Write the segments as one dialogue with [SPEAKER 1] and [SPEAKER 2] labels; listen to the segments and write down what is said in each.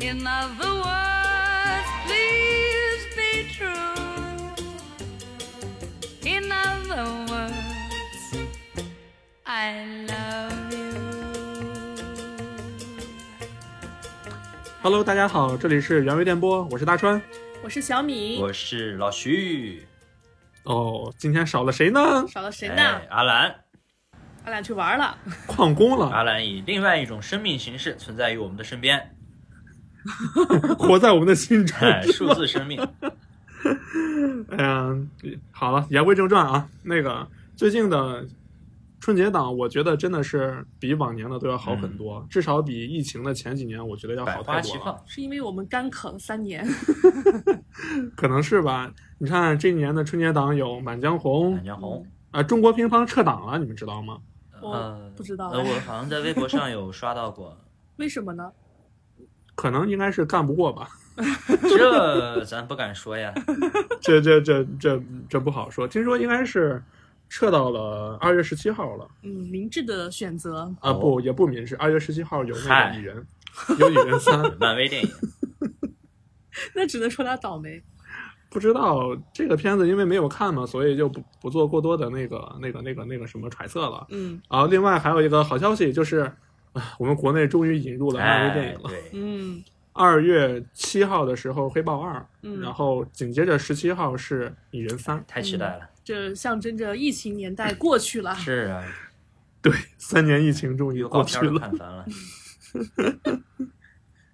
[SPEAKER 1] In other words, please be true. In other words, I love you.
[SPEAKER 2] Hello，大家好，这里是原味电波，我是大川。
[SPEAKER 3] 我是小米，
[SPEAKER 4] 我是老徐，
[SPEAKER 2] 哦，今天少了谁呢？
[SPEAKER 3] 少了谁呢？
[SPEAKER 4] 哎，阿兰，
[SPEAKER 3] 俺俩去玩了，
[SPEAKER 2] 旷工了，
[SPEAKER 4] 阿兰以另外一种生命形式存在于我们的身边，
[SPEAKER 2] 活在我们的心中。
[SPEAKER 4] 哎，数字生命，
[SPEAKER 2] 嗯，好了，言归正传啊，那个最近的春节档，我觉得真的是比往年的都要好很多，至少比疫情的前几年，我觉得要
[SPEAKER 4] 嗯百
[SPEAKER 2] 好
[SPEAKER 4] 花
[SPEAKER 2] 太
[SPEAKER 4] 齐
[SPEAKER 2] 多了。
[SPEAKER 4] 放，
[SPEAKER 3] 是因为我们干啃三年，
[SPEAKER 2] 可能是吧？你看这一年的春节档有《满江红》
[SPEAKER 4] 满江红。
[SPEAKER 2] 啊、中国乒乓撤档了，你们知道吗？
[SPEAKER 3] 我不知道
[SPEAKER 4] 呃，我好像在微博上有刷到过，
[SPEAKER 3] 为什么呢？
[SPEAKER 2] 可能应该是干不过吧，
[SPEAKER 4] 这咱不敢说呀。
[SPEAKER 2] 这这这这这不好说。听说应该是撤到了二月十七号了。
[SPEAKER 3] 嗯，明智的选择，
[SPEAKER 2] 啊，
[SPEAKER 4] 哦
[SPEAKER 2] 不，也不明示。二月十七号有那
[SPEAKER 4] 嗨
[SPEAKER 2] 个蚁人，有蚁人三，
[SPEAKER 4] 漫威电影，
[SPEAKER 3] 那只能说他倒霉。
[SPEAKER 2] 不知道这个片子因为没有看嘛，所以就不不做过多的那个那个那个那个什么揣测了。
[SPEAKER 3] 嗯
[SPEAKER 2] 然后另外还有一个好消息就是，啊，我们国内终于引入了 漫威电
[SPEAKER 4] 哎
[SPEAKER 2] 影，了。
[SPEAKER 4] 对，
[SPEAKER 3] 嗯
[SPEAKER 2] 二、月七号的时候，《黑豹二》，
[SPEAKER 3] 嗯，
[SPEAKER 2] 然后紧接着十七号是《蚁人三》，
[SPEAKER 4] 太期待了。
[SPEAKER 3] 这象征着疫情年代过去
[SPEAKER 2] 嗯
[SPEAKER 3] 了。
[SPEAKER 4] 是啊，
[SPEAKER 2] 对，三年疫情终于
[SPEAKER 4] 预
[SPEAKER 2] 过
[SPEAKER 4] 告
[SPEAKER 2] 去
[SPEAKER 4] 片都
[SPEAKER 2] 了。
[SPEAKER 4] 看烦了。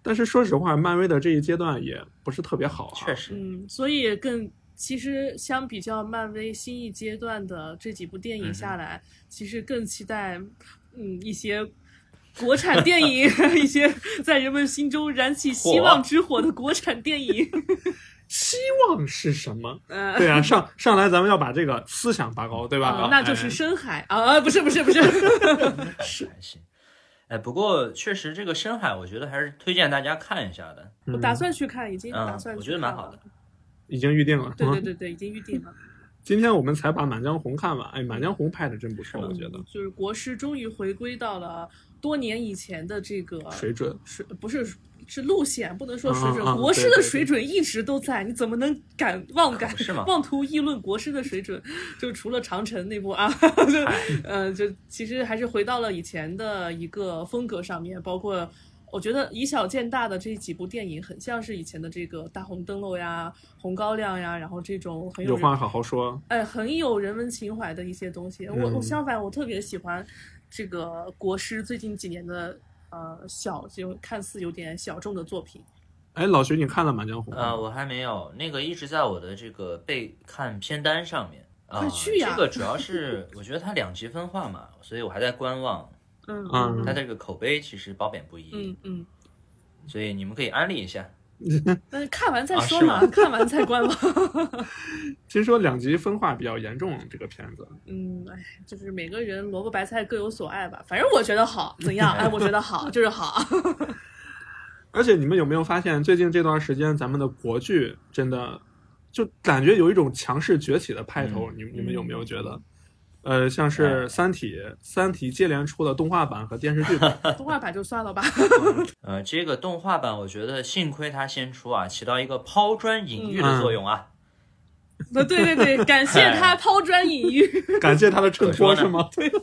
[SPEAKER 2] 但是说实话，漫威的这一阶段也不是特别好、啊，
[SPEAKER 4] 确实，
[SPEAKER 3] 嗯，所以更其实相比较漫威新一阶段的这几部电
[SPEAKER 4] 嗯
[SPEAKER 3] 影
[SPEAKER 4] 哼
[SPEAKER 3] 下来，其实更期待嗯一些。国产电 影，一些在人们心中燃起希望之火的国产电 影，
[SPEAKER 2] 希望是什么？
[SPEAKER 3] 嗯、
[SPEAKER 2] 对啊，上上来咱们要把这个思想拔高，对吧？
[SPEAKER 3] 啊，那就是
[SPEAKER 2] 哎
[SPEAKER 3] 深海啊，不是不是不是，
[SPEAKER 4] 是还行。哎，不过确实这个深海，我觉得还是推荐大家看一下的。
[SPEAKER 3] 我打算去看，已经打算
[SPEAKER 4] 嗯
[SPEAKER 3] 去看了、
[SPEAKER 4] 我觉得蛮好的
[SPEAKER 2] 嗯已经预定了。
[SPEAKER 3] 对对
[SPEAKER 2] 嗯
[SPEAKER 3] 对对，已经预定了。
[SPEAKER 2] 今天我们才把《满江红》看完，哎，《满江红》拍的真不错，
[SPEAKER 4] 是吗
[SPEAKER 2] 我觉得
[SPEAKER 3] 嗯就是国师终于回归到了多年以前的这个
[SPEAKER 2] 水准。
[SPEAKER 3] 水不是是路线，不能说水准。
[SPEAKER 2] 嗯嗯嗯
[SPEAKER 3] 国师
[SPEAKER 2] 对对
[SPEAKER 3] 的
[SPEAKER 2] 对
[SPEAKER 3] 水准一直都在，你怎么能敢妄敢
[SPEAKER 4] 可不是吗
[SPEAKER 3] 妄图议论国师的水准？就除了长城那部啊， 就呃，就其实还是回到了以前的一个风格上面，包括。我觉得以小见大的这几部电影很像是以前的这个《大红灯笼》呀、《红高粱》呀，然后这种很有
[SPEAKER 2] 有
[SPEAKER 3] 人
[SPEAKER 2] 话好好说，
[SPEAKER 3] 哎，很有人文情怀的一些东西。我我
[SPEAKER 2] 嗯
[SPEAKER 3] 相反，我特别喜欢这个国师最近几年的呃小就看似有点小众的作品。
[SPEAKER 2] 哎，老徐，你看了《满江红》
[SPEAKER 3] 嗯
[SPEAKER 2] 吗？
[SPEAKER 4] 呃，我还没有，那个一直在我的这个备看片单上面。啊、
[SPEAKER 3] 快去呀
[SPEAKER 4] 这个主要是我觉得它两极分化嘛，所以我还在观望。
[SPEAKER 3] 嗯
[SPEAKER 2] 嗯
[SPEAKER 4] 它这个口碑其实褒贬不一，
[SPEAKER 3] 嗯嗯，
[SPEAKER 4] 所以你们可以安利一下。
[SPEAKER 3] 但是看完再
[SPEAKER 4] 啊
[SPEAKER 3] 说
[SPEAKER 4] 是
[SPEAKER 3] 嘛，
[SPEAKER 4] 吗
[SPEAKER 3] 看完再观望。
[SPEAKER 2] 听说两极分化比较严重，这个片子。
[SPEAKER 3] 嗯，哎，就是每个人萝卜白菜各有所爱吧，反正我觉得好，怎样？哎，我觉得好就是好。
[SPEAKER 2] 而且你们有没有发现，最近这段时间咱们的国剧真的就感觉有一种强势崛起的派头？你你们有没
[SPEAKER 3] 嗯
[SPEAKER 2] 有觉得？呃，像是《
[SPEAKER 4] 嗯哎
[SPEAKER 2] 三体》，《三体》接连出了动画版和电视剧版，
[SPEAKER 3] 动画版就算了吧。
[SPEAKER 4] 呃，这个动画版我觉得幸亏它先出啊，起到一个抛砖引玉
[SPEAKER 2] 嗯
[SPEAKER 4] 的作用啊。
[SPEAKER 3] 对对对，感谢
[SPEAKER 2] 哎
[SPEAKER 3] 他抛砖引玉。
[SPEAKER 2] 感谢他的衬托
[SPEAKER 4] 可说呢
[SPEAKER 2] 是吗？对。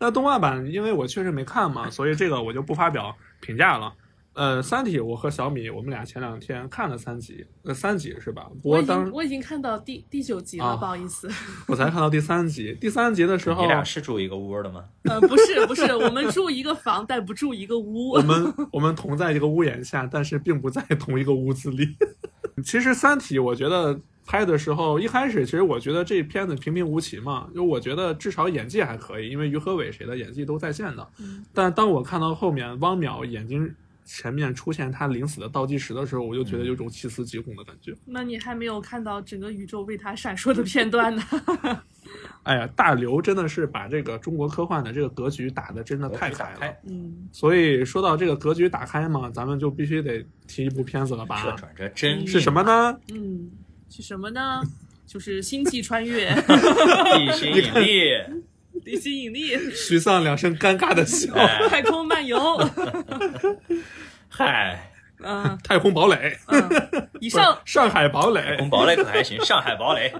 [SPEAKER 2] 那动画版，因为我确实没看嘛，所以这个我就不发表评价了。呃，《三体》，我和小米我们俩前两天看了三集，呃，三集是吧？不
[SPEAKER 3] 我
[SPEAKER 2] 过
[SPEAKER 3] 已
[SPEAKER 2] 当
[SPEAKER 3] 经我已经看到第第九集了，
[SPEAKER 2] 啊
[SPEAKER 3] 不好意思。
[SPEAKER 2] 我才看到第三集，第三集的时候
[SPEAKER 4] 你，俩是住一个屋的吗？
[SPEAKER 3] 嗯，不是不是，我们住一个房，但不住一个屋。
[SPEAKER 2] 我们 我们同在一个屋檐下，但是并不在同一个屋子里。 其实《三体》，我觉得拍的时候，一开始其实我觉得这片子平平无奇嘛，就我觉得至少演技还可以，因为于和伟谁的演技都在线的。
[SPEAKER 4] 嗯
[SPEAKER 2] 但当我看到后面汪淼眼睛前面出现他临死的倒计时的时候，我就觉
[SPEAKER 4] 嗯
[SPEAKER 2] 得有种细思极恐的感觉。
[SPEAKER 3] 那你还没有看到整个宇宙为他闪烁的片段呢？
[SPEAKER 2] 哎呀，大刘真的是把这个中国科幻的这个格局打的真的太
[SPEAKER 4] 打
[SPEAKER 2] 开了。
[SPEAKER 4] 开，
[SPEAKER 3] 嗯，
[SPEAKER 2] 所以说到这个格局打开嘛，咱们就必须得提一部片子了
[SPEAKER 4] 这
[SPEAKER 2] 吧？
[SPEAKER 4] 转折真
[SPEAKER 2] 啊是什么呢？
[SPEAKER 3] 嗯，是什么呢？就是《星际穿越》
[SPEAKER 4] 地心引力，
[SPEAKER 3] 《地心引力》
[SPEAKER 2] 徐丧两声尴尬的笑。
[SPEAKER 4] 哎
[SPEAKER 3] 《太空漫游》
[SPEAKER 4] 嗨，
[SPEAKER 3] 嗯
[SPEAKER 2] 太空堡垒，
[SPEAKER 3] 嗯，以
[SPEAKER 2] 不是
[SPEAKER 3] 上
[SPEAKER 2] 上海堡
[SPEAKER 4] 太
[SPEAKER 2] 垒
[SPEAKER 4] 空，堡垒可还行，上海 堡垒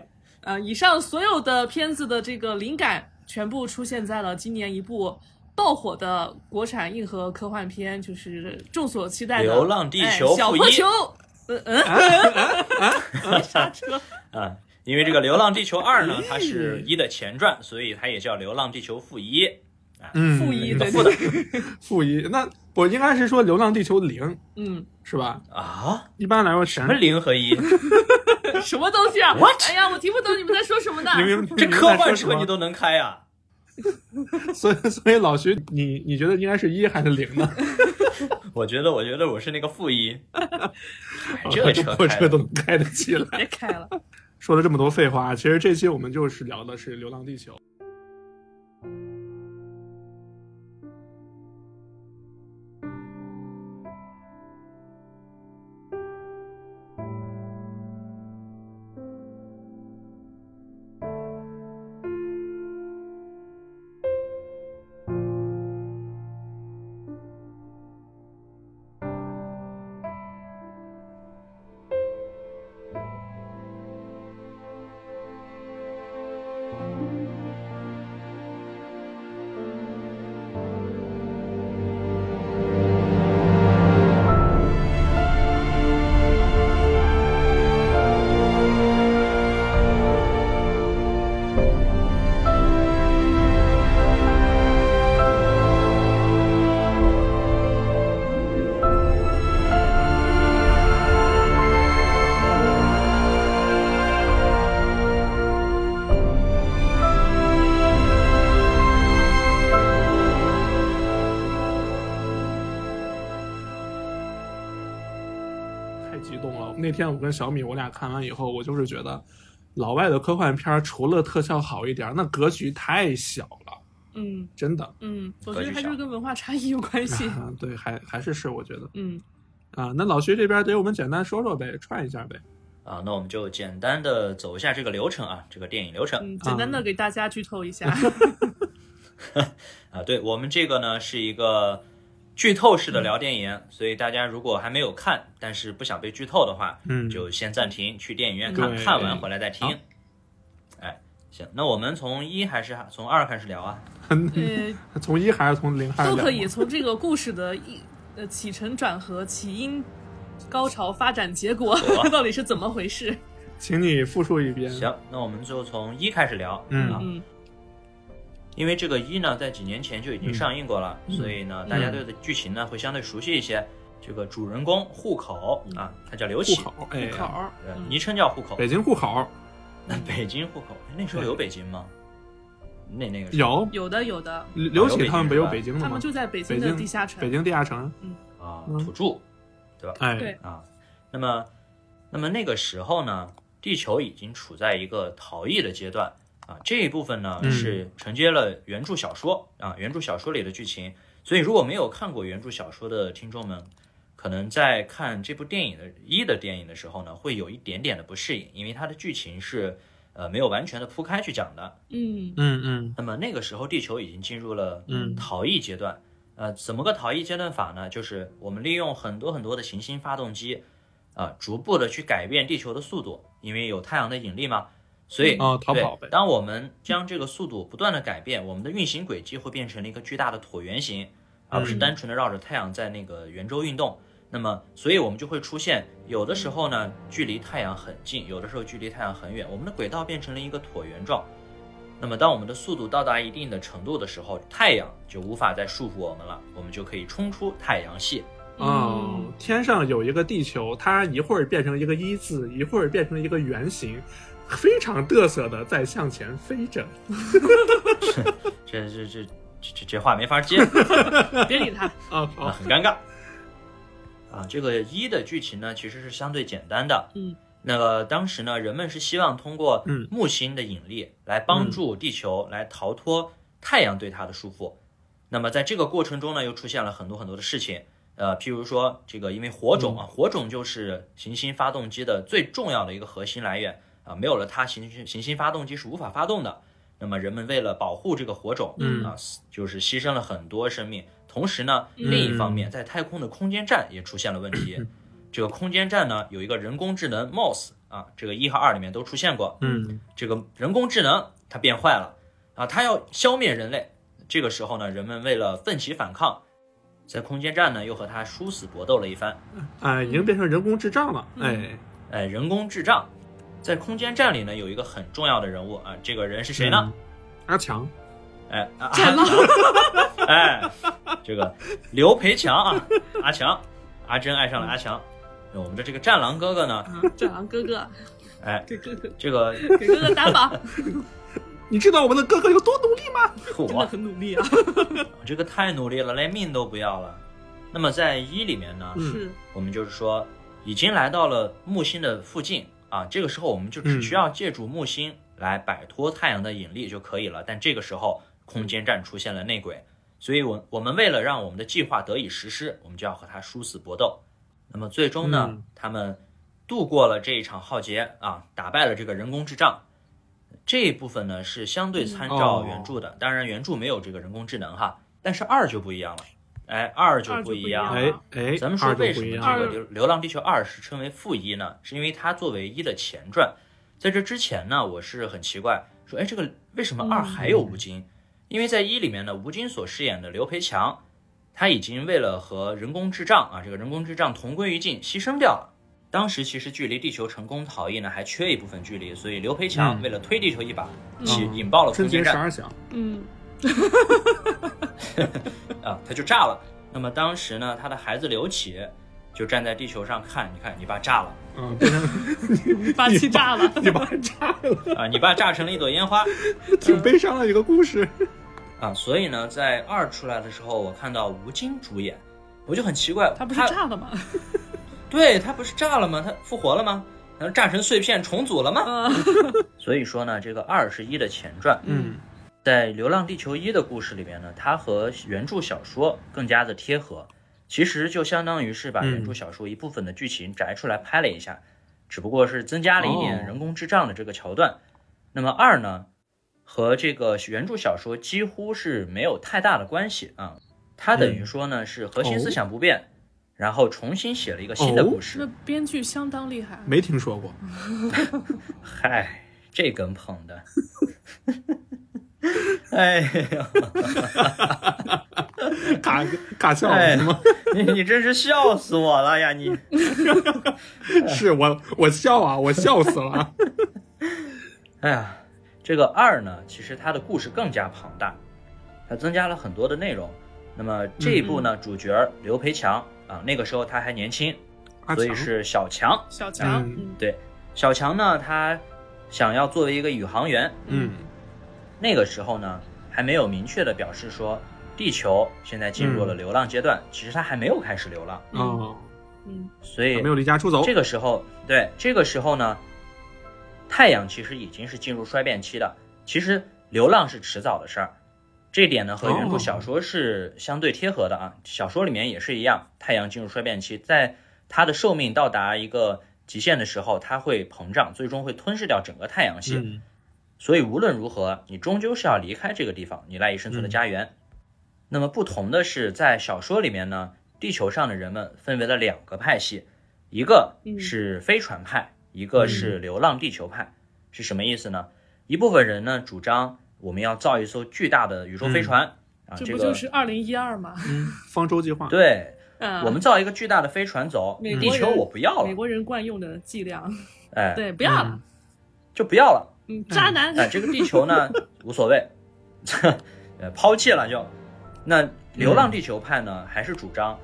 [SPEAKER 3] 呃，以上所有的片子的这个灵感全部出现在了今年一部爆火的国产硬核科幻片，就是众所期待的《
[SPEAKER 4] 流浪地球
[SPEAKER 3] 哎、小
[SPEAKER 4] 负
[SPEAKER 3] 破
[SPEAKER 4] 一
[SPEAKER 3] 球》。 嗯嗯，
[SPEAKER 4] 啊。因为这个《流浪地球二》呢，它是一的前传，所以它也叫《流浪地球负一》。
[SPEAKER 2] 嗯，
[SPEAKER 3] 负一对
[SPEAKER 4] 负的
[SPEAKER 2] 负一，那我应该是说《流浪地球零》
[SPEAKER 3] 嗯，
[SPEAKER 2] 是吧？
[SPEAKER 4] 啊，
[SPEAKER 2] 一般来说
[SPEAKER 4] 什么
[SPEAKER 2] 全。
[SPEAKER 4] 零和一？
[SPEAKER 3] 什么东西啊
[SPEAKER 4] What？
[SPEAKER 3] 哎呀，我听不懂你们在说什么呢？
[SPEAKER 2] 你们
[SPEAKER 4] 这科幻
[SPEAKER 2] 什么
[SPEAKER 4] 车你都能开啊？
[SPEAKER 2] 所以所以老徐，你你觉得应该是一还是零呢？
[SPEAKER 4] 我觉得，我觉得我是那个负一， 哎这
[SPEAKER 2] 个
[SPEAKER 4] 个车
[SPEAKER 2] 破
[SPEAKER 4] 开
[SPEAKER 2] 车
[SPEAKER 4] 的
[SPEAKER 2] 都能开得起来。
[SPEAKER 3] 别开了。
[SPEAKER 2] 说了这么多废话，其实这期我们就是聊的是《流浪地球》。太激动了！那天我跟小米，我俩看完以后，我就是觉得，老外的科幻片儿除了特效好一点儿，那格局太小了，
[SPEAKER 3] 嗯
[SPEAKER 2] 真的。
[SPEAKER 3] 嗯，我
[SPEAKER 4] 格
[SPEAKER 3] 觉得
[SPEAKER 4] 局
[SPEAKER 3] 它就
[SPEAKER 4] 小
[SPEAKER 3] 是跟文化差异有关系。
[SPEAKER 2] 啊， 对，还还是是，我觉得
[SPEAKER 3] 嗯，
[SPEAKER 2] 啊，那老徐这边给我们简单说说呗，串一下呗。
[SPEAKER 4] 啊，那我们就简单的走一下这个流程啊，这个电影流程
[SPEAKER 3] 嗯，简单的给大家剧透 一下。
[SPEAKER 4] 啊。对我们这个呢是一个剧透式的聊电影，所以大家如果还没有看，但是不想被剧透的话，
[SPEAKER 2] 嗯
[SPEAKER 4] 就先暂停去电影院看，
[SPEAKER 2] 对
[SPEAKER 4] 看完回来再听
[SPEAKER 2] 好。
[SPEAKER 4] 哎，行，那我们从一还是从二开始聊啊？
[SPEAKER 3] 呃，
[SPEAKER 2] 从一还是从零还是
[SPEAKER 3] 都
[SPEAKER 2] 两啊
[SPEAKER 3] 可以从这个故事的一呃起承转合、起因、高潮、发展、结果
[SPEAKER 2] 啊
[SPEAKER 3] 到底是怎么回事？
[SPEAKER 2] 请你复述一遍。
[SPEAKER 4] 行，那我们就从一开始聊。
[SPEAKER 2] 嗯
[SPEAKER 4] 啊，
[SPEAKER 3] 嗯
[SPEAKER 4] 因为这个一呢，在几年前就已经上映过了，
[SPEAKER 2] 嗯
[SPEAKER 4] 所以呢，大家对的剧情呢会相对熟悉一些。这个主人公户口啊，他叫
[SPEAKER 2] 嗯
[SPEAKER 4] 刘
[SPEAKER 2] 户
[SPEAKER 4] 启，
[SPEAKER 2] 口，哎
[SPEAKER 3] 口
[SPEAKER 2] 呀，
[SPEAKER 3] 儿，
[SPEAKER 4] 呃
[SPEAKER 3] 嗯
[SPEAKER 4] 昵称叫户口。
[SPEAKER 2] 北京户口嗯
[SPEAKER 4] 北京户口，哎那时候有北京吗？那那个时候
[SPEAKER 2] 有
[SPEAKER 3] 有的有的，
[SPEAKER 2] 刘刘启他们不有北京的
[SPEAKER 3] 他
[SPEAKER 2] 吗
[SPEAKER 3] 们？就在北
[SPEAKER 2] 嗯北
[SPEAKER 3] 京的
[SPEAKER 2] 京
[SPEAKER 3] 地下城
[SPEAKER 2] 北。京地下城，
[SPEAKER 4] 啊，
[SPEAKER 2] 嗯
[SPEAKER 4] 土著
[SPEAKER 2] 哎
[SPEAKER 3] 对，
[SPEAKER 4] 啊。那么，那么那个时候呢，地球已经处在一个逃逸的阶段啊。这一部分呢
[SPEAKER 2] 嗯
[SPEAKER 4] 是承接了原著小说啊，原著小说里的剧情。所以，如果没有看过原著小说的听众们，可能在看这部电影的一的电影的时候呢，会有一点点的不适应，因为它的剧情是呃没有完全的铺开去讲的。
[SPEAKER 3] 嗯
[SPEAKER 2] 嗯嗯
[SPEAKER 4] 那么那个时候，地球已经进入了
[SPEAKER 2] 嗯
[SPEAKER 4] 逃逸阶段。呃，怎么个逃逸阶段法呢？就是我们利用很多很多的行星发动机，啊、逐步的去改变地球的速度，因为有太阳的引力嘛，所以
[SPEAKER 2] 啊逃跑呗
[SPEAKER 4] 对当我们将这个速度不断的改变，我们的运行轨迹会变成了一个巨大的椭圆形，而不是
[SPEAKER 2] 嗯
[SPEAKER 4] 单纯的绕着太阳在那个圆周运动。那么，所以我们就会出现，有的时候呢距离太阳很近，有的时候距离太阳很远，我们的轨道变成了一个椭圆状。那么，当我们的速度到达一定的程度的时候，太阳就无法再束缚我们了，我们就可以冲出太阳系。
[SPEAKER 2] 哦
[SPEAKER 3] 嗯，
[SPEAKER 2] 天上有一个地球，它一会儿变成一个一字，一会儿变成一个圆形，非常嘚瑟的在向前飞着。
[SPEAKER 4] 这这这这这这话没法接，
[SPEAKER 3] 别理他。
[SPEAKER 2] 啊，
[SPEAKER 4] 啊，
[SPEAKER 2] 好，
[SPEAKER 4] 很尴尬。 啊，这个一的剧情呢，其实是相对简单的。
[SPEAKER 3] 嗯，
[SPEAKER 4] 那个当时呢，人们是希望通过
[SPEAKER 2] 嗯
[SPEAKER 4] 木星的引力来帮助地球来逃脱太阳对它的束缚。那么在这个过程中呢，又出现了很多很多的事情。呃，譬如说这个，因为火种啊，火种就是行星发动机的最重要的一个核心来源啊，没有了它，行星行星发动机是无法发动的。那么人们为了保护这个火种，
[SPEAKER 2] 嗯
[SPEAKER 4] 啊，就是牺牲了很多生命，同时呢，
[SPEAKER 3] 嗯
[SPEAKER 4] 另一方面，在太空的空间站也出现了问题。
[SPEAKER 2] 嗯
[SPEAKER 4] 这个空间站呢，有一个人工智能 MOS 啊，这个一和二里面都出现过。
[SPEAKER 2] 嗯
[SPEAKER 4] 这个人工智能它变坏了啊，它要消灭人类。这个时候呢，人们为了奋起反抗，在空间站呢又和它殊死搏斗了一番。
[SPEAKER 2] 哎，已经变成人工智障了，
[SPEAKER 3] 嗯
[SPEAKER 2] 哎，
[SPEAKER 4] 哎，人工智障，在空间站里呢有一个很重要的人物啊，这个人是谁呢？
[SPEAKER 2] 嗯？阿强，
[SPEAKER 4] 哎，啊
[SPEAKER 3] 战狼，
[SPEAKER 4] 哎，这个刘培强啊，阿强，阿珍爱上了阿强。那我们的这个战狼哥哥呢，
[SPEAKER 3] 啊战狼哥哥，
[SPEAKER 4] 哎，
[SPEAKER 3] 给哥哥
[SPEAKER 4] 这 个
[SPEAKER 3] 给哥哥 打榜，
[SPEAKER 2] 你知道我们的哥哥有多努力吗？
[SPEAKER 3] 真的
[SPEAKER 4] 我
[SPEAKER 3] 很努力啊，
[SPEAKER 4] 这个太努力了，连命都不要了。那么在一里面呢，
[SPEAKER 2] 嗯
[SPEAKER 3] 是
[SPEAKER 4] 我们就是说已经来到了木星的附近啊，这个时候我们就
[SPEAKER 2] 嗯
[SPEAKER 4] 只需要借助木星来摆脱太阳的引力就可以了。但这个时候空间站出现了内鬼，所以我我们为了让我们的计划得以实施，我们就要和它殊死搏斗。那么最终呢，
[SPEAKER 2] 嗯
[SPEAKER 4] 他们度过了这一场浩劫啊，打败了这个人工智障。这一部分呢是相
[SPEAKER 3] 嗯
[SPEAKER 4] 对参照
[SPEAKER 2] 哦
[SPEAKER 4] 原著的，当然原著没有这个人工智能哈，但是二就不一样了，哎，二就
[SPEAKER 3] 二就
[SPEAKER 4] 不
[SPEAKER 3] 不一
[SPEAKER 4] 一样
[SPEAKER 3] 样
[SPEAKER 4] 了，
[SPEAKER 2] 哎哎，
[SPEAKER 4] 啊咱们说
[SPEAKER 2] 二啊就
[SPEAKER 4] 为什
[SPEAKER 2] 不
[SPEAKER 4] 么
[SPEAKER 2] 一
[SPEAKER 4] 这
[SPEAKER 2] 样了
[SPEAKER 4] 个《流流浪地球二》是称为负一呢？是因为它作为一的前传。在这之前呢，我是很奇怪，说哎，这个为什么二还有吴京？因为在一里面呢，吴京所饰演的刘培强，他已经为了和人工智障啊，这个人工智障同归于尽，牺牲掉了。当时其实距离地球成功逃逸呢，还缺一部分距离，所以刘培
[SPEAKER 2] 嗯
[SPEAKER 4] 强为了推地球一把，
[SPEAKER 3] 嗯
[SPEAKER 4] 起引爆了空
[SPEAKER 2] 春节
[SPEAKER 4] 间站
[SPEAKER 2] 十。二响，
[SPEAKER 3] 嗯
[SPEAKER 4] 啊，它就炸了。那么当时呢，他的孩子刘启就站在地球上看，你看你爸炸了
[SPEAKER 2] 嗯，变成
[SPEAKER 3] 把气炸了，
[SPEAKER 2] 你把人炸了，
[SPEAKER 4] 啊，你爸炸成了一朵烟花
[SPEAKER 2] 挺悲伤的一个故事。
[SPEAKER 4] 啊。所以呢，在二出来的时候，我看到吴京主演，我就很奇怪，
[SPEAKER 3] 他不是炸 了吗？
[SPEAKER 4] 对他不是炸了吗？他复活了吗？难道炸成碎片重组了吗？
[SPEAKER 3] 啊，
[SPEAKER 4] 所以说呢，这个二是一的前传，
[SPEAKER 2] 嗯
[SPEAKER 4] 在《流浪地球一》的故事里面呢，它和原著小说更加的贴合，其实就相当于是把
[SPEAKER 2] 嗯
[SPEAKER 4] 原著小说一部分的剧情摘出来拍了一下，只不过是增加了一点
[SPEAKER 2] 哦
[SPEAKER 4] 人工智障的这个桥段。那么二呢，和这个原著小说几乎是没有太大的关系啊，它等
[SPEAKER 2] 嗯
[SPEAKER 4] 于说呢是核
[SPEAKER 2] 哦
[SPEAKER 4] 心思想不变，然后重新写了一个新的故事。
[SPEAKER 3] 那编剧相当厉害，啊
[SPEAKER 2] 没听 说过，
[SPEAKER 4] 嗨，这梗捧的， 哎呀。
[SPEAKER 2] 尬尬笑
[SPEAKER 4] 哎
[SPEAKER 2] 了是吗？
[SPEAKER 4] 你你真是笑死我了呀！你
[SPEAKER 2] 是我我笑啊，我笑死了 啊。
[SPEAKER 4] 哎呀，这个二呢，其实它的故事更加庞大，它增加了很多的内容。那么这
[SPEAKER 2] 嗯
[SPEAKER 4] 一部呢，主角刘培强啊，那个时候他还年轻，
[SPEAKER 2] 阿
[SPEAKER 4] 所以
[SPEAKER 2] 强，
[SPEAKER 4] 是小强。
[SPEAKER 3] 小强，
[SPEAKER 2] 嗯
[SPEAKER 4] 小强呢，他想要作为一个宇航员，
[SPEAKER 2] 嗯
[SPEAKER 4] 那个时候呢，还没有明确的表示说地球现在进入了
[SPEAKER 2] 嗯
[SPEAKER 4] 流浪阶段，其实他还没有开始流浪，
[SPEAKER 3] 嗯
[SPEAKER 2] 哦，
[SPEAKER 3] 嗯
[SPEAKER 4] 所以
[SPEAKER 2] 没有离家出走
[SPEAKER 4] 这。个时候，对这个时候呢，太阳其实已经是进入衰变期的。其实流浪是迟早的事儿，这点呢和原著
[SPEAKER 2] 哦
[SPEAKER 4] 小说是相对贴合的啊。小说里面也是一样，太阳进入衰变期，在它的寿命到达一个极限的时候，它会膨胀，最终会吞噬掉整个太阳系。
[SPEAKER 2] 嗯
[SPEAKER 4] 所以无论如何，你终究是要离开这个地方，你赖以生存的家园。那么不同的是，在小说里面呢，地球上的人们分为了两个派系，一个
[SPEAKER 3] 嗯
[SPEAKER 4] 是飞船派，一个是流浪地球派。是什么意思呢？一部分人呢主张我们要造一艘巨大的宇宙飞船、啊，
[SPEAKER 3] 这
[SPEAKER 4] 这
[SPEAKER 3] 不
[SPEAKER 4] 个
[SPEAKER 3] 就是二零一二吗？
[SPEAKER 2] 嗯，方舟计划。
[SPEAKER 4] 对、
[SPEAKER 3] 啊，
[SPEAKER 4] 我们造一个巨大的飞船走，
[SPEAKER 3] 美
[SPEAKER 4] 地
[SPEAKER 3] 国
[SPEAKER 4] 球
[SPEAKER 3] 人
[SPEAKER 4] 我不要
[SPEAKER 3] 美
[SPEAKER 4] 了，
[SPEAKER 3] 国人惯用的伎俩，
[SPEAKER 4] 哎，
[SPEAKER 3] 对，不要了，
[SPEAKER 4] 就不要了。
[SPEAKER 3] 嗯，渣男，
[SPEAKER 4] 哎，这个地球呢无所谓，呃，抛弃了就。那流浪地球派呢，还是主张、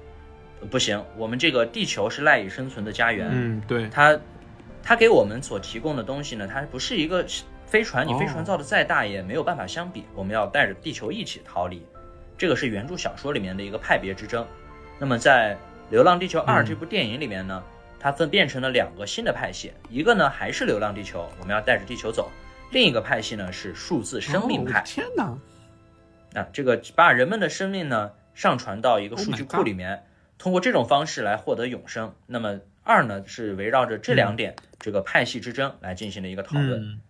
[SPEAKER 4] 呃不行，我们这个地球是赖以生存的家园，
[SPEAKER 2] 嗯，对，
[SPEAKER 4] 它它给我们所提供的东西呢，它不是一个飞船，你
[SPEAKER 2] 哦
[SPEAKER 4] 飞船造的再大也没有办法相比，我们要带着地球一起逃离。这个是原著小说里面的一个派别之争。那么在《流浪地球二》
[SPEAKER 2] 嗯
[SPEAKER 4] 这部电影里面呢，它分变成了两个新的派系，一个呢还是流浪地球，我们要带着地球走；另一个派系呢是数字生命
[SPEAKER 2] 哦
[SPEAKER 4] 派。
[SPEAKER 2] 天哪，
[SPEAKER 4] 啊，这个把人们的生命呢上传到一个
[SPEAKER 2] Oh
[SPEAKER 4] 数
[SPEAKER 2] my
[SPEAKER 4] 据库里面通过这种方式来获得永生。那么二呢是围绕着这两点、这个派系之争来进行的一个讨论。
[SPEAKER 2] 嗯，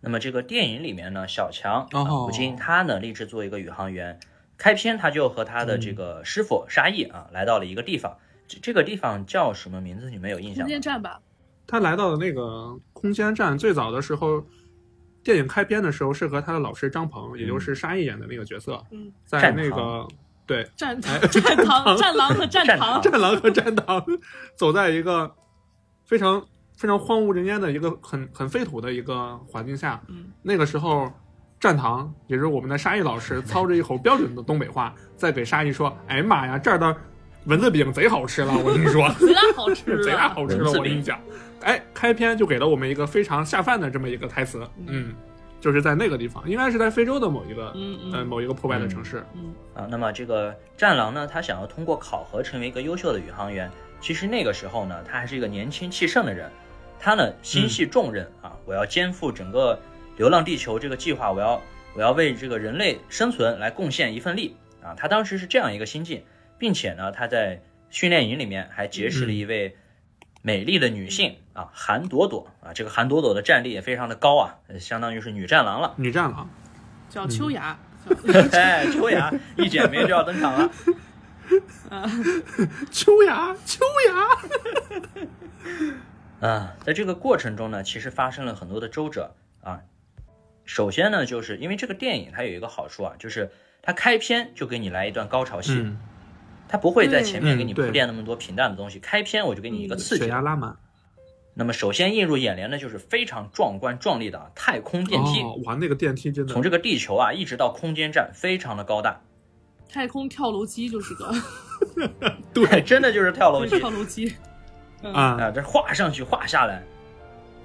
[SPEAKER 4] 那么这个电影里面呢，小强、啊
[SPEAKER 2] 哦
[SPEAKER 4] 吴京他呢立志做一个宇航员，开篇他就和他的
[SPEAKER 2] 嗯
[SPEAKER 4] 这个师傅沙溢啊，来到了一个地方，这这个地方叫什么名字？你们有印象
[SPEAKER 3] 空
[SPEAKER 4] 吗
[SPEAKER 3] 间？站吧，
[SPEAKER 2] 他来到的那个空间站，最早的时候，电影开篇的时候是和他的老师张鹏，也就是沙溢演的那个角色，
[SPEAKER 3] 嗯
[SPEAKER 2] 在
[SPEAKER 4] 嗯战
[SPEAKER 2] 那
[SPEAKER 4] 堂
[SPEAKER 2] 个对
[SPEAKER 3] 战 战堂、战狼和战
[SPEAKER 4] 战
[SPEAKER 3] 堂
[SPEAKER 4] 堂，
[SPEAKER 2] 战狼和战堂走在一个非常非常荒无人烟的一个很很废土的一个环境下，
[SPEAKER 3] 嗯
[SPEAKER 2] 那个时候。战堂，也就是我们的沙溢老师，操着一口标准的东北话，在给沙溢说：“哎呀妈呀，这儿的蚊子饼贼好吃了，我跟你说。”
[SPEAKER 3] 贼拉好吃
[SPEAKER 2] 是 贼拉
[SPEAKER 3] 啊！
[SPEAKER 2] 好吃的，
[SPEAKER 4] 文字
[SPEAKER 2] 我跟你
[SPEAKER 4] 饼
[SPEAKER 2] 讲。哎，开篇就给了我们一个非常下饭的这么一个台词，嗯，就是在那个地方，应该是在非洲的某一个，
[SPEAKER 3] 嗯
[SPEAKER 2] 呃，
[SPEAKER 3] 嗯
[SPEAKER 2] 某一个破败的城市，
[SPEAKER 3] 嗯，
[SPEAKER 4] 啊，那么这个战狼呢，他想要通过考核成为一个优秀的宇航员。其实那个时候呢，他还是一个年轻气盛的人，他呢心系重任、啊，我要肩负整个《流浪地球》这个计划，我要我要为这个人类生存来贡献一份力啊。他当时是这样一个心境，并且呢，他在训练营里面还结识了一位美丽的女性啊，韩朵朵啊。这个韩朵朵的战力也非常的高啊，呃相当于是女战狼 了。
[SPEAKER 2] 女战狼，
[SPEAKER 3] 叫秋雅，
[SPEAKER 4] 哎，秋雅一剪梅就要登场了。
[SPEAKER 2] 秋雅，秋雅，
[SPEAKER 4] 啊，在这个过程中呢，其实发生了很多的周折啊。首先呢，就是因为这个电影它有一个好处啊，就是它开篇就给你来一段高潮戏，
[SPEAKER 2] 嗯，
[SPEAKER 4] 它不会在前面
[SPEAKER 2] 嗯
[SPEAKER 4] 给你铺
[SPEAKER 2] 对
[SPEAKER 4] 垫那么多平淡的东西，开篇我就给你一个刺
[SPEAKER 2] 血
[SPEAKER 4] 激。
[SPEAKER 2] 压拉满，
[SPEAKER 4] 那么首先映入眼帘的就是非常壮观壮丽的啊太空电梯，
[SPEAKER 2] 哦，哇，那个电梯真的
[SPEAKER 4] 从，这个地球啊一直到空间站，非常的高大，
[SPEAKER 3] 太空跳楼机就是个
[SPEAKER 4] 对，真的哦就是跳楼
[SPEAKER 3] 就是
[SPEAKER 4] 机
[SPEAKER 3] 跳楼机，嗯
[SPEAKER 2] 啊，
[SPEAKER 4] 啊，这画上去画下来。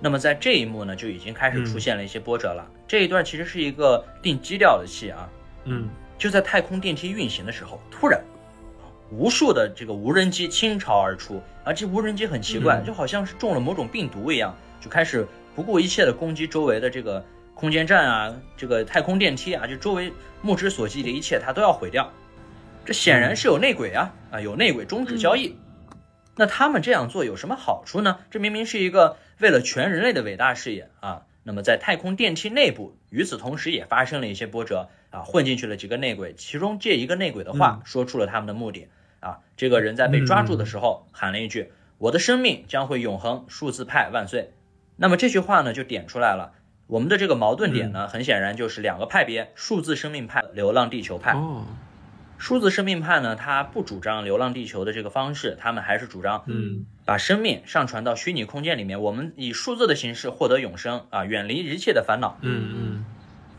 [SPEAKER 4] 那么在这一幕呢，就已经开始出
[SPEAKER 2] 嗯
[SPEAKER 4] 现了一些波折了。这一段其实是一个定基调的戏啊，
[SPEAKER 2] 嗯，
[SPEAKER 4] 就在太空电梯运行的时候，突然，无数的这个无人机倾巢而出，而这无人机很奇怪，
[SPEAKER 2] 嗯
[SPEAKER 4] 就好像是中了某种病毒一样，就开始不顾一切的攻击周围的这个空间站啊，这个太空电梯啊，就周围目之所及的一切，它都要毁掉。这显
[SPEAKER 2] 嗯
[SPEAKER 4] 然是有内鬼啊，啊，有内鬼终止交易。那他们这样做有什么好处呢？这明明是一个为了全人类的伟大事业啊！那么在太空电梯内部，与此同时也发生了一些波折啊，混进去了几个内鬼，其中这一个内鬼的话说出了他们的目的啊。这个人在被抓住的时候喊了一句：“我的生命将会永恒，数字派万岁。”那么这句话呢，就点出来了。我们的这个矛盾点呢，很显然就是两个派别：数字生命派、流浪地球派。
[SPEAKER 2] 哦，
[SPEAKER 4] 数字生命派呢，它不主张流浪地球的这个方式，他们还是主张
[SPEAKER 2] 嗯，
[SPEAKER 4] 把生命上传到虚拟空间里面，我们以数字的形式获得永生啊，远离一切的烦恼。
[SPEAKER 2] 嗯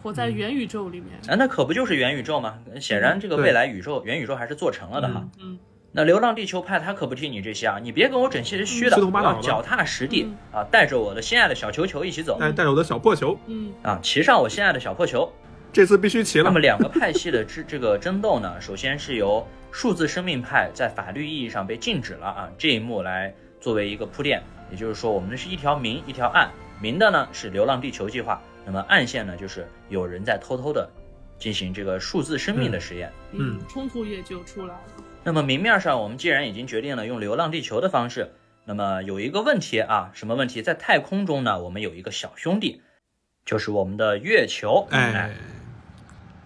[SPEAKER 3] 活在元宇宙里面，
[SPEAKER 4] 啊，那可不就是元宇宙吗？显然，这个
[SPEAKER 2] 嗯对
[SPEAKER 4] 未来宇宙元宇宙还是做成了的哈。
[SPEAKER 3] 嗯嗯
[SPEAKER 4] 那流浪地球派他可不听你这些啊，你别跟我整些虚的，
[SPEAKER 2] 嗯虚头巴
[SPEAKER 4] 我
[SPEAKER 2] 脑
[SPEAKER 4] 要
[SPEAKER 2] 的
[SPEAKER 4] 脚踏实地、啊，带着我的心爱的小球球一起走
[SPEAKER 2] 嗯，带带着我的小破球，
[SPEAKER 3] 嗯，
[SPEAKER 4] 啊，骑上我心爱的小破球。
[SPEAKER 2] 这次必须齐
[SPEAKER 4] 那
[SPEAKER 2] 了
[SPEAKER 4] 么，两个派系的这 这个争斗呢，首先是由数字生命派在法律意义上被禁止了啊，这一幕来作为一个铺垫，也就是说我们是一条明一条暗，明的呢是流浪地球计划，那么暗线呢就是有人在偷偷的进行这个数字生命的实验。
[SPEAKER 2] 嗯，
[SPEAKER 3] 冲突也就出来了，
[SPEAKER 4] 那么明面上我们既然已经决定了用流浪地球的方式，那么有一个问题啊，什么问题？在太空中呢，我们有一个小兄弟，就是我们的月球，
[SPEAKER 2] 哎，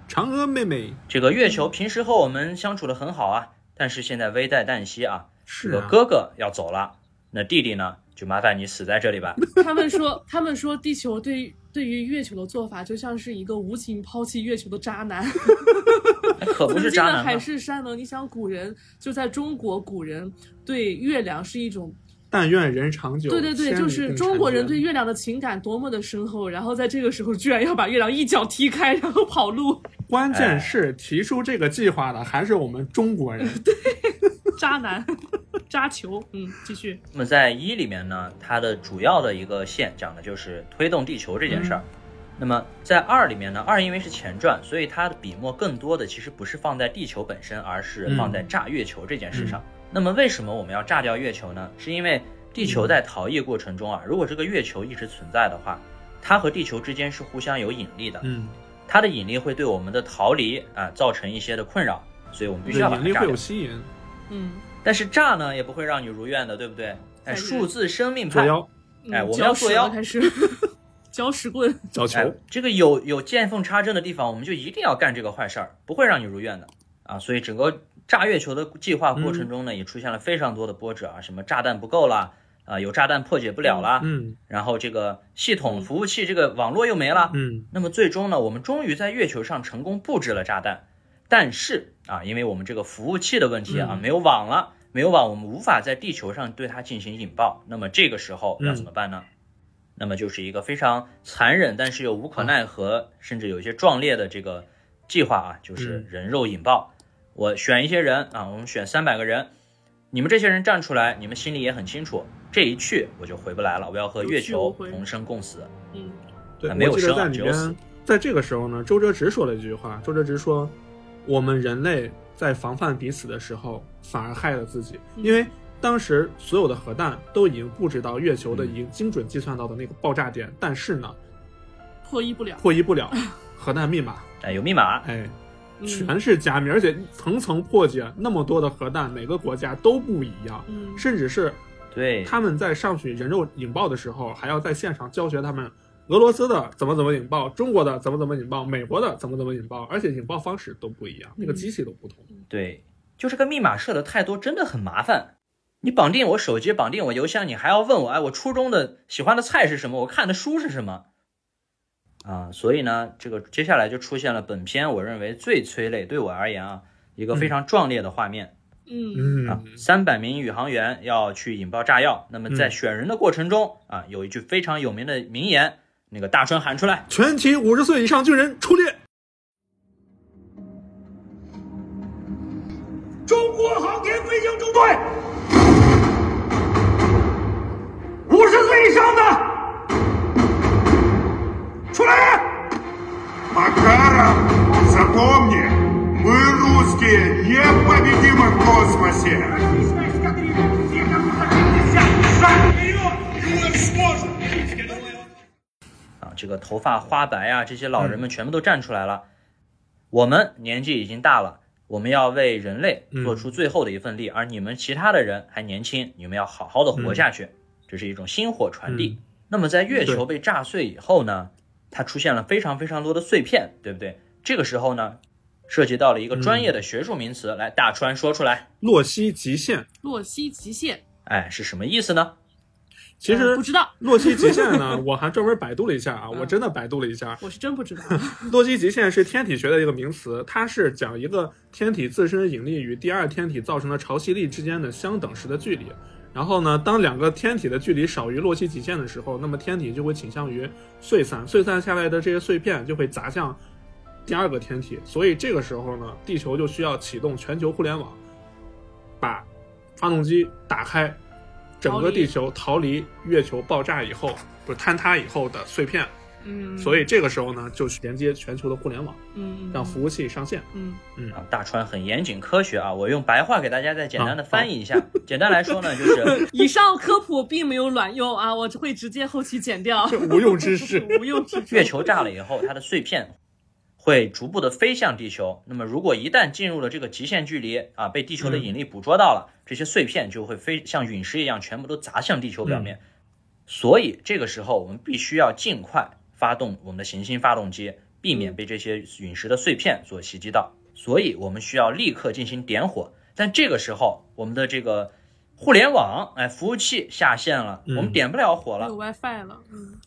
[SPEAKER 2] 嫦娥妹妹
[SPEAKER 4] 这个月球平时和我们相处的很好啊，但是现在危在旦夕啊，这
[SPEAKER 2] 是
[SPEAKER 4] 个
[SPEAKER 2] 啊，
[SPEAKER 4] 哥哥要走了，那弟弟呢，就麻烦你死在这里吧。
[SPEAKER 3] 他们说，他们说地球对对于月球的做法，就像是一个无情抛弃月球的渣男。
[SPEAKER 4] 那可不
[SPEAKER 3] 曾
[SPEAKER 4] 是
[SPEAKER 3] 经
[SPEAKER 4] 渣
[SPEAKER 3] 的
[SPEAKER 4] 男
[SPEAKER 3] 海
[SPEAKER 4] 吗？
[SPEAKER 3] 誓山盟，你想古人就在中国，古人对月亮是一种，
[SPEAKER 2] 但愿人长久，
[SPEAKER 3] 对对对，
[SPEAKER 2] 千里
[SPEAKER 3] 就是
[SPEAKER 2] 共
[SPEAKER 3] 中
[SPEAKER 2] 婵
[SPEAKER 3] 国
[SPEAKER 2] 娟
[SPEAKER 3] 人对月亮的情感多么的深厚，然后在这个时候居然要把月亮一脚踢开，然后跑路，
[SPEAKER 2] 关
[SPEAKER 4] 哎
[SPEAKER 2] 键是提出这个计划的还是我们中国 人，
[SPEAKER 3] 渣男，渣球，嗯，继续，
[SPEAKER 4] 那么在一里面呢，它的主要的一个线讲的就是推动地球这件事儿。
[SPEAKER 2] 嗯
[SPEAKER 4] 那么在二里面呢，二因为是前传，所以它的笔墨更多的其实不是放在地球本身，而是放
[SPEAKER 2] 嗯
[SPEAKER 4] 在炸月球这件事上。那么为什么我们要炸掉月球呢？是因为地球
[SPEAKER 2] 嗯
[SPEAKER 4] 在逃逸过程中啊，如果这个月球一直存在的话，它和地球之间是互相有引力的。
[SPEAKER 2] 嗯，
[SPEAKER 4] 它的引力会对我们的逃离啊造成一些的困扰，所以我们必须
[SPEAKER 2] 对，
[SPEAKER 4] 要把
[SPEAKER 2] 引
[SPEAKER 4] 它
[SPEAKER 2] 力
[SPEAKER 4] 炸
[SPEAKER 2] 会
[SPEAKER 4] 掉
[SPEAKER 2] 有。吸引，
[SPEAKER 3] 嗯，
[SPEAKER 4] 但是炸呢，也不会让你如愿的，对不对？哎，
[SPEAKER 3] 对
[SPEAKER 4] 数字生命
[SPEAKER 2] 作
[SPEAKER 4] 派，
[SPEAKER 2] 妖
[SPEAKER 3] 嗯
[SPEAKER 4] 哎我们
[SPEAKER 3] 搅
[SPEAKER 4] 要作
[SPEAKER 3] 屎
[SPEAKER 4] 妖
[SPEAKER 3] 了开始， 搅屎棍，
[SPEAKER 2] 角球，
[SPEAKER 4] 哎哎，这个有有见缝插针的地方，我们就一定要干这个坏事儿，不会让你如愿的。啊，所以整个炸月球的计划过程
[SPEAKER 2] 嗯
[SPEAKER 4] 中呢，也出现了非常多的波折啊，什么炸弹不够啦，啊、有炸弹破解不了啦，
[SPEAKER 2] 嗯
[SPEAKER 4] 然后这个系统服务器这个网络又没了，
[SPEAKER 2] 嗯
[SPEAKER 4] 那么最终呢，我们终于在月球上成功布置了炸弹，但是啊，因为我们这个服务器的问题啊，
[SPEAKER 3] 嗯
[SPEAKER 4] 没有网了，没有网，我们无法在地球上对它进行引爆。那么这个时
[SPEAKER 3] 嗯
[SPEAKER 4] 候要怎么办呢？那么就是一个非常残忍，但是又无
[SPEAKER 3] 嗯
[SPEAKER 4] 可奈何，甚至有一些壮烈的这个计划啊，就是
[SPEAKER 2] 嗯
[SPEAKER 4] 人肉引爆。我选一些人啊，我们选三百个人，你们这些人站出来，你们心里也很清楚，这一去我就回不来了，我要和
[SPEAKER 3] 有
[SPEAKER 4] 月
[SPEAKER 3] 去无
[SPEAKER 4] 球
[SPEAKER 3] 回
[SPEAKER 4] 同生共死。
[SPEAKER 3] 嗯，
[SPEAKER 2] 对，
[SPEAKER 4] 啊没有
[SPEAKER 2] 我记得
[SPEAKER 4] 生啊
[SPEAKER 2] 在里
[SPEAKER 4] 只有死
[SPEAKER 2] 边，在这个时候呢，周哲直说了一句话，周哲直说，我们人类在防范彼此的时候，反而害了自己，
[SPEAKER 3] 嗯
[SPEAKER 2] 因为当时所有的核弹都已经布置到月球的
[SPEAKER 4] 嗯
[SPEAKER 2] 已经精准计算到的那个爆炸点，但是呢，
[SPEAKER 3] 破译不了，
[SPEAKER 2] 破译不 了核弹密码，
[SPEAKER 4] 哎，有密码，
[SPEAKER 2] 哎，
[SPEAKER 3] 嗯
[SPEAKER 2] 全是加密，而且层层破解，那么多的核弹，每个国家都不一样，
[SPEAKER 3] 嗯
[SPEAKER 2] 甚至是
[SPEAKER 4] 对，
[SPEAKER 2] 他们在上去人肉引爆的时候，还要在现场教学他们俄罗斯的怎么怎么引爆，中国的怎么怎么引爆，美国的怎么怎么引爆，而且引爆方式都不一
[SPEAKER 3] 嗯
[SPEAKER 2] 样，那个机器都不同。
[SPEAKER 4] 对，就这个密码设的太多，真的很麻烦。你绑定我手机，绑定我邮箱，你还要问我，哎，我初中的喜欢的菜是什么？我看的书是什么？啊，所以呢，这个接下来就出现了本片我认为最催泪，对我而言啊，一个非常壮烈的画面、
[SPEAKER 3] 嗯
[SPEAKER 2] 嗯
[SPEAKER 4] 啊，三百名宇航员要去引爆炸药。那么在
[SPEAKER 2] 嗯
[SPEAKER 4] 选人的过程中、啊，有一句非常有名的名言，那个大川喊出来，
[SPEAKER 2] 全体五十岁以上军人出列。
[SPEAKER 5] 中国航天飞行中队，五十岁以上的出来！
[SPEAKER 6] Макаров, запомни, мы русские непобедимы в космосе.
[SPEAKER 5] Российская эскадрилья, все, кому захотите, шаг вперед, и мы сможем! Сказал я.
[SPEAKER 4] 啊，这个头发花白啊，这些老人们全部都站出来了。我们年纪已经大了，我们要为人类做出最后的一份力，而你们其他的人还年轻，你们要好好的活下去，这是一种薪火传递。那么在月球被炸碎以后呢，它出现了非常非常多的碎片，对不对？这个时候呢，涉及到了一个专业的学术名词，来大川说出来，
[SPEAKER 2] 洛希极限，
[SPEAKER 3] 洛希极限，
[SPEAKER 4] 哎，是什么意思呢？
[SPEAKER 2] 其
[SPEAKER 3] 呃
[SPEAKER 2] 实
[SPEAKER 3] 不知道，
[SPEAKER 2] 洛希极限 呢，我还专门百度了一下啊，
[SPEAKER 3] 嗯
[SPEAKER 2] 我真的百度了一下，啊
[SPEAKER 3] 我是真不知道。啊
[SPEAKER 2] 洛希极限是天体学的一个名词，它是讲一个天体自身引力与第二天体造成的潮汐力之间的相等时的距离。然后呢，当两个天体的距离少于洛希极限的时候，那么天体就会倾向于碎散，碎散下来的这些碎片就会砸向第二个天体。所以这个时候呢，地球就需要启动全球互联网，把发动机打开，整个地球逃离月球爆炸以后，不是坍塌以后的碎片。
[SPEAKER 3] 嗯，
[SPEAKER 2] 所以这个时候呢，就是连接全球的互联网，
[SPEAKER 3] 嗯，
[SPEAKER 2] 让服务器上线。
[SPEAKER 3] 嗯
[SPEAKER 4] 啊，大川很严谨科学啊，我用白话给大家再简单的翻译一下。简单来说呢，就是
[SPEAKER 3] 以上科普并没有卵用啊，我会直接后期剪掉，
[SPEAKER 2] 无用之 事
[SPEAKER 3] 无用之处。
[SPEAKER 4] 月球炸了以后，它的碎片会逐步的飞向地球。那么，如果一旦进入了这个极限距离啊，被地球的引力捕捉到了，这些碎片就会飞像陨石一样，全部都砸向地球表面。所以，这个时候我们必须要尽快发动我们的行星发动机，避免被这些陨石的碎片所袭击到。所以，我们需要立刻进行点火。但这个时候，我们的这个互联网，哎，服务器下线了，我们
[SPEAKER 2] 嗯
[SPEAKER 4] 点不了火
[SPEAKER 3] 没
[SPEAKER 4] 了
[SPEAKER 3] 有。WiFi 了，嗯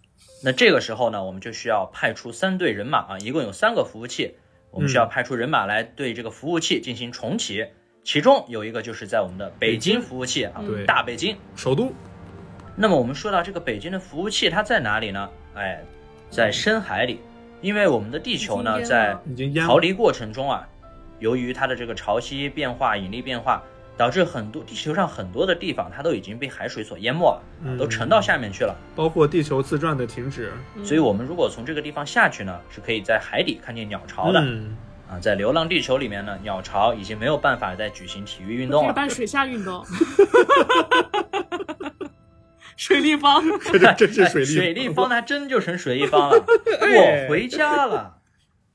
[SPEAKER 4] 那这个时候呢，我们就需要派出三队人马啊，一共有三个服务器，我们需
[SPEAKER 2] 嗯
[SPEAKER 4] 要派出人马来对这个服务器进行重启。其中有一个就是在我们的北京服务器啊，
[SPEAKER 2] 对
[SPEAKER 4] 大北京。
[SPEAKER 2] 首都，
[SPEAKER 4] 那么我们说到这个北京的服务器，它在哪里呢？哎，在深海里，因为我们的地球呢，
[SPEAKER 3] 已经淹
[SPEAKER 4] 在
[SPEAKER 3] 了
[SPEAKER 2] 已经淹
[SPEAKER 4] 逃
[SPEAKER 2] 了。
[SPEAKER 4] 离过程中啊，由于它的这个潮汐变化、引力变化，导致很多地球上很多的地方它都已经被海水所淹没了，
[SPEAKER 2] 嗯
[SPEAKER 4] 都沉到下面去了。
[SPEAKER 2] 包括地球自转的停止。
[SPEAKER 3] 嗯
[SPEAKER 4] 所以，我们如果从这个地方下去呢，是可以在海底看见鸟巢的、
[SPEAKER 2] 嗯，
[SPEAKER 4] 啊。在《流浪地球》里面呢，鸟巢已经没有办法再举行体育运动
[SPEAKER 3] 可以
[SPEAKER 4] 啊了。
[SPEAKER 3] 办水下运 动，水立 方，
[SPEAKER 2] 这这真是水利、
[SPEAKER 4] 哎水立方它真就成水立 方了，
[SPEAKER 2] 哎
[SPEAKER 4] 我回家了。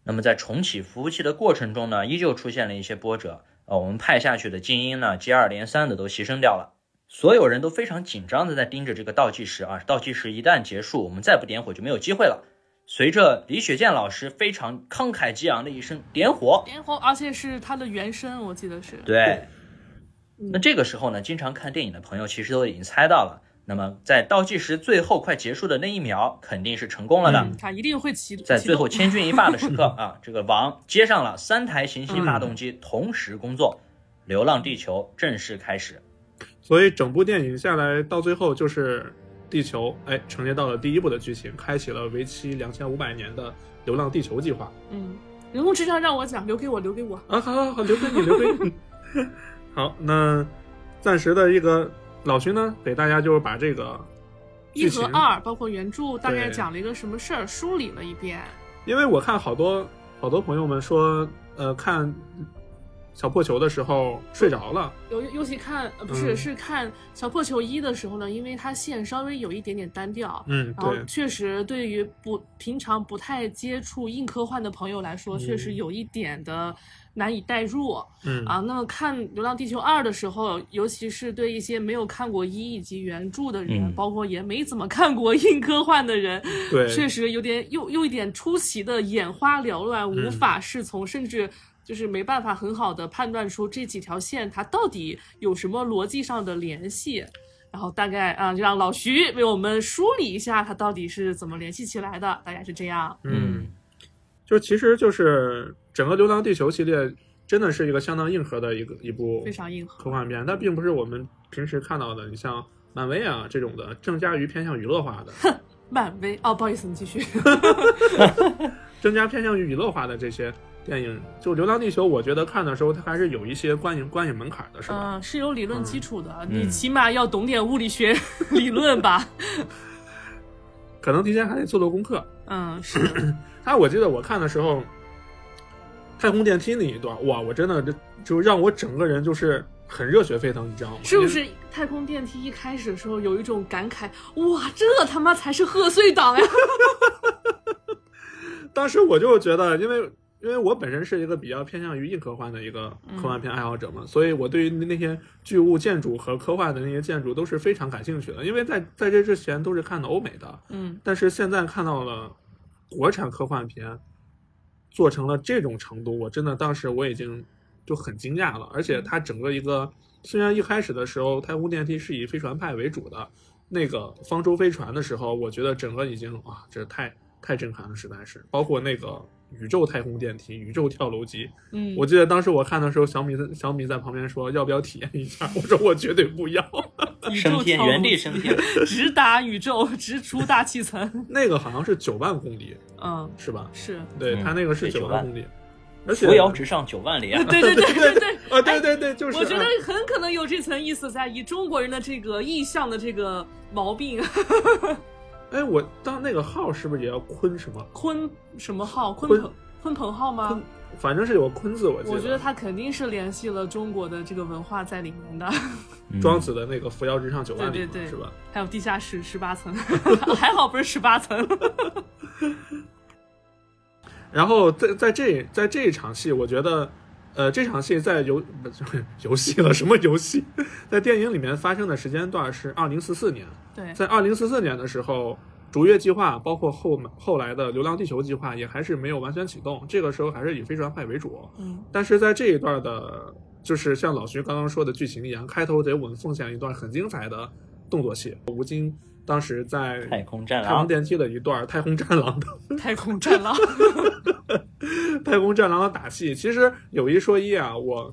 [SPEAKER 4] 那么在重启服务器的过程中呢，依旧出现了一些波折啊。我们派下去的精英呢，接二连三的都牺牲掉了。所有人都非常紧张的在盯着这个倒计时啊，倒计时一旦结束，我们再不点火就没有机会了。随着李雪健老师非常慷慨激昂的一声点火，
[SPEAKER 3] 连环，而且是它的原声，我记得是。
[SPEAKER 4] 对，
[SPEAKER 2] 嗯
[SPEAKER 4] 那这个时候呢，经常看电影的朋友其实都已经猜到了。那么在倒计时最后快结束的那一秒，肯定是成功了的。
[SPEAKER 3] 嗯，它一定会起
[SPEAKER 4] 在
[SPEAKER 3] 起
[SPEAKER 4] 最
[SPEAKER 3] 动
[SPEAKER 4] 后千钧一发 的时刻啊，这个王接上了三台行星发动
[SPEAKER 2] 嗯
[SPEAKER 4] 机同时工作，流浪地球》正式开始。
[SPEAKER 2] 所以整部电影下来到最后就是地球，哎，承接到了第一部的剧情，开启了为期两千五百年的流浪地球计划。
[SPEAKER 3] 嗯，人工智商让我讲，留给我，留给我。
[SPEAKER 2] 啊，好好好，留给你， 留给你。好，那暂时的一个老徐呢，给大家就是把这个
[SPEAKER 3] 一
[SPEAKER 2] 剧
[SPEAKER 3] 和
[SPEAKER 2] 情
[SPEAKER 3] 二，包括原著大概
[SPEAKER 2] 对
[SPEAKER 3] 讲了一个什么事儿，梳理了一遍。
[SPEAKER 2] 因为我看好多好多朋友们说，呃，看小破球的时候睡着了，
[SPEAKER 3] 尤尤其看呃不是、
[SPEAKER 2] 嗯
[SPEAKER 3] 是看《小破球一》的时候呢，因为它线稍微有一点点单调，
[SPEAKER 2] 嗯，
[SPEAKER 3] 然后
[SPEAKER 2] 对，
[SPEAKER 3] 确实对于不平常不太接触硬科幻的朋友来说，确实有一点的难以代入。
[SPEAKER 2] 嗯，
[SPEAKER 3] 啊，那么看《流浪地球二》的时候，尤其是对一些没有看过一以及原著的人，
[SPEAKER 4] 嗯
[SPEAKER 3] 包括也没怎么看过硬科幻的人，
[SPEAKER 2] 对，
[SPEAKER 3] 确实有点又又一点出奇的眼花缭乱，无
[SPEAKER 2] 嗯
[SPEAKER 3] 法适从，甚至就是没办法很好的判断出这几条线它到底有什么逻辑上的联系。然后大概啊，就让老徐为我们梳理一下它到底是怎么联系起来的，大概是这样。
[SPEAKER 2] 嗯，就其实就是整个《流浪地球》系列真的是一个相当硬核的一个一部
[SPEAKER 3] 非常硬核。
[SPEAKER 2] 科幻片，但并不是我们平时看到的，你像漫威啊这种的，更加于偏向娱乐化 的。
[SPEAKER 3] 漫威哦，不好意思，你 继续。
[SPEAKER 2] 更加偏向于娱乐化的这些电影。就《流浪地球》，我觉得看的时候它还是有一些观影观影门槛的，是吧？
[SPEAKER 3] 嗯，是有理论基础的，
[SPEAKER 4] 嗯
[SPEAKER 3] 你起码要懂点物理学理论吧？
[SPEAKER 2] 可能提前还得做做功课。
[SPEAKER 3] 嗯，是，
[SPEAKER 2] 它我记得我看的时候，太空电梯那一段，哇，我真的就就让我整个人就是很热血沸腾，你知道吗？
[SPEAKER 3] 是不是？太空电梯一开始的时候有一种感慨，哇，这他妈才是贺岁档呀！
[SPEAKER 2] 当时我就觉得，因为因为我本身是一个比较偏向于硬科幻的一个
[SPEAKER 3] 嗯
[SPEAKER 2] 科幻片爱好者嘛，所以我对于那些巨物建筑和科幻的那些建筑都是非常感兴趣的。因为在在这之前都是看的欧美的，
[SPEAKER 3] 嗯，
[SPEAKER 2] 但是现在看到了国产科幻片做成了这种程度，我真的当时我已经就很惊讶了。而且它整个一个，虽然一开始的时候太空电梯是以飞船派为主的，那个方舟飞船的时候，我觉得整个已经啊，这太太震撼了，实在是。包括那个宇宙太空电梯、宇宙跳楼机，
[SPEAKER 3] 嗯，
[SPEAKER 2] 我记得当时我看的时候，小米在小米在旁边说要不要体验一下， 我说我绝对不要。
[SPEAKER 3] 宇宙
[SPEAKER 4] 升天，
[SPEAKER 3] 跳
[SPEAKER 4] 原
[SPEAKER 3] 舞
[SPEAKER 4] 地升天。
[SPEAKER 3] 直达宇宙，直出大气层。
[SPEAKER 2] 那个好像是九万公里，
[SPEAKER 3] 嗯，
[SPEAKER 2] 是吧？
[SPEAKER 3] 是，
[SPEAKER 2] 对，
[SPEAKER 4] 嗯
[SPEAKER 2] 它那个是
[SPEAKER 4] 对
[SPEAKER 2] 九
[SPEAKER 4] 9万
[SPEAKER 2] 万公里，而且
[SPEAKER 4] 扶摇直上九万里啊！
[SPEAKER 3] 对 对对对对。哎
[SPEAKER 2] 啊，对对对，就是。
[SPEAKER 3] 我觉得很可能有这层意思在，以中国人的这个意向的这个毛病，
[SPEAKER 2] 哎，我当那个号是不是也要鲲什么？
[SPEAKER 3] 鲲什么号？鲲
[SPEAKER 2] 鲲
[SPEAKER 3] 鹏鲲鹏号吗？
[SPEAKER 2] 鲲，反正是有个鲲字，我记
[SPEAKER 3] 我觉得他肯定是联系了中国的这个文化在里面的，
[SPEAKER 4] 嗯
[SPEAKER 2] 庄子的那个扶摇直上九万里
[SPEAKER 3] 对
[SPEAKER 2] 嘛
[SPEAKER 3] 对对
[SPEAKER 2] 是吧？
[SPEAKER 3] 还有地下室十八层，还好不是十八层。
[SPEAKER 2] 然后在在这在这一场戏，我觉得，呃，这场戏在游不是游戏了什么游戏， 在电影里面发生的时间段是二零四四年，
[SPEAKER 3] 对，
[SPEAKER 2] 在二零四四年的时候。逐月计划，包括后后来的流浪地球计划，也还是没有完全启动。这个时候还是以飞船派为主。
[SPEAKER 3] 嗯，
[SPEAKER 2] 但是在这一段的，就是像老徐刚刚说的剧情一样，开头给我们奉献一段很精彩的动作戏。吴京当时在
[SPEAKER 4] 太空战
[SPEAKER 2] 太空
[SPEAKER 4] 狼，
[SPEAKER 2] 电梯的一段太空战狼的
[SPEAKER 3] 太空战狼，
[SPEAKER 2] 太空战狼的打戏，其实有一说一啊，我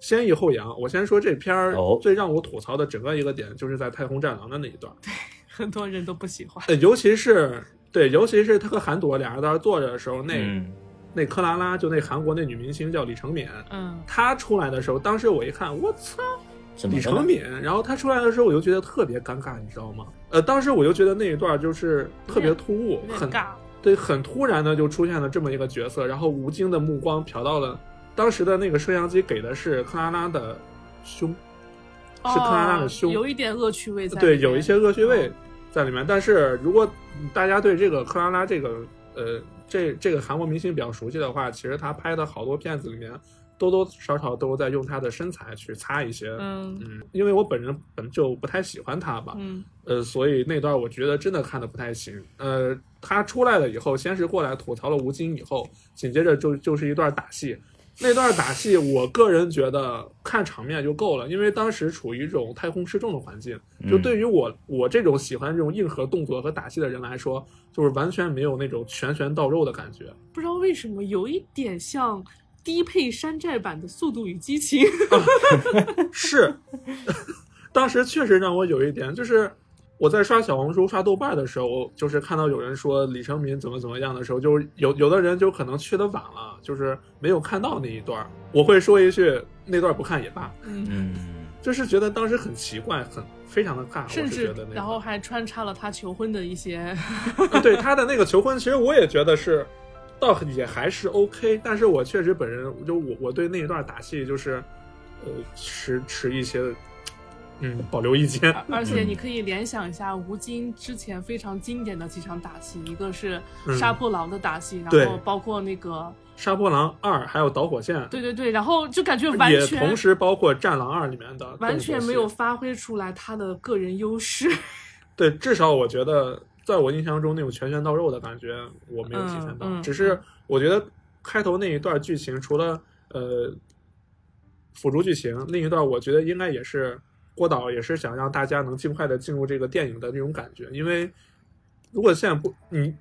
[SPEAKER 2] 先抑后扬，我先说这片儿
[SPEAKER 4] 哦
[SPEAKER 2] 最让我吐槽的整个一个点，就是在太空战狼的那一段，
[SPEAKER 3] 很多人都不喜欢。
[SPEAKER 2] 呃，尤其是对，尤其是他和韩朵俩人在那儿坐着的时候，那、
[SPEAKER 4] 嗯，
[SPEAKER 2] 那克拉拉就那韩国那女明星叫李承敏，
[SPEAKER 3] 嗯，
[SPEAKER 2] 她出来的时候，当时我一看，我操！
[SPEAKER 4] 怎么
[SPEAKER 2] 李
[SPEAKER 4] 了
[SPEAKER 2] 承
[SPEAKER 4] 呢？
[SPEAKER 2] 敏，然后他出来的时候，我就觉得特别尴尬，你知道吗？呃，当时我就觉得那一段就是特别突兀
[SPEAKER 3] 有，
[SPEAKER 2] 很
[SPEAKER 3] 点尬。
[SPEAKER 2] 对，很突然的就出现了这么一个角色，然后吴京的目光瞟到了当时的那个摄像机给的是克拉拉的胸，是克拉拉的胸
[SPEAKER 3] 哦有一点恶趣味在。哦
[SPEAKER 2] 对，有一些。恶趣味在里面。但是如果大家对这个克拉拉这个呃这这个韩国明星比较熟悉的话，其实他拍的好多片子里面多多少少都在用他的身材去擦一些。
[SPEAKER 3] 嗯
[SPEAKER 2] 嗯，因为我本人本就不太喜欢他吧，
[SPEAKER 3] 嗯
[SPEAKER 2] 呃，所以那段我觉得真的看的不太行。呃，他出来了以后，先是过来吐槽了吴京，以后紧接着就就是一段打戏。那段打戏，我个人觉得看场面就够了，因为当时处于一种太空失重的环境，
[SPEAKER 4] 嗯
[SPEAKER 2] 就对于我我这种喜欢这种硬核动作和打戏的人来说，就是完全没有那种拳拳到肉的感觉。
[SPEAKER 3] 不知道为什么有一点像低配山寨版的《速度与激情》
[SPEAKER 2] 是， 当时确实让我有一点，就是我在刷小红书、刷豆瓣的时候，就是看到有人说李成民怎么怎么样的时候，就是有有的人就可能去的晚了，就是没有看到那一段儿，我会说一句那段儿不看也罢，
[SPEAKER 4] 嗯，
[SPEAKER 2] 就是觉得当时很奇怪，很非常的尬，
[SPEAKER 3] 甚
[SPEAKER 2] 啊我是觉
[SPEAKER 3] 至
[SPEAKER 2] 得那
[SPEAKER 3] 然
[SPEAKER 2] 个
[SPEAKER 3] 后还穿插了他求婚的 一些，
[SPEAKER 2] 啊对他的那个求婚，其实我也觉得是，倒也还是 OK，但是我确实本人就我我对那一段打戏就是，呃，持持一些，嗯，保留意见。
[SPEAKER 3] 而且
[SPEAKER 2] 嗯
[SPEAKER 3] 你可以联想一下吴京之前非常经典的几场打戏，一个是
[SPEAKER 2] 嗯
[SPEAKER 3] 杀破狼的打戏，
[SPEAKER 2] 对
[SPEAKER 3] 然后包括那个
[SPEAKER 2] 《杀破狼二》还有《导火线》，
[SPEAKER 3] 对对对，然后就感觉完
[SPEAKER 2] 也
[SPEAKER 3] 全
[SPEAKER 2] 同时包括《战狼二》里面的，
[SPEAKER 3] 完全没有。发挥出来他的个人优势。
[SPEAKER 2] 对，至少我觉得，在我印象中那种拳拳到肉的感觉，我没有体现到。
[SPEAKER 3] 嗯嗯
[SPEAKER 2] 只是我觉得开头那一段剧情，除了呃辅助剧情那一段，我觉得应该也是郭导也是想让大家能尽快的进入这个电影的那种感觉，因为如果现在不你。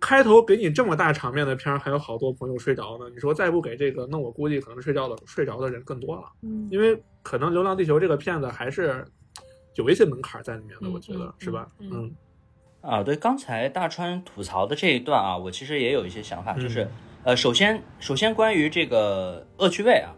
[SPEAKER 2] 开头给你这么大场面的片儿，还有好多朋友睡着呢。你说再不给这个，那我估计可能睡觉的睡着的人更多了。
[SPEAKER 3] 嗯
[SPEAKER 2] 因为可能《流浪地球》这个片子还是有一些门槛在里面的，
[SPEAKER 3] 嗯
[SPEAKER 2] 我觉得
[SPEAKER 3] 嗯
[SPEAKER 2] 是吧？
[SPEAKER 3] 嗯
[SPEAKER 2] 嗯
[SPEAKER 4] 啊，对，刚才大川吐槽的这一段啊，我其实也有一些想法，就是、
[SPEAKER 2] 嗯
[SPEAKER 4] 呃，首先首先关于这个恶趣味啊，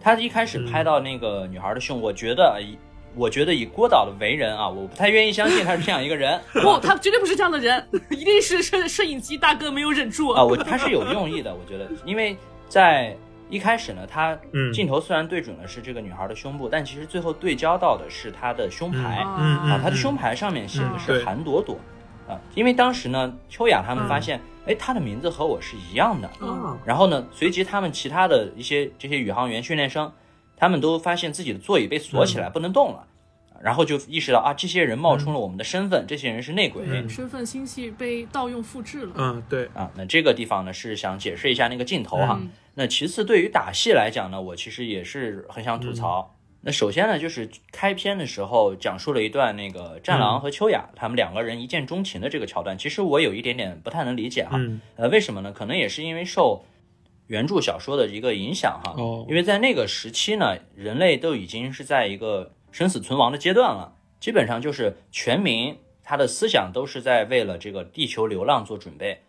[SPEAKER 4] 他一开始
[SPEAKER 2] 嗯
[SPEAKER 4] 拍到那个女孩的胸，我觉得以我觉得以郭导的为人啊，我不太愿意相信他是这样一 个人
[SPEAKER 3] 不，他绝对不是这样的人， 一定是摄摄影机大哥没有忍住
[SPEAKER 4] 啊，我他是有用意的，我觉得，因为在一开始呢，他
[SPEAKER 2] 嗯
[SPEAKER 4] 镜头虽然对准的是这个女孩的胸部，但其实最后对焦到的是她的胸牌。
[SPEAKER 3] 啊
[SPEAKER 2] 嗯嗯，
[SPEAKER 4] 啊，他的胸牌上面写的
[SPEAKER 2] 嗯
[SPEAKER 4] 是
[SPEAKER 2] 对嗯
[SPEAKER 4] 韩朵朵，啊，因为当时呢，秋雅他们发现，哎，她的名字和我是一样的。
[SPEAKER 3] 嗯
[SPEAKER 2] 啊，
[SPEAKER 4] 然后呢，随即他们其他的一些这些宇航员、训练生，他们都发现自己的座椅被锁
[SPEAKER 2] 嗯
[SPEAKER 4] 起来，不能动了，然后就意识到啊，这些人冒充了我们的身份，这些人是内鬼。
[SPEAKER 2] 嗯
[SPEAKER 3] 身份信息被盗用复制了。
[SPEAKER 2] 嗯，对，
[SPEAKER 4] 啊，那这个地方呢是想解释一下那个镜头哈。
[SPEAKER 3] 嗯
[SPEAKER 4] 那其次，对于打戏来讲呢，我其实也是很想吐槽。那首先呢，就是开篇的时候讲述了一段那个战狼和秋雅、他们两个人一见钟情的这个桥段，其实我有一点点不太能理解哈。
[SPEAKER 2] 嗯
[SPEAKER 4] 呃，为什么呢？可能也是因为受原著小说的一个影响哈。
[SPEAKER 2] 哦
[SPEAKER 4] 因为在那个时期呢，人类都已经是在一个生死存亡的阶段了，基本上就是全民他的思想都是在为了这个地球流浪做准备。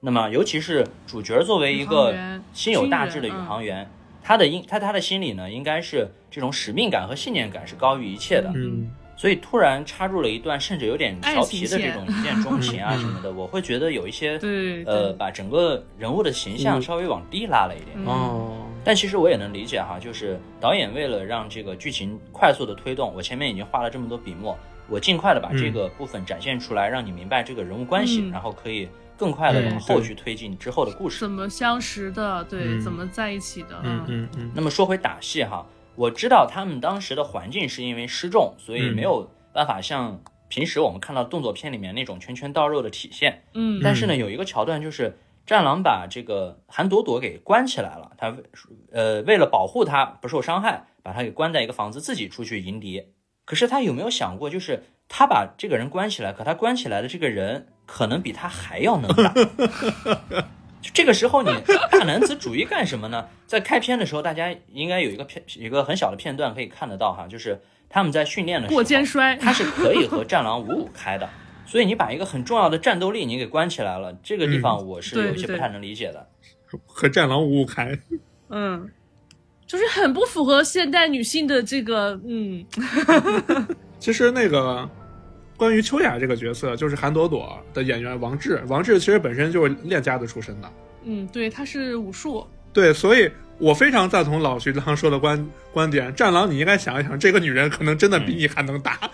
[SPEAKER 4] 那么，尤其是主角作为一
[SPEAKER 3] 宇航
[SPEAKER 4] 个
[SPEAKER 3] 员
[SPEAKER 4] 心有大志的宇
[SPEAKER 3] 军人嗯
[SPEAKER 4] 航员，他的应他他的心里呢，应该是这种使命感和信念感是高于一切的。
[SPEAKER 2] 嗯
[SPEAKER 4] 所以突然插入了一段甚至有点调皮的这种
[SPEAKER 3] 爱
[SPEAKER 4] 一见钟情啊
[SPEAKER 2] 嗯
[SPEAKER 4] 什么的，我会觉得有一些
[SPEAKER 3] 对
[SPEAKER 4] 呃，
[SPEAKER 3] 对
[SPEAKER 4] 把整个人物的形象稍微往低拉了一点。
[SPEAKER 3] 嗯
[SPEAKER 2] 哦，
[SPEAKER 4] 但其实我也能理解哈，就是导演为了让这个剧情快速的推动，我前面已经花了这么多笔墨，我尽快的把这个部分展现出来，让你明白这个人物关系，
[SPEAKER 3] 嗯
[SPEAKER 4] 然后可以更快的往
[SPEAKER 2] 对
[SPEAKER 4] 后续推进之后的故事。
[SPEAKER 3] 怎么相识的？对，
[SPEAKER 2] 嗯
[SPEAKER 3] 怎么在一起的？
[SPEAKER 2] 嗯嗯嗯
[SPEAKER 4] 那么说回打戏哈，我知道他们当时的环境是因为失重，所以
[SPEAKER 2] 嗯
[SPEAKER 4] 没有办法像平时我们看到动作片里面那种拳拳到肉的体现。
[SPEAKER 3] 嗯
[SPEAKER 4] 但是呢，有一个桥段就是战狼把这个韩朵朵给关起来了，他为呃为了保护她不受伤害，把她给关在一个房子，自己出去迎敌。可是他有没有想过，就是他把这个人关起来，可他关起来的这个人可能比他还要能打。就这个时候，你大男子主义干什么呢？在开篇的时候，大家应该有一个片，有一个很小的片段可以看得到哈，就是他们在训练的时候，
[SPEAKER 3] 过肩摔
[SPEAKER 4] 它是可以和战狼五五开的。所以你把一个很重要的战斗力你给关起来了，这个地方
[SPEAKER 3] 嗯
[SPEAKER 4] 我是有一些不太能理解的。
[SPEAKER 2] 嗯和战狼五五开，
[SPEAKER 3] 嗯，就是很不符合现代女性的这个嗯
[SPEAKER 2] 其实那个。关于秋雅这个角色，就是韩朵朵的演员王志。王志其实本身就是练家子出身的，
[SPEAKER 3] 嗯，对，她是武术，
[SPEAKER 2] 对，所以我非常赞同老徐刚刚说的观观点，战狼，你应该想一想，这个女人可能真的比你还能打。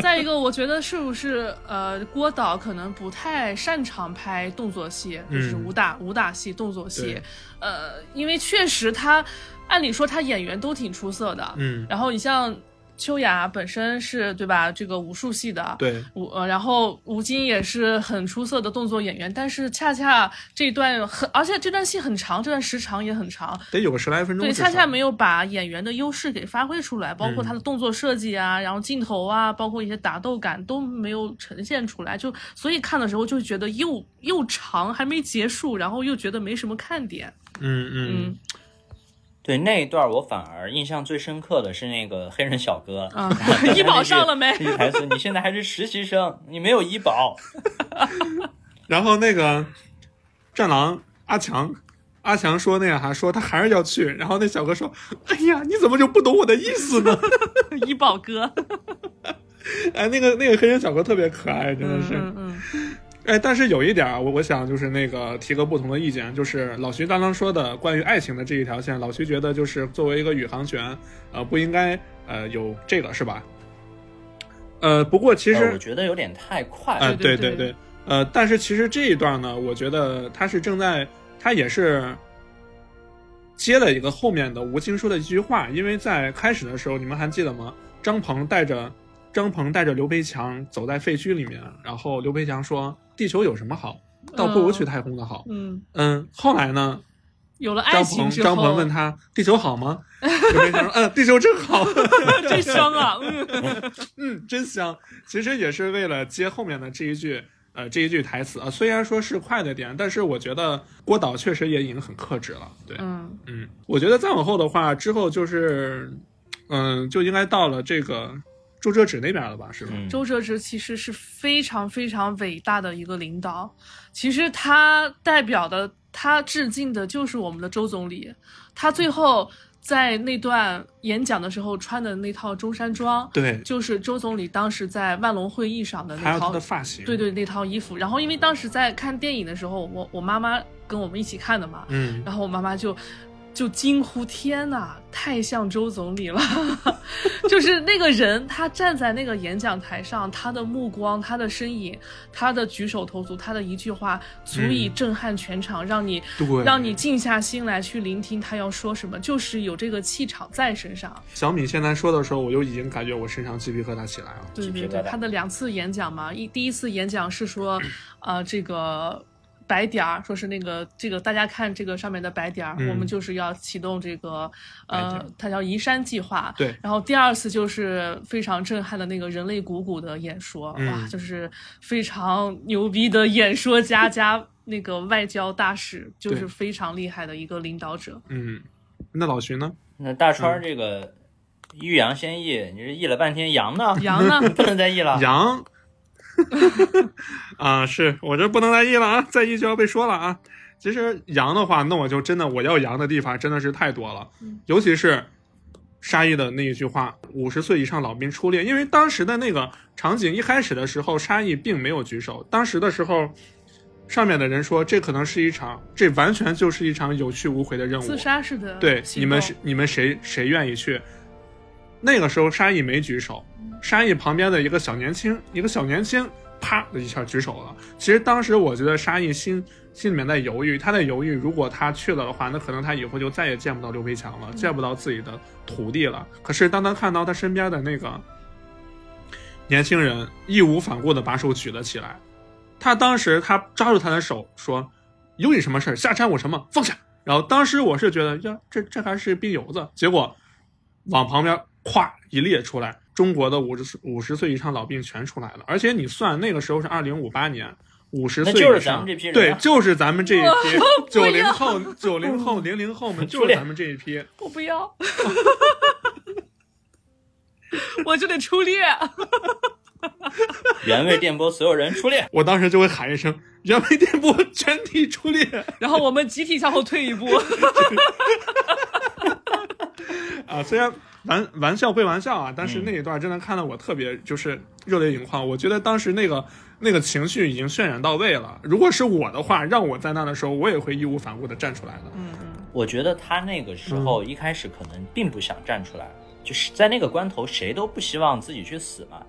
[SPEAKER 3] 再一个，我觉得是不是呃，郭导可能不太擅长拍动作戏，就是
[SPEAKER 2] 嗯
[SPEAKER 3] 武打、武打戏、动作戏
[SPEAKER 2] 对。
[SPEAKER 3] 呃，因为确实他，按理说他演员都挺出色的。
[SPEAKER 2] 嗯，
[SPEAKER 3] 然后你像秋雅本身是对吧，这个武术系的，
[SPEAKER 2] 对，
[SPEAKER 3] 吴呃，然后吴京也是很出色的动作演员，但是恰恰这一段很，而且这段戏很长，这段时长也很长，
[SPEAKER 2] 得有个十来分钟
[SPEAKER 3] 对，
[SPEAKER 2] 至少。
[SPEAKER 3] 恰恰没有把演员的优势给发挥出来，包
[SPEAKER 2] 嗯
[SPEAKER 3] 括他的动作设计啊，然后镜头啊，包括一些打斗感都没有呈现出来，就所以看的时候就觉得又又长，还没结束，然后又觉得没什么看点，
[SPEAKER 2] 嗯嗯，
[SPEAKER 3] 嗯
[SPEAKER 4] 对那一段，我反而印象最深刻的是那个黑人小哥，
[SPEAKER 3] 啊， 医保上了没？
[SPEAKER 4] 一台词，你现在还是实习生，你没有医 保，
[SPEAKER 2] 然后那个战狼阿强。阿强说：“那个还说他还是要去。”然后那小哥说：“哎呀，你怎么就不懂我的意思呢
[SPEAKER 3] 医保哥，？”
[SPEAKER 2] 哎，那个那个黑人小哥特别可爱，真的是。
[SPEAKER 3] 嗯嗯
[SPEAKER 2] 哎，但是有一点儿，我我想就是那个提个不同的意见，就是老徐刚刚说的关于爱情的这一条线，老徐觉得就是作为一个宇航员，呃，不应该呃有这个是吧？呃，不过其实、
[SPEAKER 4] 呃我觉得有点太快
[SPEAKER 2] 啊，
[SPEAKER 4] 了。
[SPEAKER 2] 对对
[SPEAKER 3] 对对
[SPEAKER 2] 对，呃，但是其实这一段呢，我觉得他是正在，他也是接了一个后面的吴京说的一句话，因为在开始的时候，你们还记得吗？张鹏带着张鹏带着刘培强走在废墟里面，然后刘培强说：“地球有什么好？倒不如去太空的好。
[SPEAKER 3] 嗯，”
[SPEAKER 2] 嗯，后来呢，
[SPEAKER 3] 有了爱
[SPEAKER 2] 张
[SPEAKER 3] 情
[SPEAKER 2] 鹏
[SPEAKER 3] 之后，
[SPEAKER 2] 张鹏问他：“地球好吗？”刘培强说：“嗯，地球真好。”
[SPEAKER 3] 真香啊，嗯。
[SPEAKER 2] 嗯，真香。其实也是为了接后面的这一句，呃，这一句台词啊。虽然说是快的点，但是我觉得郭导确实也已经很克制了。对，
[SPEAKER 3] 嗯
[SPEAKER 2] 嗯，我觉得再往后的话，之后就是，嗯，就应该到了这个周折纸那边了吧？是吧？
[SPEAKER 4] 嗯，
[SPEAKER 3] 周哲直其实是非常非常伟大的一个领导，其实他代表的、他致敬的就是我们的周总理。他最后在那段演讲的时候穿的那套中山装，
[SPEAKER 2] 对，
[SPEAKER 3] 就是周总理当时在万隆会议上的
[SPEAKER 2] 还
[SPEAKER 3] 那
[SPEAKER 2] 有他
[SPEAKER 3] 套
[SPEAKER 2] 的发型。
[SPEAKER 3] 对，对，那套衣服。然后因为当时在看电影的时候，我我妈妈跟我们一起看的嘛，
[SPEAKER 2] 嗯，
[SPEAKER 3] 然后我妈妈就就惊呼：“天哪，太像周总理了！” 就是那个人，他站在那个演讲台上，他的目光、他的身影、他的举手投足、他的一句话，足以
[SPEAKER 2] 嗯
[SPEAKER 3] 震撼全场，让你
[SPEAKER 2] 对
[SPEAKER 3] 让你静下心来去聆听他要说什么，就是有这个气场在身上。
[SPEAKER 2] 小米现在说的时候，我就已经感觉我身上鸡皮疙瘩起来了。
[SPEAKER 3] 对
[SPEAKER 4] 鸡皮
[SPEAKER 3] 对对
[SPEAKER 4] 疙，瘩
[SPEAKER 3] 他的两次演讲嘛，一第一次演讲是说， 呃，这个白点儿，说是那个这个大家看这个上面的白点儿，
[SPEAKER 2] 嗯
[SPEAKER 3] 我们就是要启动这个
[SPEAKER 2] 白点
[SPEAKER 3] 呃
[SPEAKER 2] 儿，
[SPEAKER 3] 它叫移山计划。
[SPEAKER 2] 对
[SPEAKER 3] 然后第二次就是非常震撼的那个人类股骨的演说，
[SPEAKER 2] 嗯
[SPEAKER 3] 哇，就是非常牛逼的演说家加那个外交大使，就
[SPEAKER 2] 对
[SPEAKER 3] 是非常厉害的一个领导 者。
[SPEAKER 2] 嗯，那老徐呢？
[SPEAKER 4] 那大川
[SPEAKER 3] 嗯
[SPEAKER 4] 儿这个欲扬先抑，你这抑了半天，扬呢？
[SPEAKER 3] 杨呢？
[SPEAKER 4] 不能再抑了。
[SPEAKER 2] 羊， 啊，是我这不能再议了啊，再议就要被说了啊。其实羊的话，那我就真的我要羊的地方真的是太多了，
[SPEAKER 3] 嗯
[SPEAKER 2] 尤其是沙溢的那一句话“五十岁以上老兵初恋”，因为当时的那个场景一开始的时候，沙溢并没有举手，当时的时候。上面的人说，这可能是一场，这完全就是一场有去无回的任务。
[SPEAKER 3] 自杀式的
[SPEAKER 2] 对，
[SPEAKER 3] 行
[SPEAKER 2] 你们
[SPEAKER 3] 动
[SPEAKER 2] 是你们谁谁愿意去？那个时候沙溢没举手，
[SPEAKER 3] 嗯
[SPEAKER 2] 沙溢旁边的一个小年轻，一个小年轻，啪的一下举手了。其实当时我觉得沙溢心心里面在犹豫，他在犹豫，如果他去了的话，那可能他以后就再也见不到刘培强
[SPEAKER 3] 嗯
[SPEAKER 2] 了，见不到自己的徒弟了。可是当他看到他身边的那个年轻人义无反顾的把手举了起来，他当时他抓住他的手说：“有你什么事儿？瞎掺和什么？放下！”然后当时我是觉得，呀，这这还是逼油子。结果往旁边咵一列出来，中国的五十五十岁以上老兵全出来了。而且你算那个时候是二零五八年，五十岁
[SPEAKER 4] 那就是
[SPEAKER 2] 以上
[SPEAKER 4] 咱们这批人
[SPEAKER 2] 对
[SPEAKER 4] 啊，
[SPEAKER 2] 就是咱们这一批九零
[SPEAKER 3] 要
[SPEAKER 2] 后、九零后、零零后们，就
[SPEAKER 4] 初
[SPEAKER 2] 是
[SPEAKER 4] 恋
[SPEAKER 2] 咱们这一批。
[SPEAKER 3] 我不要， 我就得初恋。
[SPEAKER 4] 原味电波，所有人初恋。
[SPEAKER 2] 我当时就会喊一声“人为电波全体出列
[SPEAKER 3] 然后我们集体向后退一步，”
[SPEAKER 2] 啊！虽然玩玩笑归玩笑啊，但是那一段真的看得我特别就是热泪盈眶。我觉得当时那个那个情绪已经渲染到位了。如果是我的话，让我在那的时候，我也会义无反顾的站出来的。
[SPEAKER 3] 嗯
[SPEAKER 4] 我觉得他那个时候一开始可能并不想站出来，就是在那个关头，谁都不希望自己去死嘛。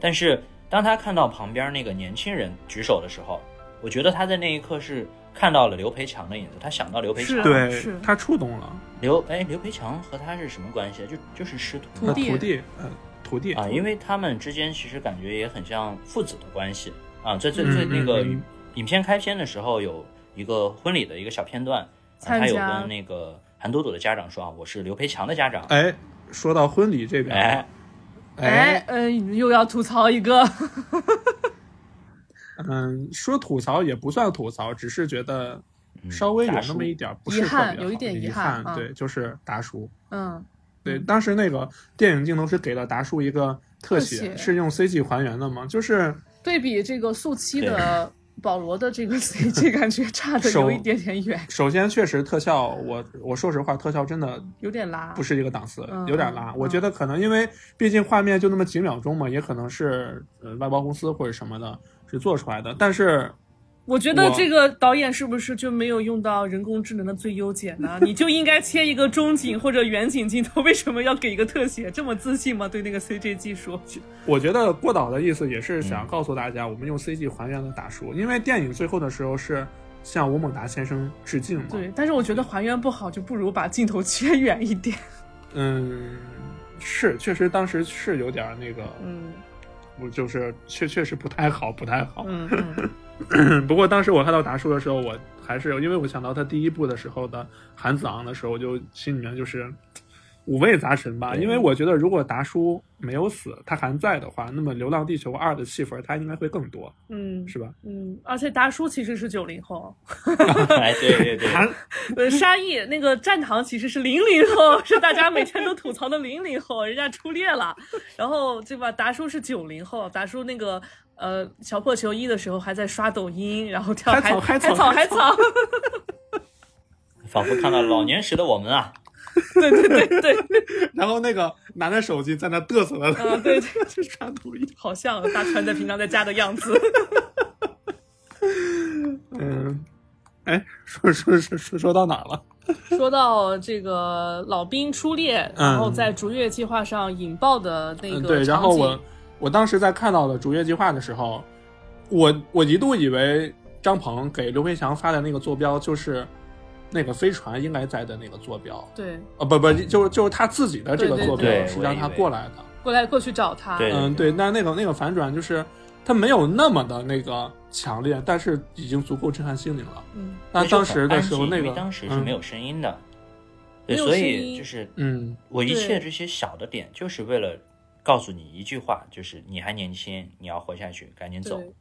[SPEAKER 4] 但是当他看到旁边那个年轻人举手的时候，我觉得他在那一刻是看到了刘培强的影子，他想到刘培强
[SPEAKER 3] 是。
[SPEAKER 2] 对
[SPEAKER 3] 是，
[SPEAKER 2] 他触动了
[SPEAKER 4] 刘哎，刘培强和他是什么关系？啊就就是师徒
[SPEAKER 3] 徒
[SPEAKER 2] 那
[SPEAKER 3] 弟
[SPEAKER 2] 徒弟，嗯，徒弟
[SPEAKER 4] 啊，因为他们之间其实感觉也很像父子的关系啊。在最
[SPEAKER 2] 嗯
[SPEAKER 4] 最那个
[SPEAKER 2] 嗯嗯
[SPEAKER 4] 影片开篇的时候，有一个婚礼的一个小片段，啊
[SPEAKER 3] 参
[SPEAKER 4] 他有
[SPEAKER 3] 加
[SPEAKER 4] 跟那个韩朵朵的家长说啊，我是刘培强的家长。
[SPEAKER 2] 哎，说到婚礼这边，
[SPEAKER 4] 哎，
[SPEAKER 3] 哎
[SPEAKER 2] 哎，，
[SPEAKER 3] 呃，又要吐槽一个，
[SPEAKER 2] 嗯，说吐槽也不算吐槽，只是觉得
[SPEAKER 4] 嗯
[SPEAKER 2] 稍微有那 么一点不是
[SPEAKER 3] 达
[SPEAKER 2] 特
[SPEAKER 3] 叔
[SPEAKER 2] 别好
[SPEAKER 3] 遗憾有一点
[SPEAKER 2] 遗
[SPEAKER 3] 遗憾啊
[SPEAKER 2] 对，就是达叔。
[SPEAKER 3] 嗯，
[SPEAKER 2] 对，当时那个电影镜头是给了达叔一个特
[SPEAKER 3] 特写
[SPEAKER 2] 是用 CG 还原的嘛，就是
[SPEAKER 3] 对比这个速七的保罗的这个 CG，感觉差的有一点点远，
[SPEAKER 2] 首先确实特效，我我说实话，特效真的
[SPEAKER 3] 有点拉。
[SPEAKER 2] 不，是一个档次，
[SPEAKER 3] 嗯
[SPEAKER 2] 有点拉。
[SPEAKER 3] 嗯
[SPEAKER 2] 我觉得可能因为毕竟画面就那么几秒钟嘛，也可能是呃外包公司或者什么的是做出来的，但是
[SPEAKER 3] 我觉得
[SPEAKER 2] 我
[SPEAKER 3] 这个导演是不是就没有用到人工智能的最优解呢？你就应该切一个中景或者远景镜头，为什么要给一个特写？这么自信吗？对那个 CG 技术？
[SPEAKER 2] 我觉得过岛的意思也是想告诉大家，我们用 CG 还原了达叔，因为电影最后的时候是向吴孟达先生致敬嘛。
[SPEAKER 3] 对，但是我觉得还原不好，就不如把镜头切远一点。
[SPEAKER 2] 嗯，是，确实当时是有点儿那个，
[SPEAKER 3] 嗯
[SPEAKER 2] 我就是确确实不太好，不太好。
[SPEAKER 3] 嗯 嗯，
[SPEAKER 2] 不过当时我看到达叔的时候，我还是因为我想到他第一部的时候的韩子昂的时候，我就心里面就是五味杂陈吧。
[SPEAKER 4] 对
[SPEAKER 2] 因为我觉得如果达叔没有死，他还在的话，那么《流浪地球二》的戏份他应该会更多，
[SPEAKER 3] 嗯
[SPEAKER 2] 是吧？
[SPEAKER 3] 嗯，而且达叔其实是九零后，
[SPEAKER 4] 哎，对对对，
[SPEAKER 2] 韩
[SPEAKER 3] 呃，沙溢那个战堂其实是零零后，是大家每天都吐槽的零零后，人家出列了。然后对吧？达叔是九零后，达叔那个呃小破球衣的时候还在刷抖音，然后跳
[SPEAKER 2] 嗨
[SPEAKER 3] 海
[SPEAKER 2] 草嗨
[SPEAKER 3] 海
[SPEAKER 2] 草
[SPEAKER 3] 海草，
[SPEAKER 4] 仿佛看到了老年时的我们啊，
[SPEAKER 3] 对对对对，
[SPEAKER 2] 然后那个拿着手机在那嘚瑟 的，
[SPEAKER 3] 啊对对，
[SPEAKER 2] 这刷抖音。
[SPEAKER 3] 好像大川在平常在家的样子。
[SPEAKER 2] 嗯，哎，说说说说说到哪儿了？
[SPEAKER 3] 说到这个老兵出列，
[SPEAKER 2] 嗯
[SPEAKER 3] 然后在逐月计划上引爆的那个
[SPEAKER 2] 嗯，对，然
[SPEAKER 3] 场
[SPEAKER 2] 后
[SPEAKER 3] 景
[SPEAKER 2] 我我当时在看到了《逐月计划》的时候，我我一度以为张鹏给刘培强发的那个坐标就是那个飞船应该在的那个坐标，
[SPEAKER 3] 对
[SPEAKER 2] 啊不不，就是就是他自己的这个
[SPEAKER 3] 对对
[SPEAKER 2] 坐标
[SPEAKER 4] 对
[SPEAKER 2] 是
[SPEAKER 4] 我
[SPEAKER 2] 让
[SPEAKER 4] 以
[SPEAKER 2] 他
[SPEAKER 4] 为
[SPEAKER 2] 过来的。
[SPEAKER 3] 过来过去找他，
[SPEAKER 4] 对
[SPEAKER 2] 嗯，对，那那个那个反转就是他没有那么的那个强烈，但是已经足够震撼心灵了。
[SPEAKER 3] 嗯，
[SPEAKER 2] 那当时的时
[SPEAKER 4] 时
[SPEAKER 2] 候，那个
[SPEAKER 4] 当时是没有声音的，对，
[SPEAKER 3] 没有
[SPEAKER 4] 所
[SPEAKER 3] 声
[SPEAKER 4] 以
[SPEAKER 3] 音
[SPEAKER 4] 就是
[SPEAKER 2] 嗯
[SPEAKER 4] 我
[SPEAKER 3] 对
[SPEAKER 4] 一切这些小的点，就是为了告诉你一句话，就是你还年轻，你要活下去，赶紧走
[SPEAKER 3] 对。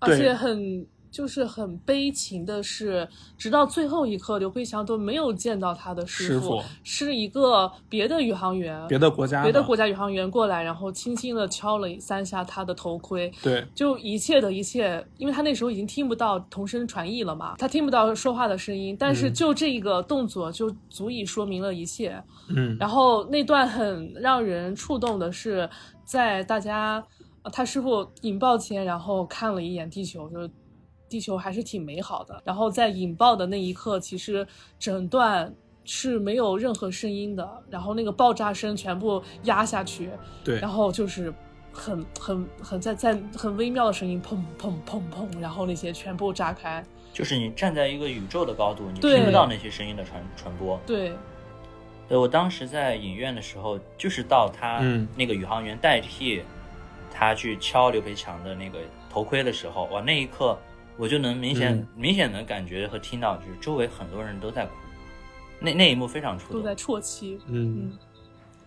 [SPEAKER 3] 而
[SPEAKER 2] 对
[SPEAKER 3] 且很就是很悲情的是，直到最后一刻，刘培强都没有见到他的
[SPEAKER 2] 师
[SPEAKER 3] 傅
[SPEAKER 2] 傅，
[SPEAKER 3] 是一个别的宇航员
[SPEAKER 2] 嗯，，别的国家
[SPEAKER 3] 别的国家宇航员过来，然后轻轻的敲了三下他的头盔，
[SPEAKER 2] 对
[SPEAKER 3] 就一切的一切，因为他那时候已经听不到同声传译了嘛，他听不到说话的声音，但是
[SPEAKER 2] 嗯
[SPEAKER 3] 就这一个动作就足以说明了一切。
[SPEAKER 2] 嗯
[SPEAKER 3] 然后那段很让人触动的是，在大家呃他师傅引爆前，然后看了一眼地球，就是地球还是挺美好的。然后在引爆的那一刻，其实整段是没有任何声音的，然后那个爆炸声全部压下去，
[SPEAKER 2] 对
[SPEAKER 3] 然后就是。很很很在在很微妙的声音，砰砰砰砰，然后那些全部炸开，
[SPEAKER 4] 就是你站在一个宇宙的高度，你
[SPEAKER 3] 对
[SPEAKER 4] 听不到那些声音的传传播。
[SPEAKER 3] 对，
[SPEAKER 4] 对我当时在影院的时候，就是到他
[SPEAKER 2] 嗯
[SPEAKER 4] 那个宇航员代替他去敲刘培强的那个头盔的时候，哇，那一刻我就能明显、
[SPEAKER 2] 嗯
[SPEAKER 4] 明显能感觉和听到，就是周围很多人都在哭，那那一幕非常触
[SPEAKER 3] 都在
[SPEAKER 4] 动。
[SPEAKER 3] 啜泣，
[SPEAKER 2] 嗯
[SPEAKER 3] 嗯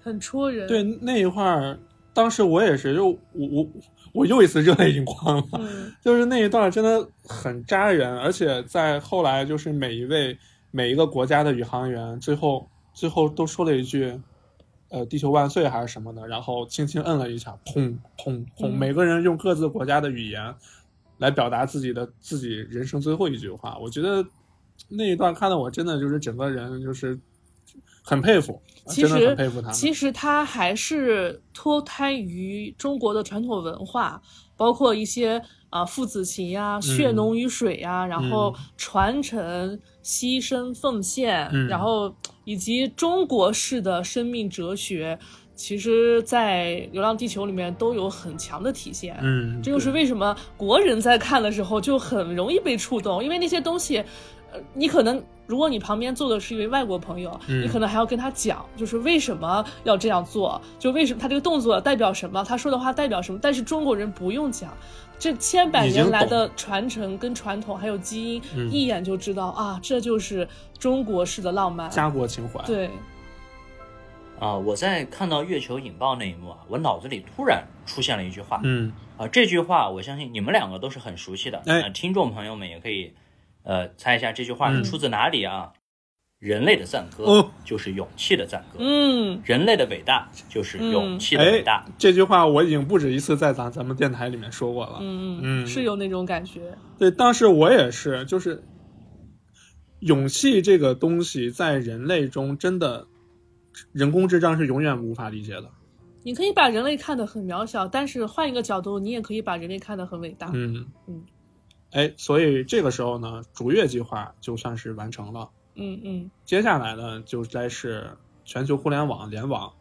[SPEAKER 3] 很戳人。
[SPEAKER 2] 对，那一块儿，当时我也是，就我我我又一次热泪盈眶了。
[SPEAKER 3] 嗯，
[SPEAKER 2] 就是那一段真的很扎人，而且在后来，就是每一位每一个国家的宇航员，最后最后都说了一句，呃，地球万岁还是什么的，然后轻轻摁了一下，砰砰砰，
[SPEAKER 3] 嗯
[SPEAKER 2] 每个人用各自国家的语言来表达自己的自己人生最后一句话。我觉得那一段看的我真的就是整个人就是很佩服，
[SPEAKER 3] 其
[SPEAKER 2] 啊真的很
[SPEAKER 3] 实
[SPEAKER 2] 佩服他们。
[SPEAKER 3] 其实它还是脱胎于中国的传统文化，包括一些啊、父子情呀、血
[SPEAKER 2] 嗯
[SPEAKER 3] 浓于水呀、然后传承、牺牲、奉献，
[SPEAKER 2] 嗯
[SPEAKER 3] 然后以及中国式的生命哲学，其实，在《流浪地球》里面都有很强的体现。
[SPEAKER 2] 嗯，
[SPEAKER 3] 这就是
[SPEAKER 2] 对
[SPEAKER 3] 为什么国人在看的时候就很容易被触动，因为那些东西，呃，你可能如果你旁边坐的是一位外国朋友，
[SPEAKER 2] 嗯
[SPEAKER 3] 你可能还要跟他讲，就是为什么要这样做，就为什么他这个动作代表什么，他说的话代表什么。但是中国人不用讲，这千百
[SPEAKER 2] 已经
[SPEAKER 3] 年来
[SPEAKER 2] 懂
[SPEAKER 3] 的传承跟传统还有基因，
[SPEAKER 2] 嗯
[SPEAKER 3] 一眼就知道啊，这就是中国式的浪漫。
[SPEAKER 2] 家国情怀。，
[SPEAKER 3] 对，
[SPEAKER 4] 啊、我在看到月球引爆那一幕啊，我脑子里突然出现了一句话，
[SPEAKER 2] 嗯，
[SPEAKER 4] 啊，这句话我相信你们两个都是很熟悉的，
[SPEAKER 2] 哎
[SPEAKER 4] 呃听众朋友们也可以，呃，猜一下这句话是
[SPEAKER 2] 嗯
[SPEAKER 4] 出自哪里啊？人类的赞歌、
[SPEAKER 2] 哦
[SPEAKER 4] 就是勇气的赞歌，
[SPEAKER 3] 嗯，
[SPEAKER 4] 人类的伟大就是勇气的伟大
[SPEAKER 2] 嗯哎。，这句话我已经不止一次在咱咱们电台里面说过了。
[SPEAKER 3] 嗯
[SPEAKER 2] 嗯
[SPEAKER 3] 是有那种感觉。
[SPEAKER 2] 对，当时我也是，就是勇气这个东西在人类中真的，人工智障是永远无法理解的。
[SPEAKER 3] 你可以把人类看得很渺小，但是换一个角度，你也可以把人类看得很伟大。
[SPEAKER 2] 嗯
[SPEAKER 3] 嗯，
[SPEAKER 2] 哎，所以这个时候呢，逐月计划就算是完成了。
[SPEAKER 3] 嗯嗯
[SPEAKER 2] 接下来呢，就该是全球互联网联网，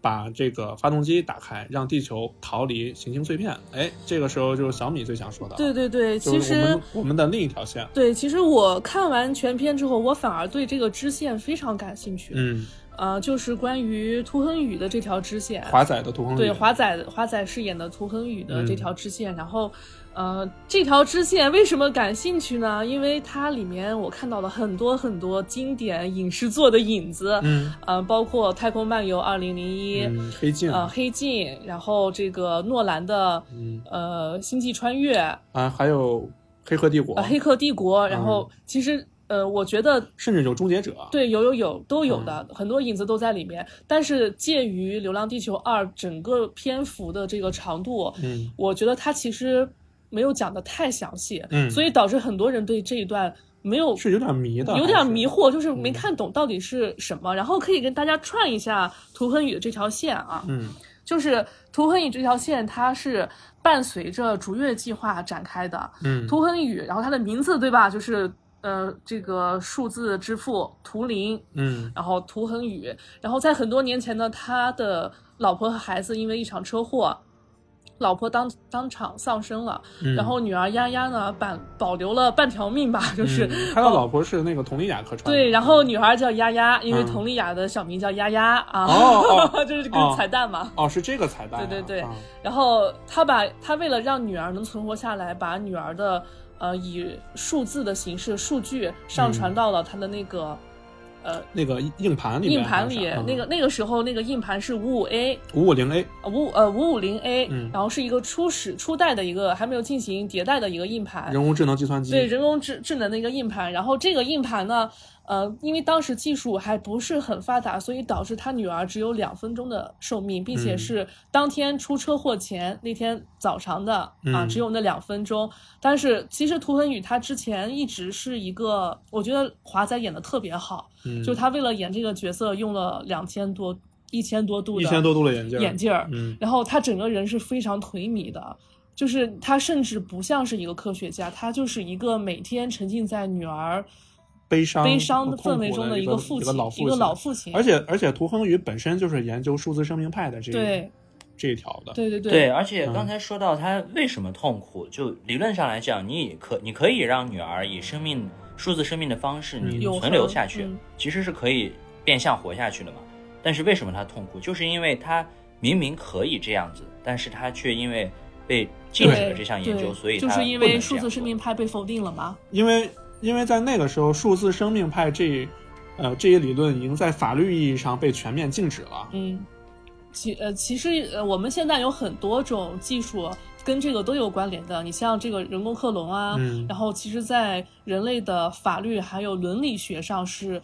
[SPEAKER 2] 把这个发动机打开，让地球逃离行星碎片。哎，这个时候就是小米最想说的，啊
[SPEAKER 3] 对，对对，
[SPEAKER 2] 就
[SPEAKER 3] 其
[SPEAKER 2] 是我们
[SPEAKER 3] 实
[SPEAKER 2] 我们的另一条线。
[SPEAKER 3] 对，其实我看完全片之后，我反而对这个支线非常感兴趣。，
[SPEAKER 2] 嗯，
[SPEAKER 3] 呃，就是关于涂恒宇的这条支线，
[SPEAKER 2] 华仔嗯的屠恒宇，
[SPEAKER 3] 对华仔华仔饰演的涂恒宇的这条支线，然后，呃，这条支线为什么感兴趣呢？因为它里面我看到了很多很多经典影视作的影子，
[SPEAKER 2] 嗯，
[SPEAKER 3] 呃，包括《太空漫游二零零一》
[SPEAKER 2] 嗯，黑镜，
[SPEAKER 3] 呃，黑镜，然后这个诺兰的
[SPEAKER 2] 嗯
[SPEAKER 3] 呃《星际穿越》
[SPEAKER 2] 啊，还有《黑客帝国》
[SPEAKER 3] 呃《黑客帝
[SPEAKER 2] 嗯
[SPEAKER 3] 国》，然后其实呃，我觉得
[SPEAKER 2] 甚至有《终结者》。，
[SPEAKER 3] 对有有有都有的，
[SPEAKER 2] 嗯
[SPEAKER 3] 很多影子都在里面。但是鉴于《流浪地球二》整个篇幅的这个长度，
[SPEAKER 2] 嗯
[SPEAKER 3] 我觉得它其实没有讲的太详细，
[SPEAKER 2] 嗯
[SPEAKER 3] 所以导致很多人对这一段没有
[SPEAKER 2] 是有点迷的，
[SPEAKER 3] 有点迷
[SPEAKER 2] 还是。嗯
[SPEAKER 3] 惑，就是没看懂到底是什么。然后可以跟大家串一下涂恒宇的这条线啊，
[SPEAKER 2] 嗯
[SPEAKER 3] 就是涂恒宇这条线，它是伴随着逐月计划展开的。
[SPEAKER 2] 嗯，
[SPEAKER 3] 涂恒宇，然后他的名字对吧？就是呃，这个数字之父图灵，
[SPEAKER 2] 嗯
[SPEAKER 3] 然后涂恒宇，然后在很多年前呢，他的老婆和孩子因为一场车祸，老婆当当场丧生了，
[SPEAKER 2] 嗯，
[SPEAKER 3] 然后女儿丫丫呢，保保留了半条命吧，就
[SPEAKER 2] 嗯
[SPEAKER 3] 是、 哦
[SPEAKER 2] 他的老婆是那个佟丽娅客串的，
[SPEAKER 3] 对，然后女孩叫丫丫，因为
[SPEAKER 2] 嗯
[SPEAKER 3] 佟丽娅的小名叫丫丫啊，
[SPEAKER 2] 哦哦
[SPEAKER 3] 就是这
[SPEAKER 2] 哦
[SPEAKER 3] 个彩蛋嘛。
[SPEAKER 2] 哦是这个彩蛋啊，
[SPEAKER 3] 对对对
[SPEAKER 2] 啊
[SPEAKER 3] 然后他把他为了让女儿能存活下来，把女儿的呃以数字的形式数据上传到了他的那个、
[SPEAKER 2] 那个硬盘里面
[SPEAKER 3] 嗯硬盘嗯里。
[SPEAKER 2] 好像是嗯
[SPEAKER 3] 那个那个时候那个硬盘是五五 A
[SPEAKER 2] 五五零 A，
[SPEAKER 3] 五呃五五零 A，
[SPEAKER 2] 嗯
[SPEAKER 3] 然后是一个初始初代的一个还没有进行迭代的一个硬盘。
[SPEAKER 2] 人工智能计算机，
[SPEAKER 3] 哎对人工智智能的一个硬盘，然后这个硬盘呢，呃，因为当时技术还不是很发达，所以导致他女儿只有两分钟的寿命，并且
[SPEAKER 2] 嗯
[SPEAKER 3] 是当天出车祸前、那天早上的啊，
[SPEAKER 2] 嗯
[SPEAKER 3] 只有那两分钟。但是其实涂恒宇他之前一直是一个，我觉得华仔演的特别好，
[SPEAKER 2] 嗯
[SPEAKER 3] 就是他为了演这个角色用了两千多、一千多度的
[SPEAKER 2] 一千多度的眼镜，
[SPEAKER 3] 眼，镜儿，
[SPEAKER 2] 嗯
[SPEAKER 3] 然后他整个人是非常颓靡的，就是他甚至不像是一个科学家，他就是一个每天沉浸在女儿
[SPEAKER 2] 悲伤
[SPEAKER 3] 悲伤的
[SPEAKER 2] 痛
[SPEAKER 3] 氛
[SPEAKER 2] 苦
[SPEAKER 3] 围中
[SPEAKER 2] 的
[SPEAKER 3] 的
[SPEAKER 2] 一
[SPEAKER 3] 个
[SPEAKER 2] 父
[SPEAKER 3] 父
[SPEAKER 2] 一
[SPEAKER 3] 亲，
[SPEAKER 2] 老
[SPEAKER 3] 一个老父亲。
[SPEAKER 2] 而且而且涂恒宇本身就是研究数字生命派的这
[SPEAKER 3] 对
[SPEAKER 2] 这一条的，
[SPEAKER 3] 对对对嗯
[SPEAKER 4] 对，而且刚才说到他为什么痛苦，就理论上来讲，你也可你可以让女儿以生命数字生命的方式你
[SPEAKER 2] 嗯
[SPEAKER 3] 永
[SPEAKER 4] 存留
[SPEAKER 3] 恒
[SPEAKER 4] 下去，
[SPEAKER 3] 嗯
[SPEAKER 4] 其实是可以变相活下去的嘛。但是为什么他痛苦，就是因为他明明可以这样子，但是他却因为被禁止了
[SPEAKER 3] 对
[SPEAKER 4] 这项研究，
[SPEAKER 3] 对
[SPEAKER 4] 所以他
[SPEAKER 3] 就是因
[SPEAKER 4] 不能
[SPEAKER 3] 为
[SPEAKER 4] 这
[SPEAKER 3] 数
[SPEAKER 4] 样
[SPEAKER 3] 字生
[SPEAKER 4] 做
[SPEAKER 3] 命派被否定了嘛。
[SPEAKER 2] 因为因为在那个时候，数字生命派这一呃这一理论已经在法律意义上被全面禁止了。
[SPEAKER 3] 嗯，其呃其实呃我们现在有很多种技术跟这个都有关联的，你像这个人工克隆啊，
[SPEAKER 2] 嗯
[SPEAKER 3] 然后其实，在人类的法律还有伦理学上是。